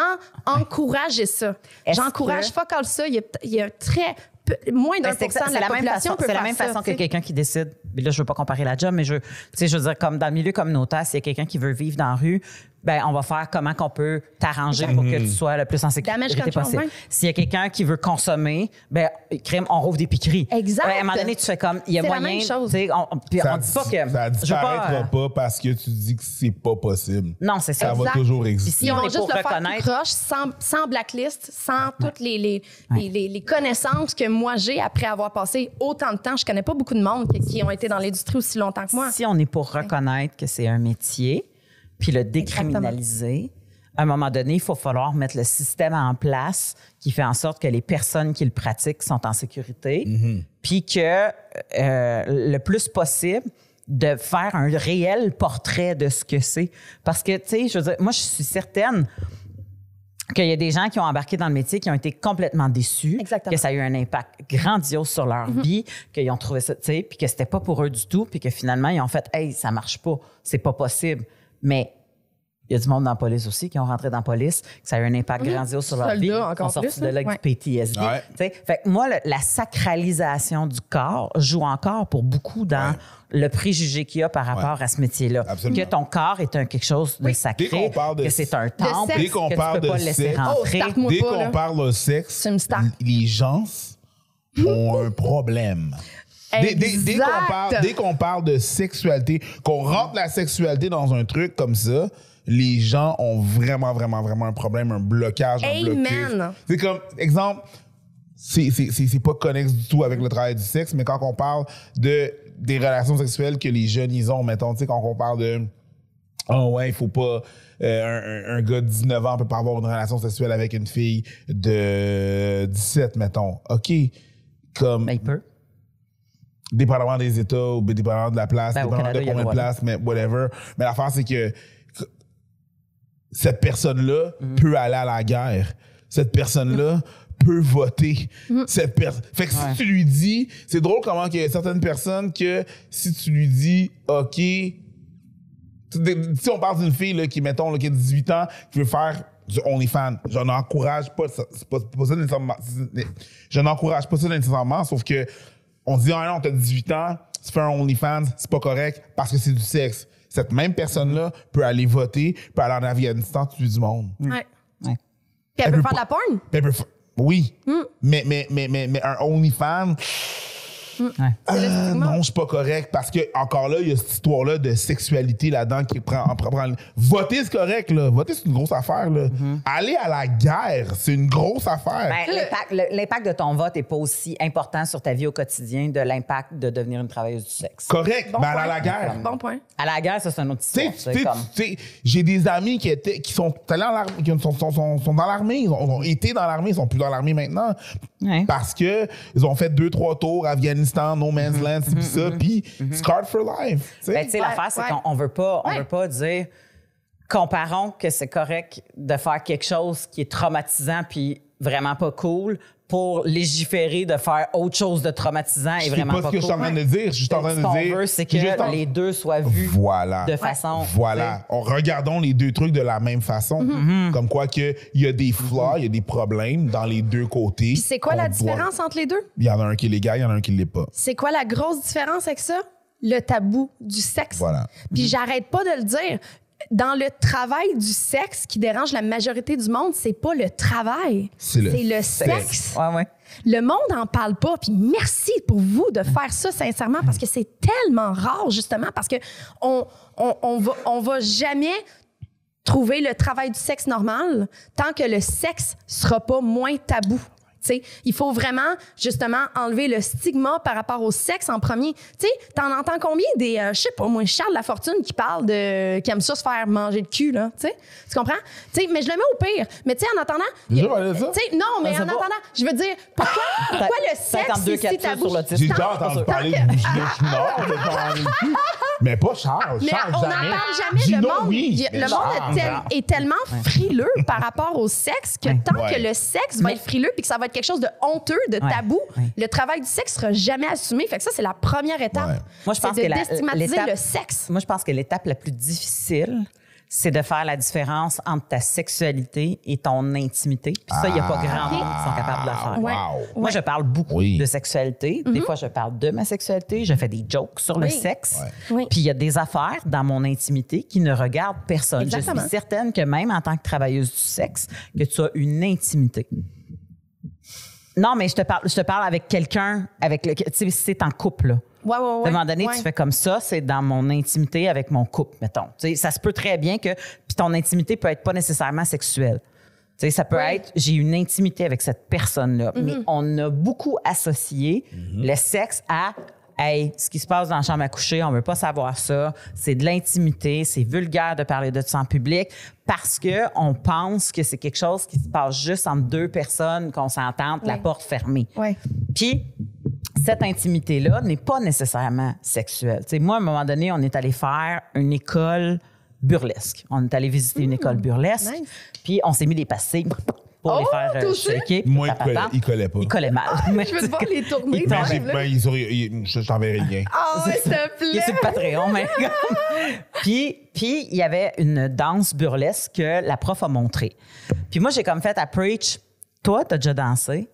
S3: encourager ça.
S2: Est-ce
S3: J'encourage
S2: que-
S3: pas quand ça. Il y a, il y a très peu- moins d'un
S2: Ben,
S3: pour
S2: c'est
S3: cent
S2: que
S3: de
S2: c'est
S3: la,
S2: la même
S3: population
S2: façon,
S3: peut
S2: c'est la
S3: faire
S2: même
S3: ça,
S2: façon
S3: tu
S2: que
S3: sais.
S2: quelqu'un qui décide. mais Là, je veux pas comparer la job, mais je, tu sais, je veux dire, comme dans le milieu communautaire, s'il y a quelqu'un qui veut vivre dans la rue, ben on va faire comment qu'on peut t'arranger pour que
S1: Mhm.
S2: tu sois le plus en
S3: Damage
S2: sécurité
S3: control,
S2: possible.
S3: ouais.
S2: S'il y a quelqu'un qui veut consommer, ben crime, on rouvre des piqueries.
S3: Exact.
S2: Ben, à un moment donné, tu fais comme il y a
S3: C'est la
S2: moyen.
S3: même chose.
S2: tu sais, On, on- puis
S1: Ça,
S2: on dit pas que
S1: ça
S2: je veux pas,
S1: disparaîtra
S2: euh,
S1: pas, parce que tu dis que c'est pas possible.
S2: Non, c'est ça.
S1: Ça va
S3: Exact.
S1: toujours
S2: Puis
S1: exister.
S2: si
S3: Ils
S2: on
S3: vont
S2: est
S3: juste
S2: pour
S3: le faire
S2: reconnaître.
S3: tout croche, sans, sans blacklist, sans toutes les, les, les- les- les connaissances que moi j'ai après avoir passé autant de temps. Je connais pas beaucoup de monde qui, qui ont été dans l'industrie aussi longtemps que moi.
S2: Si on est pour reconnaître que c'est un métier, puis le décriminaliser, à un moment donné, il faut falloir mettre le système en place qui fait en sorte que les personnes qui le pratiquent sont en sécurité, puis que euh, le plus possible de faire un réel portrait de ce que c'est. Parce que, tu sais, je veux dire, moi, je suis certaine qu'il y a des gens qui ont embarqué dans le métier, qui ont été complètement déçus,
S3: Exactement. Mhm.
S2: que ça a eu un impact grandiose sur leur vie, qu'ils ont trouvé ça, tu sais, puis que c'était pas pour eux du tout, puis que finalement, ils ont fait, hey, ça marche pas, c'est pas possible. Mais il y a du monde dans la police aussi qui ont rentré dans la police, que ça a eu un impact grandiose sur leur
S3: Mhm. Soldats,
S2: vie.
S3: encore
S2: Ils sont sortis
S3: plus,
S2: de là
S3: là.
S2: avec
S3: Ouais.
S2: du PTSD.
S1: Ouais.
S2: Tu sais, Fait que moi, le- la sacralisation du corps joue encore pour beaucoup dans le préjugé qu'il y a par rapport à ce métier-là.
S1: Absolument.
S2: Que ton corps est un, quelque chose de sacré,
S1: Dès qu'on parle de-
S2: que c'est un temple,
S3: sexe. Dès
S1: qu'on
S2: que
S1: parle
S2: tu peux
S1: de
S2: pas le laisser
S1: sexe.
S3: Oh,
S2: rentrer.
S3: start-moi
S1: Dès
S3: pas,
S1: qu'on
S3: là.
S1: parle de sexe,
S3: Tu me stars.
S1: les gens ont un problème. Dès, dès- dès qu'on
S3: Exact.
S1: parle, dès qu'on parle de sexualité, qu'on rentre la sexualité dans un truc comme ça, les gens ont vraiment, vraiment, vraiment un problème, un blocage, un
S3: Amen.
S1: blocus. C'est comme, exemple, c'est- c'est c'est- c'est pas connexe du tout avec le travail du sexe, mais quand on parle de des relations sexuelles que les jeunes, ils ont, mettons, tu sais, quand on parle de... Ah ouais, il faut pas. euh, un, un- un gars de 19 ans peut pas avoir une relation sexuelle avec une fille de 17, mettons. OK. Comme,
S2: Mais il peut.
S1: dépendamment des États ou dépendamment de la place,
S2: Ben, au
S1: dépendamment
S2: Canada, il y a
S1: de combien
S2: le
S1: de
S2: droit.
S1: places, mais whatever. Mais l'affaire, c'est que que cette personne-là
S2: Mm-hmm.
S1: peut aller à la guerre. Cette personne-là peut voter. Cette per- Fait que
S2: Ouais.
S1: si tu lui dis, c'est drôle comment il y a certaines personnes que si tu lui dis, OK, tu- de- Si on parle d'une fille là, qui, mettons, là, qui a 18 ans, qui veut faire du OnlyFans, je n'encourage pas, ça- c'est pas, c'est pas ça nécessairement. c'est- Je n'encourage pas ça nécessairement, sauf que on dit, ah non, t'as 18 ans, tu fais un OnlyFans, c'est pas correct parce que c'est du sexe. Cette même personne-là peut aller voter, peut aller en Afghanistan, tuer du monde.
S3: Ouais.
S2: Ouais.
S3: Puis elle
S1: Elle
S3: peut
S1: peut
S3: faire de
S1: pas-
S3: la porn.
S1: Elle peut fa- oui, mais, mais, mais, mais, mais un OnlyFans,
S3: C'est le
S1: Ah,
S3: stigmate.
S1: non, je suis pas correct parce que encore là, il y a cette histoire-là de sexualité là-dedans qui prend en prend- prend- Voter, c'est correct, là. Voter, c'est une grosse affaire, là. Aller à la guerre, c'est une grosse affaire.
S2: Mm-hmm. Ben, l'impact- le- L'impact de ton vote n'est pas aussi important sur ta vie au quotidien de l'impact de devenir une travailleuse du sexe.
S1: correct,
S3: Bon
S1: mais
S3: point.
S1: aller à ben, la guerre.
S3: Bon point.
S2: À la guerre, ça, c'est un autre
S1: Tu sais,
S2: histoire.
S1: tu
S2: ça,
S1: sais,
S2: comme-
S1: tu sais, j'ai des amis qui étaient qui sont allés en l'armée- qui sont, sont- sont- sont dans l'armée, ils ont, ont été dans l'armée, ils sont plus dans l'armée maintenant
S2: Ouais.
S1: parce que ils ont fait deux trois tours Afghanistan, No Man's Land, puis ça, puis scarred for life. tu sais.
S2: Mm-hmm. Ben, tu sais,
S3: Ouais,
S2: l'affaire, c'est
S3: ouais.
S2: qu'on on veut pas, on
S3: Ouais.
S2: veut pas dire, comparons que c'est correct de faire quelque chose qui est traumatisant puis vraiment pas cool pour légiférer de faire autre chose de traumatisant et
S1: C'est
S2: vraiment
S1: pas
S2: pas,
S1: ce que je suis en
S2: cool.
S1: train de dire, je suis en train
S2: Ce qu'on
S1: de dire.
S2: veut, c'est
S1: je suis juste en-
S2: que les deux soient vus
S1: Voilà.
S2: de façon.
S1: Voilà. On, regardons les deux trucs de la même façon.
S3: Mm-hmm.
S1: Comme quoi que il y a des flaws, il y a des problèmes dans les deux côtés.
S3: Puis c'est quoi
S1: qu'on
S3: la
S1: doit-
S3: différence entre les deux?
S1: Il y en a un qui est légal, il y en a un qui l'est pas.
S3: C'est quoi la grosse différence avec ça? Le tabou du sexe.
S1: Voilà.
S3: Puis j'arrête pas de le dire. Dans le travail du sexe qui dérange la majorité du monde, c'est pas le travail,
S1: C'est le sexe.
S3: sexe.
S2: Ouais, ouais.
S3: Le monde en parle pas. Puis merci pour vous de faire ça sincèrement parce que c'est tellement rare justement parce que on on, on va on va jamais trouver le travail du sexe normal tant que le sexe sera pas moins tabou. Tu sais, il faut vraiment, justement, enlever le stigma par rapport au sexe en premier. Tu sais, t'en entends combien des, euh, je sais pas, moi, Charles Lafortune qui parle de, qui aime ça se faire manger le cul, là, tu sais? Tu comprends? Tu sais, mais je le mets au pire. Mais tu sais, en attendant...
S1: Déjà,
S3: que-
S1: on a dit ça?
S3: tu sais, non,
S2: Ah,
S3: mais en
S2: c'est bon.
S3: attendant, je veux dire, pourquoi, pourquoi le sexe,
S2: 52
S3: c'est si
S2: Ah, capsules
S3: tabou?
S2: sur l'autisme.
S1: J'ai
S2: Tant-
S1: déjà entendu parler du
S3: que-
S1: du nord, de parler- mais pas Charles.
S3: Mais
S1: Charles
S3: on n'en
S1: jamais.
S3: parle jamais.
S1: Gino,
S3: le monde,
S1: oui,
S3: y a-
S1: mais
S3: le monde
S1: Charles,
S3: est, tel- est tellement frileux par rapport au sexe que tant
S1: Ouais.
S3: que le sexe va
S2: Mais-
S3: être frileux puis que ça va être quelque chose de honteux, de
S2: Ouais.
S3: tabou,
S2: Ouais.
S3: le travail du sexe sera jamais assumé. Fait que ça, c'est la première étape.
S1: Ouais.
S2: Moi, je
S3: C'est
S2: pense
S3: de
S2: que la-
S3: déstigmatiser
S2: l'étape-
S3: le sexe.
S2: Moi, je pense que l'étape la plus difficile, c'est de faire la différence entre ta sexualité et ton intimité. Puis ça, il n'y a
S1: Ah.
S2: pas grand monde qui sont capables de le faire.
S3: Ouais. Mhm.
S1: Wow.
S2: Moi, je parle beaucoup
S1: Oui.
S2: de sexualité. Des fois, je parle de ma sexualité. Je fais des jokes sur le
S3: Oui.
S2: sexe.
S1: Ouais.
S3: Oui.
S2: Puis il y a des affaires dans mon intimité qui ne regardent personne. Je
S3: Exactement.
S2: suis certaine que même en tant que travailleuse du sexe, que tu as une intimité. Non, mais je te parle, je te parle avec quelqu'un avec le, tu sais, si c'est en couple. là.
S3: Ouais, ouais, ouais.
S2: À un moment donné,
S3: Ouais.
S2: tu fais comme ça, c'est dans mon intimité avec mon couple, mettons. Tu sais, ça se peut très bien que. Puis ton intimité peut être pas nécessairement sexuelle. Tu sais, ça peut
S3: Ouais. Mhm.
S2: être, j'ai une intimité avec cette personne-là. Mais on a beaucoup associé le sexe à, hey, ce qui se passe dans la chambre à coucher, on veut pas savoir ça. C'est de l'intimité, c'est vulgaire de parler de ça en public parce que on pense que c'est quelque chose qui se passe juste entre deux personnes consentantes, la
S3: Ouais.
S2: porte fermée.
S3: Ouais.
S2: Puis, cette intimité-là n'est pas nécessairement sexuelle. Tu sais, moi, à un moment donné, on est allé faire une école burlesque. On est allé visiter une école burlesque.
S3: Mmh. nice.
S2: Puis, on s'est mis des pastilles pour les
S3: Oh,
S2: faire euh,
S3: toucher?
S2: shaker.
S1: Moi, il
S2: Patata.
S1: collait, il collait pas.
S2: Il collait mal.
S3: Je veux te voir les tourner.
S1: Mais
S3: par
S1: j'ai-
S3: exemple, là.
S1: ben, il sourit- il- je je t'enverrai le lien.
S3: Ah ouais, s'il te
S2: Il est sur
S3: plaît.
S2: le Patreon, mais comme- puis, puis, il y avait une danse burlesque que la prof a montrée. Puis moi, j'ai comme fait à Preach, toi, t'as déjà dansé,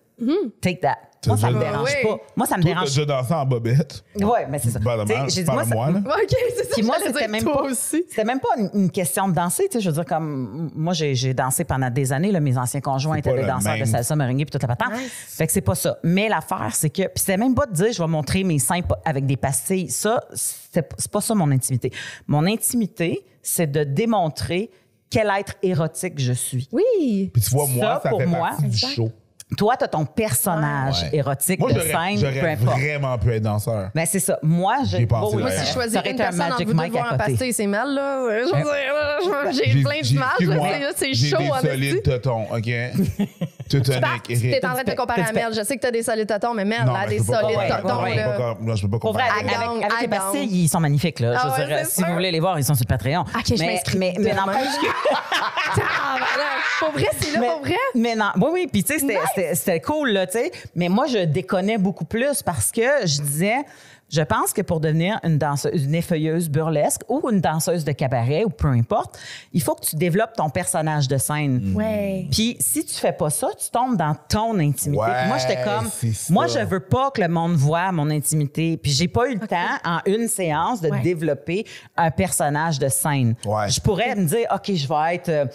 S2: take that.
S1: T'as
S2: Moi, ça me
S1: déjà
S2: dérange
S3: Mmh. dansé. Ah
S2: pas. Moi, ça me
S1: Toi, t'as
S2: dérange
S1: déjà dansé en bobette.
S2: Ouais, mais c'est ça.
S1: Pas de
S2: Tu sais,
S1: mal,
S2: j'ai dit,
S1: pas
S2: moi,
S1: de
S2: ça-
S1: moi, là.
S3: OK, c'est ça.
S2: Puis moi,
S3: j'allais
S2: c'était
S3: dire,
S2: même
S3: toi
S2: pas,
S3: aussi.
S2: c'était même pas une, une question de danser, tu sais, je veux dire comme moi j'ai, j'ai dansé pendant des années là, mes anciens conjoints
S1: C'est
S2: étaient
S1: pas
S2: des
S1: le
S2: danseurs de
S1: même.
S2: salsa, merengue puis toute la patente. Fait que c'est pas ça. Mais l'affaire c'est que puis c'était même pas de dire je vais montrer mes seins pa- avec des pastilles. Ça c'est, c'est pas ça mon intimité. Mon intimité, c'est de démontrer quel être érotique je suis.
S3: Oui.
S1: Puis tu vois,
S2: Ça,
S1: moi, ça
S2: pour
S1: fait
S2: moi,
S1: partie du
S3: exact.
S1: show.
S2: Toi, t'as ton personnage
S1: Ouais.
S2: érotique
S1: Moi,
S2: de
S1: j'aurais
S2: scène, peu
S1: j'aurais
S2: importe.
S1: vraiment pu être danseur.
S2: Ben, c'est ça. Moi, je.
S1: J'ai pensé
S2: oui,
S1: la
S3: Moi,
S1: Ouais.
S3: si je
S2: ça
S3: choisis
S2: aurait
S3: une
S2: été un
S3: personne entre
S2: Magic
S3: vous deux
S2: Mike
S3: voir
S2: à
S3: un
S2: côté.
S3: pastilles, c'est mal, là. Je veux dire, je- J'ai plein
S1: j'ai-
S3: d'images, là,
S1: excuse-moi,
S3: c'est
S1: j'ai
S3: c'est chaud,
S1: des
S3: en
S1: solides
S3: esti.
S1: totons, OK?
S3: Pat,
S1: Teutonique,
S3: T'es
S1: Eric.
S3: en train de te comparer à
S2: T'as du
S3: Mel. Je sais que t'as des solides totons, mais Mel,
S1: Non,
S3: là,
S1: mais
S3: des
S1: je peux pas
S3: solides
S1: comparer.
S2: ouais,
S3: totons,
S2: ouais.
S1: Je peux pas
S3: là.
S1: com- Non, je peux pas
S2: Pour vrai,
S1: comparer.
S2: avec,
S3: I don't,
S2: avec- avec
S3: I
S2: les pastilles,
S3: don't.
S2: ils sont magnifiques. Là.
S3: Ah
S2: je veux
S3: ouais,
S2: dire,
S3: c'est
S2: si
S3: sûr.
S2: vous voulez les voir, ils sont sur Patreon.
S3: Ok, je
S2: mais,
S3: m'inscris
S2: mais, mais
S3: demain.
S2: n'empêche que-
S3: Tabarnak. Ah, Pour vrai, c'est là,
S2: mais-
S3: pour vrai.
S2: mais non. Oui, oui. Puis, tu sais, c'était- c'était- c'était cool, là, tu sais. Mais moi, je déconnais beaucoup plus parce que je disais, je pense que pour devenir une danseuse, une effeuilleuse burlesque ou une danseuse de cabaret ou peu importe, il faut que tu développes ton personnage de scène.
S3: Ouais.
S2: Puis si tu fais pas ça, tu tombes dans ton intimité.
S1: Ouais,
S2: Puis moi j'étais comme
S1: c'est ça.
S2: moi je veux pas que le monde voit mon intimité. Puis j'ai pas eu le temps en une séance de
S3: Ouais.
S2: développer un personnage de scène.
S1: Ouais.
S2: Je pourrais me dire OK, je vais être euh,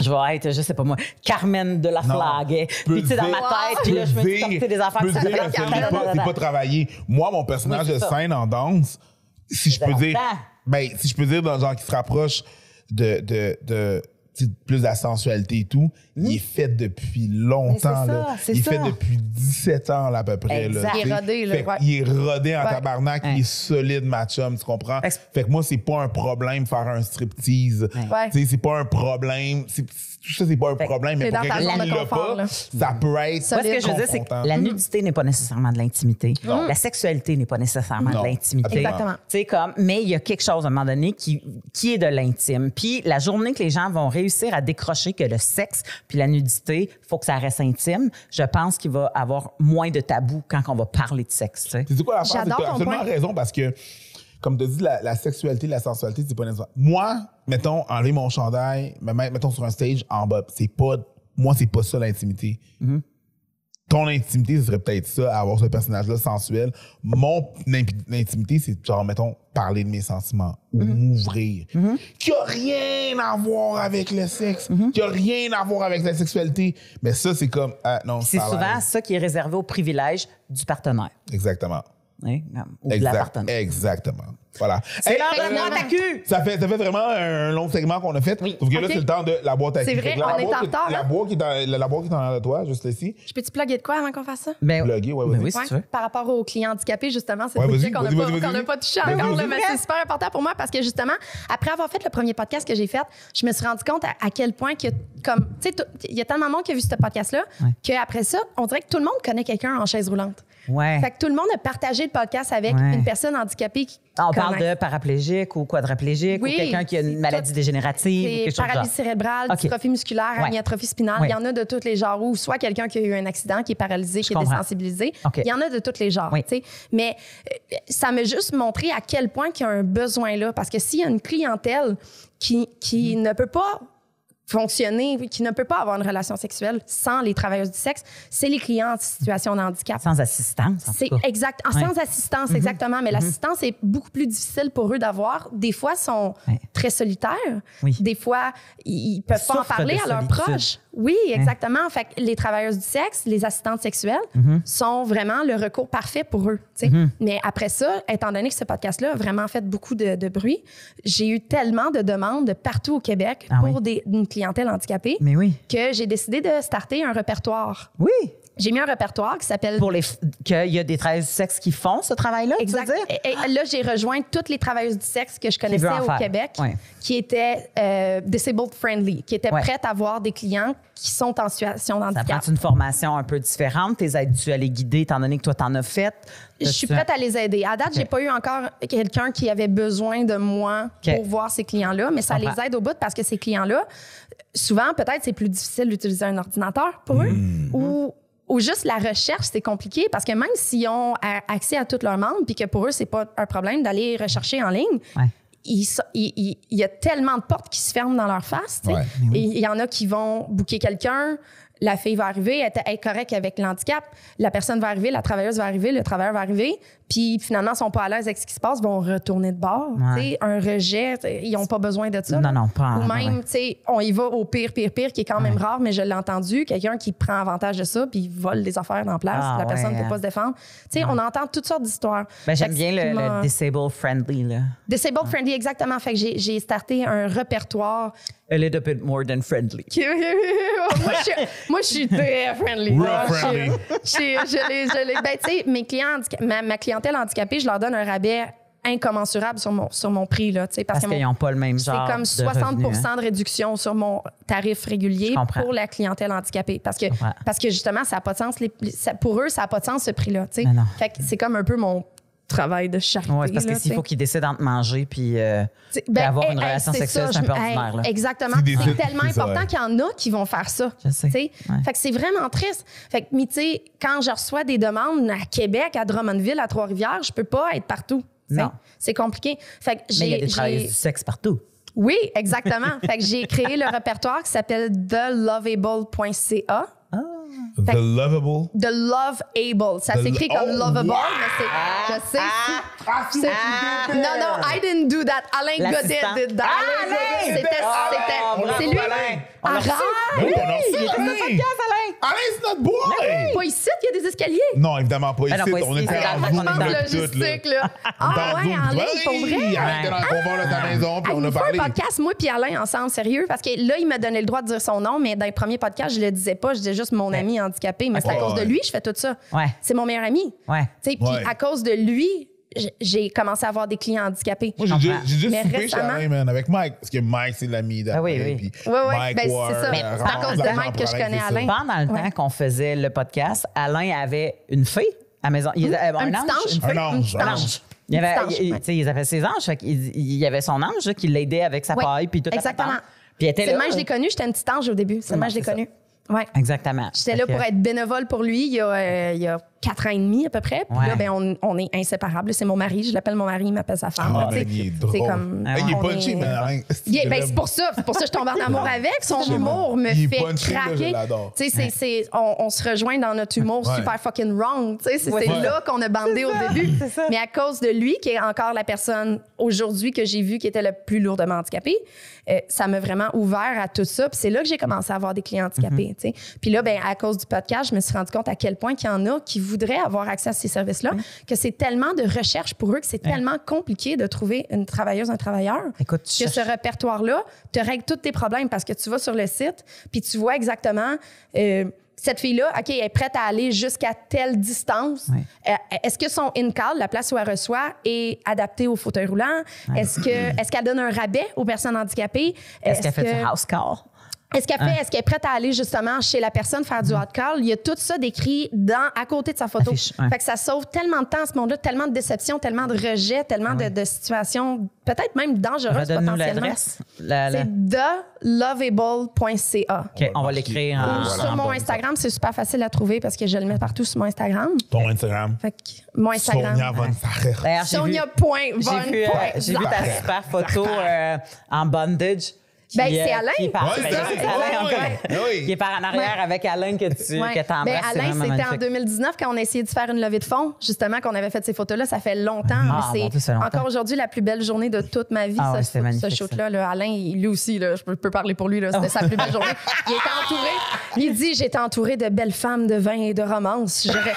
S2: je vais être, je sais pas moi, Carmen de la
S1: Non.
S2: Flague.
S1: Peux
S2: Puis tu sais, dans ma
S1: dire-
S2: tête, puis là, je me suis sorti des affaires.
S1: peux
S2: ça
S1: dire
S2: s'appelle
S1: que c'est
S2: Carmen
S1: pas,
S2: de
S1: c'est
S2: la-
S1: pas travaillé. Moi, mon personnage
S2: Oui,
S1: de
S2: c'est ça.
S1: scène en danse, si je peux
S2: J'adore.
S1: dire, ben, si je peux dire dans le genre qui se rapproche de, de, de tu sais, plus de la sensualité et tout, il est fait depuis longtemps.
S2: Mais c'est
S1: là.
S2: ça, c'est
S1: il est
S2: ça.
S1: fait depuis 17 ans là, à peu près. là,
S2: Exact.
S1: tu sais.
S3: Il est rodé, là,
S1: Fait que
S3: ouais.
S1: Il est rodé en
S3: Ouais.
S1: tabarnak,
S2: Ouais.
S1: il est solide, ma chum, tu comprends?
S2: Fait que-
S1: Fait que moi, c'est pas un problème faire un striptease.
S3: Ouais.
S1: Tu sais, C'est pas un problème. C'est- Tout ça, c'est pas un problème. Mais
S3: C'est
S1: pour
S3: dans ta
S1: quelqu'un
S3: zone
S1: qui
S3: de
S1: l'a
S3: confort,
S1: pas,
S3: là.
S1: ça peut être
S3: Ça,
S2: Moi, ce que je veux dire, c'est
S1: confrontant.
S2: que la nudité n'est pas nécessairement de l'intimité.
S1: Non.
S2: La sexualité n'est pas nécessairement
S1: Non,
S2: de l'intimité.
S1: absolument.
S3: Exactement.
S2: Tu sais, comme, mais il y a quelque chose à un moment donné qui, qui est de l'intime. Puis la journée que les gens vont réussir à décrocher que le sexe puis la nudité, faut que ça reste intime, je pense qu'il va avoir moins de tabou quand on va parler de sexe. tu sais.
S1: C'est quoi la phrase?
S3: J'adore
S1: T'as
S3: ton
S1: absolument
S3: point.
S1: raison parce que, comme tu dis, la, la sexualité, la sensualité, c'est pas nécessaire. Moi, mettons, enlever mon chandail, me mettre, mettons, sur un stage en bas, c'est pas. Moi, c'est pas ça l'intimité. Ton intimité, ce serait peut-être ça, avoir ce personnage-là sensuel. Mon imp- intimité, c'est genre, mettons, parler de mes sentiments ou
S3: Mm-hmm.
S1: m'ouvrir. Qui a rien à voir avec le sexe,
S3: Mm-hmm.
S1: qui a rien à voir avec la sexualité. Mais ça, c'est comme. ah, non,
S2: C'est
S1: ça a
S2: souvent
S1: l'air.
S2: ça qui est réservé au privilège du partenaire.
S1: Exactement.
S2: hein, ou de la
S1: Exact-
S2: partenaire.
S1: exactement. Voilà.
S2: C'est
S1: Hey,
S2: l'heure de
S1: euh,
S2: la boîte à cul!
S1: ça fait, ça fait vraiment un, un long segment qu'on a fait.
S2: Oui.
S1: Sauf que là,
S3: Ok.
S1: c'est le temps de la boîte à
S3: C'est
S1: cul.
S3: vrai,
S1: Fait que là,
S3: on
S1: la
S3: est
S1: boîte
S3: en
S1: qui-
S3: retard,
S1: La
S3: hein?
S1: boîte qui est dans, la, la boîte qui est en arrière de toi, juste ici.
S3: Je peux-tu plugger de quoi avant qu'on fasse ça?
S2: Ben,
S1: Plugger, Eh, ouais,
S2: ben
S1: vas-y.
S2: oui, si tu veux.
S3: Par rapport aux clients handicapés, justement, c'est
S1: Ouais,
S3: le
S1: vas-y,
S3: sujet qu'on n'a
S1: vas-y,
S3: pas,
S1: vas-y,
S3: qu'on n'a
S1: vas-y.
S3: pas touché
S1: Vas-y,
S3: encore, là,
S1: vas-y.
S3: mais c'est super important pour moi parce que justement, après avoir fait le premier podcast que j'ai fait, je me suis rendu compte à, à quel point que, comme, tu sais, tout- il y a tellement de monde qui a vu ce podcast-là
S2: Ouais.
S3: qu'après ça, on dirait que tout le monde connaît quelqu'un en chaise roulante.
S2: Ouais.
S3: Fait que tout le monde a partagé le podcast avec
S2: Ouais.
S3: une personne handicapée qui.
S2: Ah, on
S3: connaît.
S2: parle de paraplégique ou quadriplégique
S3: Oui,
S2: ou quelqu'un qui a
S3: c'est
S2: une maladie
S3: tout-
S2: dégénérative ou
S3: C'est
S2: quelque chose de genre.
S3: paralysie cérébrale,
S2: Ok.
S3: dystrophie musculaire,
S2: Ouais.
S3: amyotrophie spinale.
S2: Ouais.
S3: Il y en a de tous les genres. Ou soit quelqu'un qui a eu un accident, qui est paralysé, qui est
S2: comprends.
S3: désensibilisé.
S2: Ok.
S3: Il y en a de tous les genres.
S2: Oui.
S3: tu sais. Mais euh, ça m'a juste montré à quel point qu'il y a un besoin là. Parce que s'il y a une clientèle qui, qui
S2: Mm-hmm.
S3: ne peut pas fonctionner, qui ne peut pas avoir une relation sexuelle sans les travailleuses du sexe, c'est les clients en situation de handicap.
S2: Sans assistance, en
S3: C'est
S2: tout cas.
S3: exact. En
S2: Ouais. Mhm.
S3: sans assistance, exactement. Mais l'assistance est beaucoup plus difficile pour eux d'avoir. Des fois, ils sont
S2: Ouais.
S3: très solitaires.
S2: Oui.
S3: Des fois, ils ils peuvent pas en
S2: Souffrent de
S3: parler à leurs
S2: solitude. Hein.
S3: proches. Oui, exactement. Fait que les travailleuses du sexe, les assistantes sexuelles
S2: Mhm.
S3: sont vraiment le recours parfait pour eux. tu sais. Mais après ça, étant donné que ce podcast-là a vraiment fait beaucoup de, de bruit, j'ai eu tellement de demandes de partout au Québec
S2: Ah oui.
S3: pour des- une clientèle handicapée
S2: Mais oui.
S3: que j'ai décidé de starter un répertoire.
S2: Oui.
S3: J'ai mis un répertoire qui s'appelle
S2: Pour les. f- Qu'il y a des travailleurs du sexe qui font ce travail-là, tu veux
S3: Exact.
S2: dire?
S3: Et- et là, j'ai rejoint toutes les travailleuses du sexe que je connaissais
S2: veulent en
S3: au
S2: faire.
S3: Québec,
S2: Ouais.
S3: qui étaient euh, disabled friendly, qui étaient
S2: Ouais.
S3: prêtes à voir des clients qui sont en situation de
S2: Ça prend
S3: handicap.
S2: une formation un peu différente. T'es habitué à les guider, étant donné que toi, t'en as fait.
S3: Je suis prête à les aider. À date, j'ai pas eu encore quelqu'un qui avait besoin de moi
S2: OK.
S3: pour voir ces clients-là, mais ça
S2: Comprends.
S3: les aide au bout parce que ces clients-là, souvent, peut-être, c'est plus difficile d'utiliser un ordinateur pour eux ou. Ou juste la recherche, c'est compliqué parce que même s'ils ont a- accès à tous leurs membres, puis que pour eux, c'est pas un problème d'aller rechercher en ligne,
S2: Ouais.
S3: il, so- il- il- il y a tellement de portes qui se ferment dans leur face. tu sais.
S1: Ouais.
S2: Mais oui.
S3: Et il y en a qui vont booker quelqu'un, la fille va arriver, elle est- elle est correcte avec l'handicap, la personne va arriver, la travailleuse va arriver, le travailleur va arriver, puis finalement, ils sont pas à l'aise avec ce qui se passe, vont retourner de bord.
S2: Ouais.
S3: tu sais, Un rejet, tu sais, ils n'ont pas besoin de ça.
S2: Non, non, pas.
S3: Ou
S2: ouais.
S3: même, tu sais, on y va au pire, pire, pire, qui est quand même rare, mais je l'ai entendu, quelqu'un qui prend avantage de ça, puis il vole des affaires dans la place,
S2: Ah,
S3: la personne ne
S2: ouais,
S3: peut pas
S2: hein.
S3: se défendre. Tu sais, on entend toutes sortes d'histoires.
S2: Ben,
S3: Fait
S2: J'aime
S3: que
S2: bien
S3: ce qui
S2: le, le
S3: m'a-
S2: disable friendly. Là.
S3: Disabled friendly, exactement. Fait que j'ai- j'ai starté un répertoire.
S2: A little bit more than friendly.
S3: qui- moi, je suis, moi, je suis très friendly.
S1: Real
S3: là. Je-
S1: friendly.
S3: Je, je les- je les- ben, tu sais, mes clients, handica- ma, ma clientèle handicapée, je leur donne un rabais incommensurable sur mon, sur mon prix, là, tu sais, parce,
S2: Parce
S3: que mon-
S2: qu'ils n'ont pas le même
S3: c'est
S2: genre.
S3: comme
S2: de
S3: 60
S2: revenus, hein.
S3: de réduction sur mon tarif régulier
S2: Je comprends.
S3: pour la clientèle handicapée. Parce que,
S2: comprends.
S3: parce que justement, ça n'a pas de sens. les- ça- pour eux, ça n'a pas de sens ce prix-là. tu sais.
S2: Mais non.
S3: Fait que c'est comme un peu mon travail de charité.
S2: Ouais, c'est parce
S3: là,
S2: que s'il
S3: tu
S2: faut
S3: sais.
S2: qu'ils décident entre manger puis euh,
S3: C'est-
S2: puis avoir
S3: hey,
S2: une
S3: hey,
S2: relation
S3: ben, eh, c'est
S2: sexuelle,
S3: ça,
S2: c'est un peu
S3: je- hey,
S2: ordinaire. là.
S3: Exactement.
S1: C'est des
S3: C'est
S1: sites,
S3: tellement
S1: c'est ça,
S3: important
S1: ouais.
S3: qu'il y en a qui vont faire ça.
S2: Je sais,
S3: tu sais.
S2: ouais.
S3: Fait que c'est vraiment triste. Fait que, mais tu sais, quand je reçois des demandes à Québec, à Drummondville, à Trois-Rivières, je peux pas être partout. tu sais.
S2: Non.
S3: C'est compliqué. Fait que
S2: mais il y a
S3: j'ai-
S2: des travailleurs
S3: j'ai.
S2: du sexe partout.
S3: Oui, exactement. fait que j'ai créé le répertoire qui s'appelle thelovable.ca.
S1: The lovable.
S3: The Love Able. Ça
S1: The
S3: s'écrit
S1: lo-
S3: comme
S1: Oh,
S3: Lovable,
S1: wow!
S3: mais c'est. Je sais.
S1: Ah,
S3: c'est- non, non, I didn't do that. Alain Godet
S2: L'assistant.
S3: did that.
S2: Ah, Alain!
S3: C'était.
S2: Ah,
S3: c'était-
S2: bravo,
S3: C'est lui.
S1: Alain.
S2: On l'a
S3: Arrête!
S2: reçu.
S1: Ben oui, on l'a reçu,
S2: Il est dans
S1: Alain.
S2: notre podcast, Alain.
S1: Alain, c'est notre boy!
S3: Pas ici, il y a des escaliers.
S1: Non, évidemment pas
S2: Ben non,
S1: ici.
S2: pas
S1: on
S2: ici,
S1: était
S2: c'est
S1: en
S2: la
S1: Zoom,
S3: pense
S2: conférence
S1: là, Ah, tout, là.
S3: logistique, là. Ah
S1: Dans
S3: ouais,
S1: Zoom,
S3: Alain,
S1: ben
S3: pour vrai. Ah!
S1: oui, Alain était dans le confort de ta maison, puis
S3: Hey,
S1: on a
S3: il faut
S1: parlé.
S3: un podcast, moi puis Alain, ensemble, sérieux, parce que là, il m'a donné le droit de dire son nom, mais dans les premiers podcasts, je le disais pas, je disais juste mon ami handicapé, mais c'est à
S1: Ouais,
S3: cause de
S1: ouais.
S3: lui, je fais tout ça.
S2: Ouais.
S3: C'est mon meilleur ami.
S2: Ouais.
S3: Tu sais, Puis
S1: Ouais.
S3: à cause de lui, j- j'ai commencé à avoir des clients handicapés.
S1: Moi, j'ai déjà, j'ai déjà
S3: Mais
S1: soupé chez
S3: récemment-
S1: Alain, man, avec Mike, parce que Mike, c'est l'ami d'Alain.
S2: Ah oui, oui.
S1: puis
S3: Ouais, ouais,
S1: Mike
S3: ben, c'est
S1: Ward,
S3: ça. Mais
S1: euh,
S3: c'est à cause de
S1: remplaçant
S3: Mike que je
S1: pour
S3: connais
S1: c'est ça.
S3: Alain.
S2: Pendant le
S3: Ouais.
S2: temps qu'on faisait le podcast, Alain avait une fille à la maison. Il avait
S3: Euh, Un petit ange.
S2: une fille.
S1: Un ange,
S3: Un
S1: un
S3: petit ange.
S2: Il, avait,
S3: Un petit ange,
S2: il- il-
S3: ouais.
S2: tu sais, ils avaient ses anges. Fait qu'il- il, y avait son ange là, qui l'aidait avec sa
S3: Ouais,
S2: paille. Puis tout la
S3: exactement.
S2: patente. Puis elle était
S3: Seulement,
S2: là.
S3: je l'ai connu, j'étais une petite ange au début. Seulement,
S2: Ouais,
S3: je l'ai
S2: c'est ça.
S3: connu. Ouais.
S2: Exactement.
S3: J'étais
S2: Fait
S3: là
S2: que-
S3: pour être bénévole pour lui il y a, euh, il y a quatre ans et demi à peu près. Puis
S2: Ouais.
S3: là, ben, on, on est inséparables. C'est mon mari, je l'appelle mon mari, il m'appelle sa femme.
S1: Ah,
S3: Tu sais,
S1: ben, il est
S3: c'est
S1: drôle.
S3: comme-
S1: Hey, Il est
S3: Ah, on
S1: punchy,
S3: est-
S1: mais Alain.
S3: Il est-
S1: je
S3: ben,
S1: l'aime.
S3: c'est pour ça, c'est pour ça que je tombe en amour avec. Son
S1: J'aime.
S3: humour me
S1: Il est
S3: fait
S1: punchy, là, je
S3: craquer.
S1: l'adore.
S3: Tu sais, c'est- c'est- on, on se rejoint dans notre humour
S1: Ouais.
S3: super fucking wrong. Tu sais, c'est
S2: Ouais.
S3: c'est
S2: Ouais.
S3: là qu'on a bandé au début.
S2: c'est ça.
S3: Mais à cause de lui, qui est encore la personne aujourd'hui que j'ai vue qui était le plus lourdement handicapée, euh, ça m'a vraiment ouvert à tout ça. Puis c'est là que j'ai commencé à avoir des clients handicapés.
S2: Mm-hmm.
S3: tu sais. Puis là, ben, à cause du podcast, je me suis rendu compte à quel point qu'il y en a qui voudraient avoir accès à ces services-là,
S2: Mm-hmm.
S3: que c'est tellement de recherche pour eux que c'est tellement compliqué de trouver une travailleuse, un travailleur
S2: Écoute, tu
S3: que
S2: cherches-
S3: ce répertoire-là te règle tous tes problèmes parce que tu vas sur le site puis tu vois exactement euh, cette fille-là, OK, elle est prête à aller jusqu'à telle distance.
S2: Ouais.
S3: Euh, est-ce que son in-call, la place où elle reçoit, est adaptée au fauteuil roulant? Est-ce, que, est-ce qu'elle donne un rabais aux personnes handicapées?
S2: Est-ce qu'elle fait
S3: que-
S2: du house call?
S3: est-ce qu'elle fait, est-ce qu'elle est prête à aller justement chez la personne faire du hot call? Il y a tout ça décrit dans, à côté de sa photo.
S2: Mm. Affiche, ouais.
S3: Fait que ça sauve tellement de temps, ce monde-là, tellement de déceptions, tellement de rejets, tellement de- de, situations peut-être même dangereuses
S2: Redonne-nous
S3: potentiellement.
S2: l'adresse. La- la-
S3: C'est thelovable.ca.
S2: OK, on va l'écrire en-
S1: Ou
S2: en-
S1: Voilà.
S3: Sur
S2: en
S3: mon
S2: bon.
S3: Instagram, c'est super facile à trouver parce que je le mets partout sur mon Instagram.
S1: Ton Instagram.
S3: Fait que mon Instagram.
S1: Sonia Von Sacher.
S2: D'ailleurs, j'ai vu-
S3: Sonia point
S2: J'ai
S3: von
S2: vu, euh,
S3: point
S2: j'ai vu ta super photo euh, en bondage. qui,
S3: Ben, c'est
S2: euh,
S3: Alain.
S2: Qui est par,
S1: Ouais,
S2: ben,
S1: c'est
S2: je sais,
S1: Alain.
S2: Alain, on
S1: Ouais,
S2: connaît.
S1: ouais.
S2: Qui est par en arrière avec Alain que tu
S3: Ouais.
S2: que t'embrasses.
S3: Ben,
S2: c'est
S3: Alain,
S2: vraiment
S3: c'était en
S2: magnifique.
S3: 2019 quand on a essayé de faire une levée de fonds, justement, qu'on avait fait ces photos-là. Ça fait longtemps.
S2: Ah,
S3: mais
S2: mon Dieu,
S3: c'est
S2: ça fait longtemps.
S3: encore aujourd'hui la plus belle journée de toute ma vie,
S2: Ah
S3: ça,
S2: ouais,
S3: ce,
S2: c'était magnifique,
S3: ce shoot-là. là. Alain, il- lui aussi, là, je peux, peux parler pour lui, là, c'était sa plus belle journée. Il était entouré. Il dit J'étais entouré de belles femmes, de vin et de romance. J'aurais-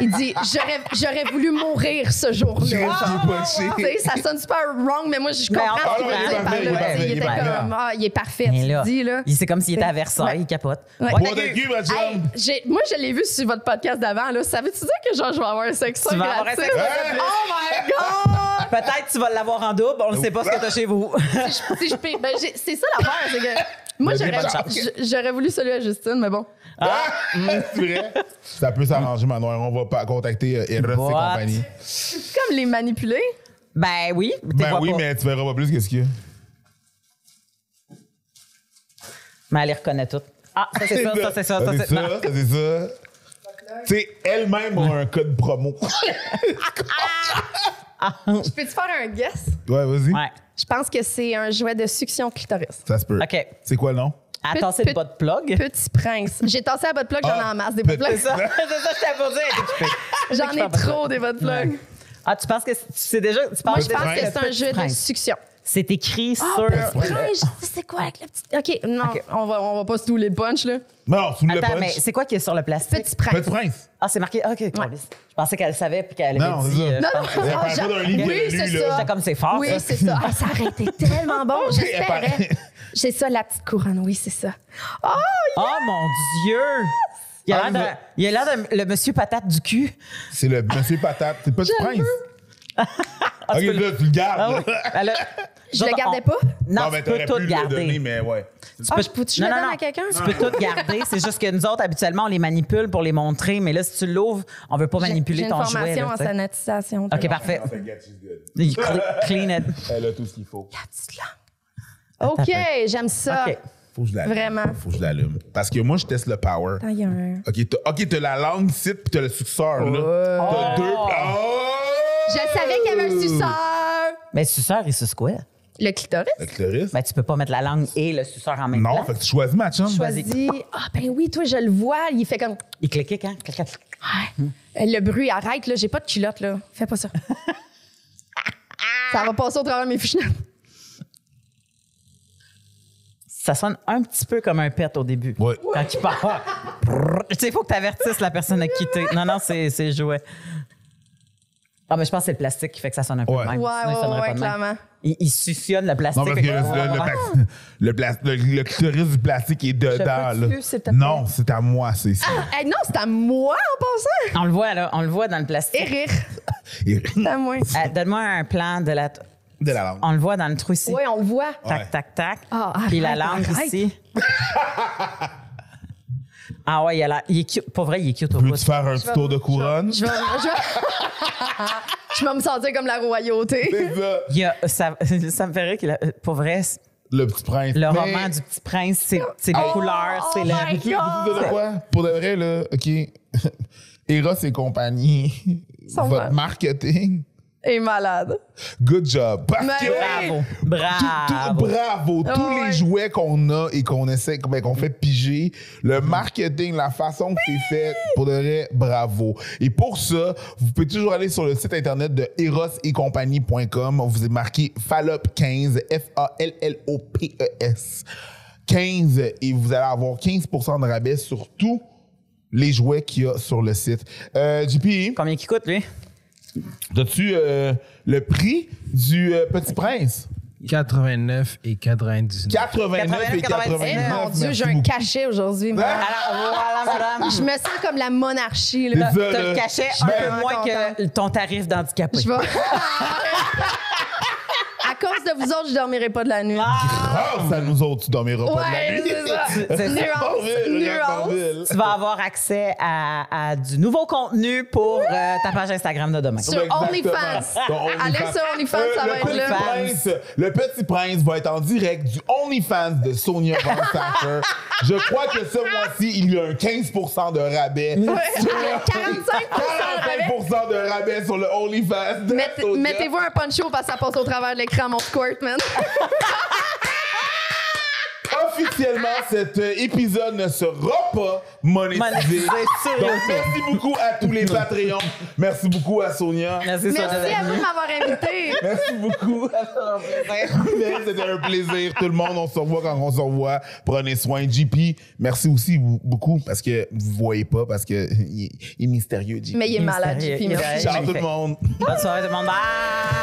S3: il dit J'aurais- J'aurais voulu mourir ce
S1: J'ai
S3: jour-là.
S1: qui est
S3: Tu
S1: punché.
S3: sais, ça sonne super wrong, mais moi, je
S2: Mais
S3: comprends
S2: on
S3: ce qu'il
S1: comprend.
S3: veut dire par
S1: Il est
S3: là.
S1: parfait,
S3: Tu sais,
S1: il
S3: Il
S1: est
S3: était
S1: parfait.
S3: comme, ah, il est parfait,
S2: Mais
S3: tu
S2: là,
S3: dis, là.
S2: il- C'est comme s'il était à
S3: Ouais.
S2: Versailles, il capote.
S3: Ouais.
S1: Bois de cul, ma
S3: Hey,
S1: chum.
S3: j'ai- moi, je l'ai vu sur votre podcast d'avant. Là. Ça veut-tu dire que genre, je vais avoir un sexe
S2: Tu vas avoir un
S3: gratuit?
S2: sexe
S1: gratuit.
S3: Oh my God!
S2: Peut-être tu vas l'avoir en double, on ne sait pas ce que t'as chez vous.
S3: Si je- si je paye- ben, j'ai- c'est ça l'affaire. C'est que moi,
S1: Mais
S3: j'aurais,
S1: bonne chance.
S3: j- j'aurais voulu celui à Justine, mais bon.
S1: C'est vrai. Ça peut s'arranger, Manoir. On va pas contacter euh, Eros et
S2: What?
S1: compagnie.
S3: C'est comme les manipuler.
S2: Ben oui, t'es
S1: Ben
S2: vois
S1: oui,
S2: pas. Mais...
S1: mais tu verras pas plus que ce qu'il y a.
S2: elle les reconnaît toutes. Ah, ça c'est ça, ça c'est ça,
S1: Ça,
S2: ça
S1: c'est ça,
S2: non.
S1: ça, c'est ça. Tu sais, elle-même a un code promo.
S3: Je peux-tu faire un guess?
S1: Ouais, vas-y.
S2: Ouais.
S3: Je pense que c'est un jouet de succion clitoris.
S1: Ça se peut.
S2: OK.
S1: C'est quoi le nom?
S2: Attends, c'est
S3: Pe-
S2: le bas de plug.
S3: Petit prince. J'ai tassé à votre plug, j'en ai
S1: Ah,
S3: en masse des
S1: petit-
S3: bottes plugs.
S2: C'est ça, c'est ça, je t'ai pas dit. elle est occupée.
S3: J'en
S2: Je sais
S3: ai
S2: pas
S3: trop
S2: pourquoi.
S3: des bottes plugs.
S2: Ouais. Ah, tu penses que c'est- tu sais déjà. Tu
S3: Moi,
S2: penses
S3: je pense que
S2: déjà
S3: c'est un jeu de
S2: Prince.
S3: succion.
S2: C'est écrit sur.
S3: Ah, Prince, c'est quoi avec le petit. OK, non, On, va, on va pas se douler le punch, là.
S1: Non, sous le
S2: Attends,
S1: punch.
S2: mais c'est quoi qui est sur le plastique?
S3: Petit prince.
S1: Petit prince.
S2: Ah, c'est marqué. OK, câlisse. Je pensais qu'elle savait puis qu'elle
S1: Non,
S2: avait
S1: c'est
S2: dit.
S1: ça.
S2: euh,
S3: Non,
S2: je
S3: non,
S2: pense que-
S1: Elle
S3: non,
S1: parle
S3: j'a-
S1: Ah. pas d'un livre
S3: Oui,
S1: de lui,
S3: c'est
S1: là.
S3: ça.
S2: J'étais comme c'est fort.
S3: Oui,
S2: ça.
S3: c'est ça. Ah, ça aurait été tellement bon.
S1: apparaît.
S3: J'espérais. J'ai ça, la petite couronne. Oui, c'est ça. Oh,
S2: Oh mon Dieu! Il a
S1: Ah,
S2: l'air
S1: mais-
S2: de- il a l'air de le monsieur patate du cul.
S1: C'est le monsieur patate. C'est Petit
S3: Je
S1: prince.
S3: veux.
S1: Ok,
S2: Ah, tu peux
S1: là, tu le
S2: Ah
S1: gardes.
S2: oui.
S1: là.
S2: Elle a-
S3: je le
S2: Donc,
S3: gardais
S2: on-
S3: pas.
S2: Non,
S1: mais
S2: tu peux tout
S1: pu le
S2: garder.
S1: donner, mais ouais.
S3: Ah,
S2: peux-
S3: je peux-tu le
S2: Non, non,
S3: donner
S2: non.
S3: à quelqu'un?
S2: Tu peux tout garder. C'est juste que nous autres, habituellement, on les manipule pour les montrer. Mais là, si tu l'ouvres, on veut pas
S3: J'ai-
S2: manipuler
S3: j'ai
S2: ton
S3: une
S2: jouet.
S3: formation
S2: là, tu
S3: en
S2: sais.
S3: sanitisation.
S2: OK, parfait.
S1: Non, t'inquiète, she's good.
S2: You cl- Clean it.
S1: Elle a tout ce qu'il faut.
S3: La petite langue. OK, j'aime ça.
S2: OK.
S1: Faut que je l'allume.
S3: Vraiment.
S1: Faut que je l'allume. Parce que moi, je teste le power.
S3: Attends, il y a un-
S1: Ok, t'as ok, t'as la langue ici, puis t'as le suceur, là. T'as deux. Oh!
S3: Je savais qu'il y avait un suceur.
S2: Mais suceur et suce quoi?
S3: Le clitoris?
S1: Le clitoris?
S2: Ben, tu peux pas mettre la langue et le suceur en même
S1: non,
S2: temps.
S1: fait que tu choisis ma chum.
S3: Choisis. Ah, ben oui, toi, je le vois. Il fait comme.
S2: Il hein, cliquait quand? Cliquait.
S3: Hey, Le bruit, arrête, là. J'ai pas de culotte, là. Fais pas ça. ça va passer au travers de mes fichettes.
S2: Ça sonne un petit peu comme un pet au début.
S1: Ouais.
S2: Quand il part. Brrr. tu sais, il faut que tu avertisses la personne à quitter. Non, non, c'est c'est le jouet. Ah, mais je pense que c'est le plastique qui fait que ça sonne un peu
S1: Ouais.
S2: de même.
S3: Ouais,
S2: Sinon, il
S3: ouais,
S2: sonnerait
S3: ouais,
S2: pas de même.
S3: clairement.
S2: Il, il succionne le plastique.
S1: Non, parce que le,
S2: Fait que-
S1: le- le pla- le pla- le- le clitoris du plastique est dedans.
S2: peux-tu,
S1: là.
S2: s'il te plaît? Ah!
S1: Non, c'est à moi, c'est ça.
S3: Hey, non, c'est à moi en passant.
S2: On le voit, là. On le voit dans le
S3: Et
S2: plastique.
S3: rire.
S1: Et-
S3: C'est à moi.
S2: Euh, Donne-moi un plan de la.
S1: De la langue.
S2: On le voit dans le trou ici.
S3: Oui, on le voit.
S2: Tac,
S1: Ouais.
S2: tac, tac.
S3: Ah,
S2: Puis la
S3: arrête,
S2: langue
S3: arrête.
S2: ici. ah ouais, il, a l'air- il est cute. Pour vrai, il est cute au bout.
S1: Veux-tu faire un petit tour de couronne?
S3: Je vais, je vais- je vais me sentir comme la royauté.
S1: C'est ça,
S2: Il y a- ça, ça me fait rire qu'il a- Pour vrai, c'est-
S1: le petit prince.
S2: le
S1: Mais-
S2: roman du Petit Prince, c'est c'est les
S1: Ben, Oh,
S2: couleurs, c'est
S3: oh
S2: le...
S3: my
S1: Tu sais, vous dites de quoi? Pour de vrai, là, OK. Eros et compagnie,
S3: Sont
S1: votre
S3: mal.
S1: marketing,
S3: Et malade.
S1: good job. Parce
S3: Mais
S1: que-
S3: oui.
S2: Bravo,
S1: Tout- tout-
S2: bravo.
S1: bravo. Tous
S3: ouais.
S1: les jouets qu'on a et qu'on essaie, ben, qu'on fait piger, le marketing, la façon que c'est fait, pour de vrai, bravo. Et pour ça, vous pouvez toujours aller sur le site internet de erosetcompagnie.com. Vous marquez Fallop 15, F-A-L-L-O-P-E-S 15, E et vous allez avoir 15% de rabais sur tous les jouets qu'il y a sur le site. Euh, JP,
S2: Combien qu'il coûte, lui?
S1: as-tu euh, le prix du euh, Petit Prince?
S4: 89 et 99.
S1: 89 et
S2: 89.
S3: Eh
S1: 89.
S3: mon Dieu,
S1: merci
S3: j'ai un
S1: beaucoup. Hein?
S3: cachet aujourd'hui. moi.
S2: Alors, voilà, madame.
S3: Je me sens comme la monarchie.
S1: Les
S3: Là.
S1: hommes.
S2: T'as le
S1: euh,
S2: cachet
S1: je
S2: un
S1: vais-
S2: peu moins que ton tarif d'handicapé.
S3: Je vais... à cause de vous autres, je dormirai pas de la nuit.
S1: Ah! Grâce à nous autres, tu dormiras pas de la
S3: Ouais,
S1: nuit.
S3: c'est ça.
S2: C'est-
S3: Nuance, nuance.
S2: Tu vas avoir accès à, à du nouveau contenu pour euh, ta page Instagram de demain.
S3: Sur OnlyFans. Allez sur
S1: Euh,
S3: OnlyFans, ça va être
S2: là.
S1: le Petit Prince va être en direct du OnlyFans de Sonia Van Saffer. Je crois que ce mois-ci, il y a un 15 de rabais. sur-
S3: 45 rabais.
S1: 45 de rabais sur le OnlyFans. de
S3: Mettez-
S1: Sonia.
S3: Mettez-vous un poncho parce que ça passe au travers de l'écran, mon squirt, man.
S1: Officiellement,
S3: Ah!
S1: cet euh, épisode ne sera pas monétisé.
S2: Monétisé sur
S1: Donc,
S2: YouTube.
S1: merci beaucoup à tous les Patreons. Merci beaucoup à Sonia.
S2: Merci, Sonia
S3: Merci à
S2: Denis.
S3: vous de m'avoir invité.
S1: Merci beaucoup. C'était un plaisir, tout le monde. On se revoit quand on se revoit. Prenez soin. JP, merci aussi bou- beaucoup parce que vous voyez pas, parce que il est, il est mystérieux, JP.
S3: Mais il est malade,
S2: Mystérieux.
S3: JP.
S2: Il est
S3: Merci.
S2: malade.
S1: Ciao tout le
S2: Magnifique.
S1: monde.
S2: Bonne soirée tout le monde. Bye!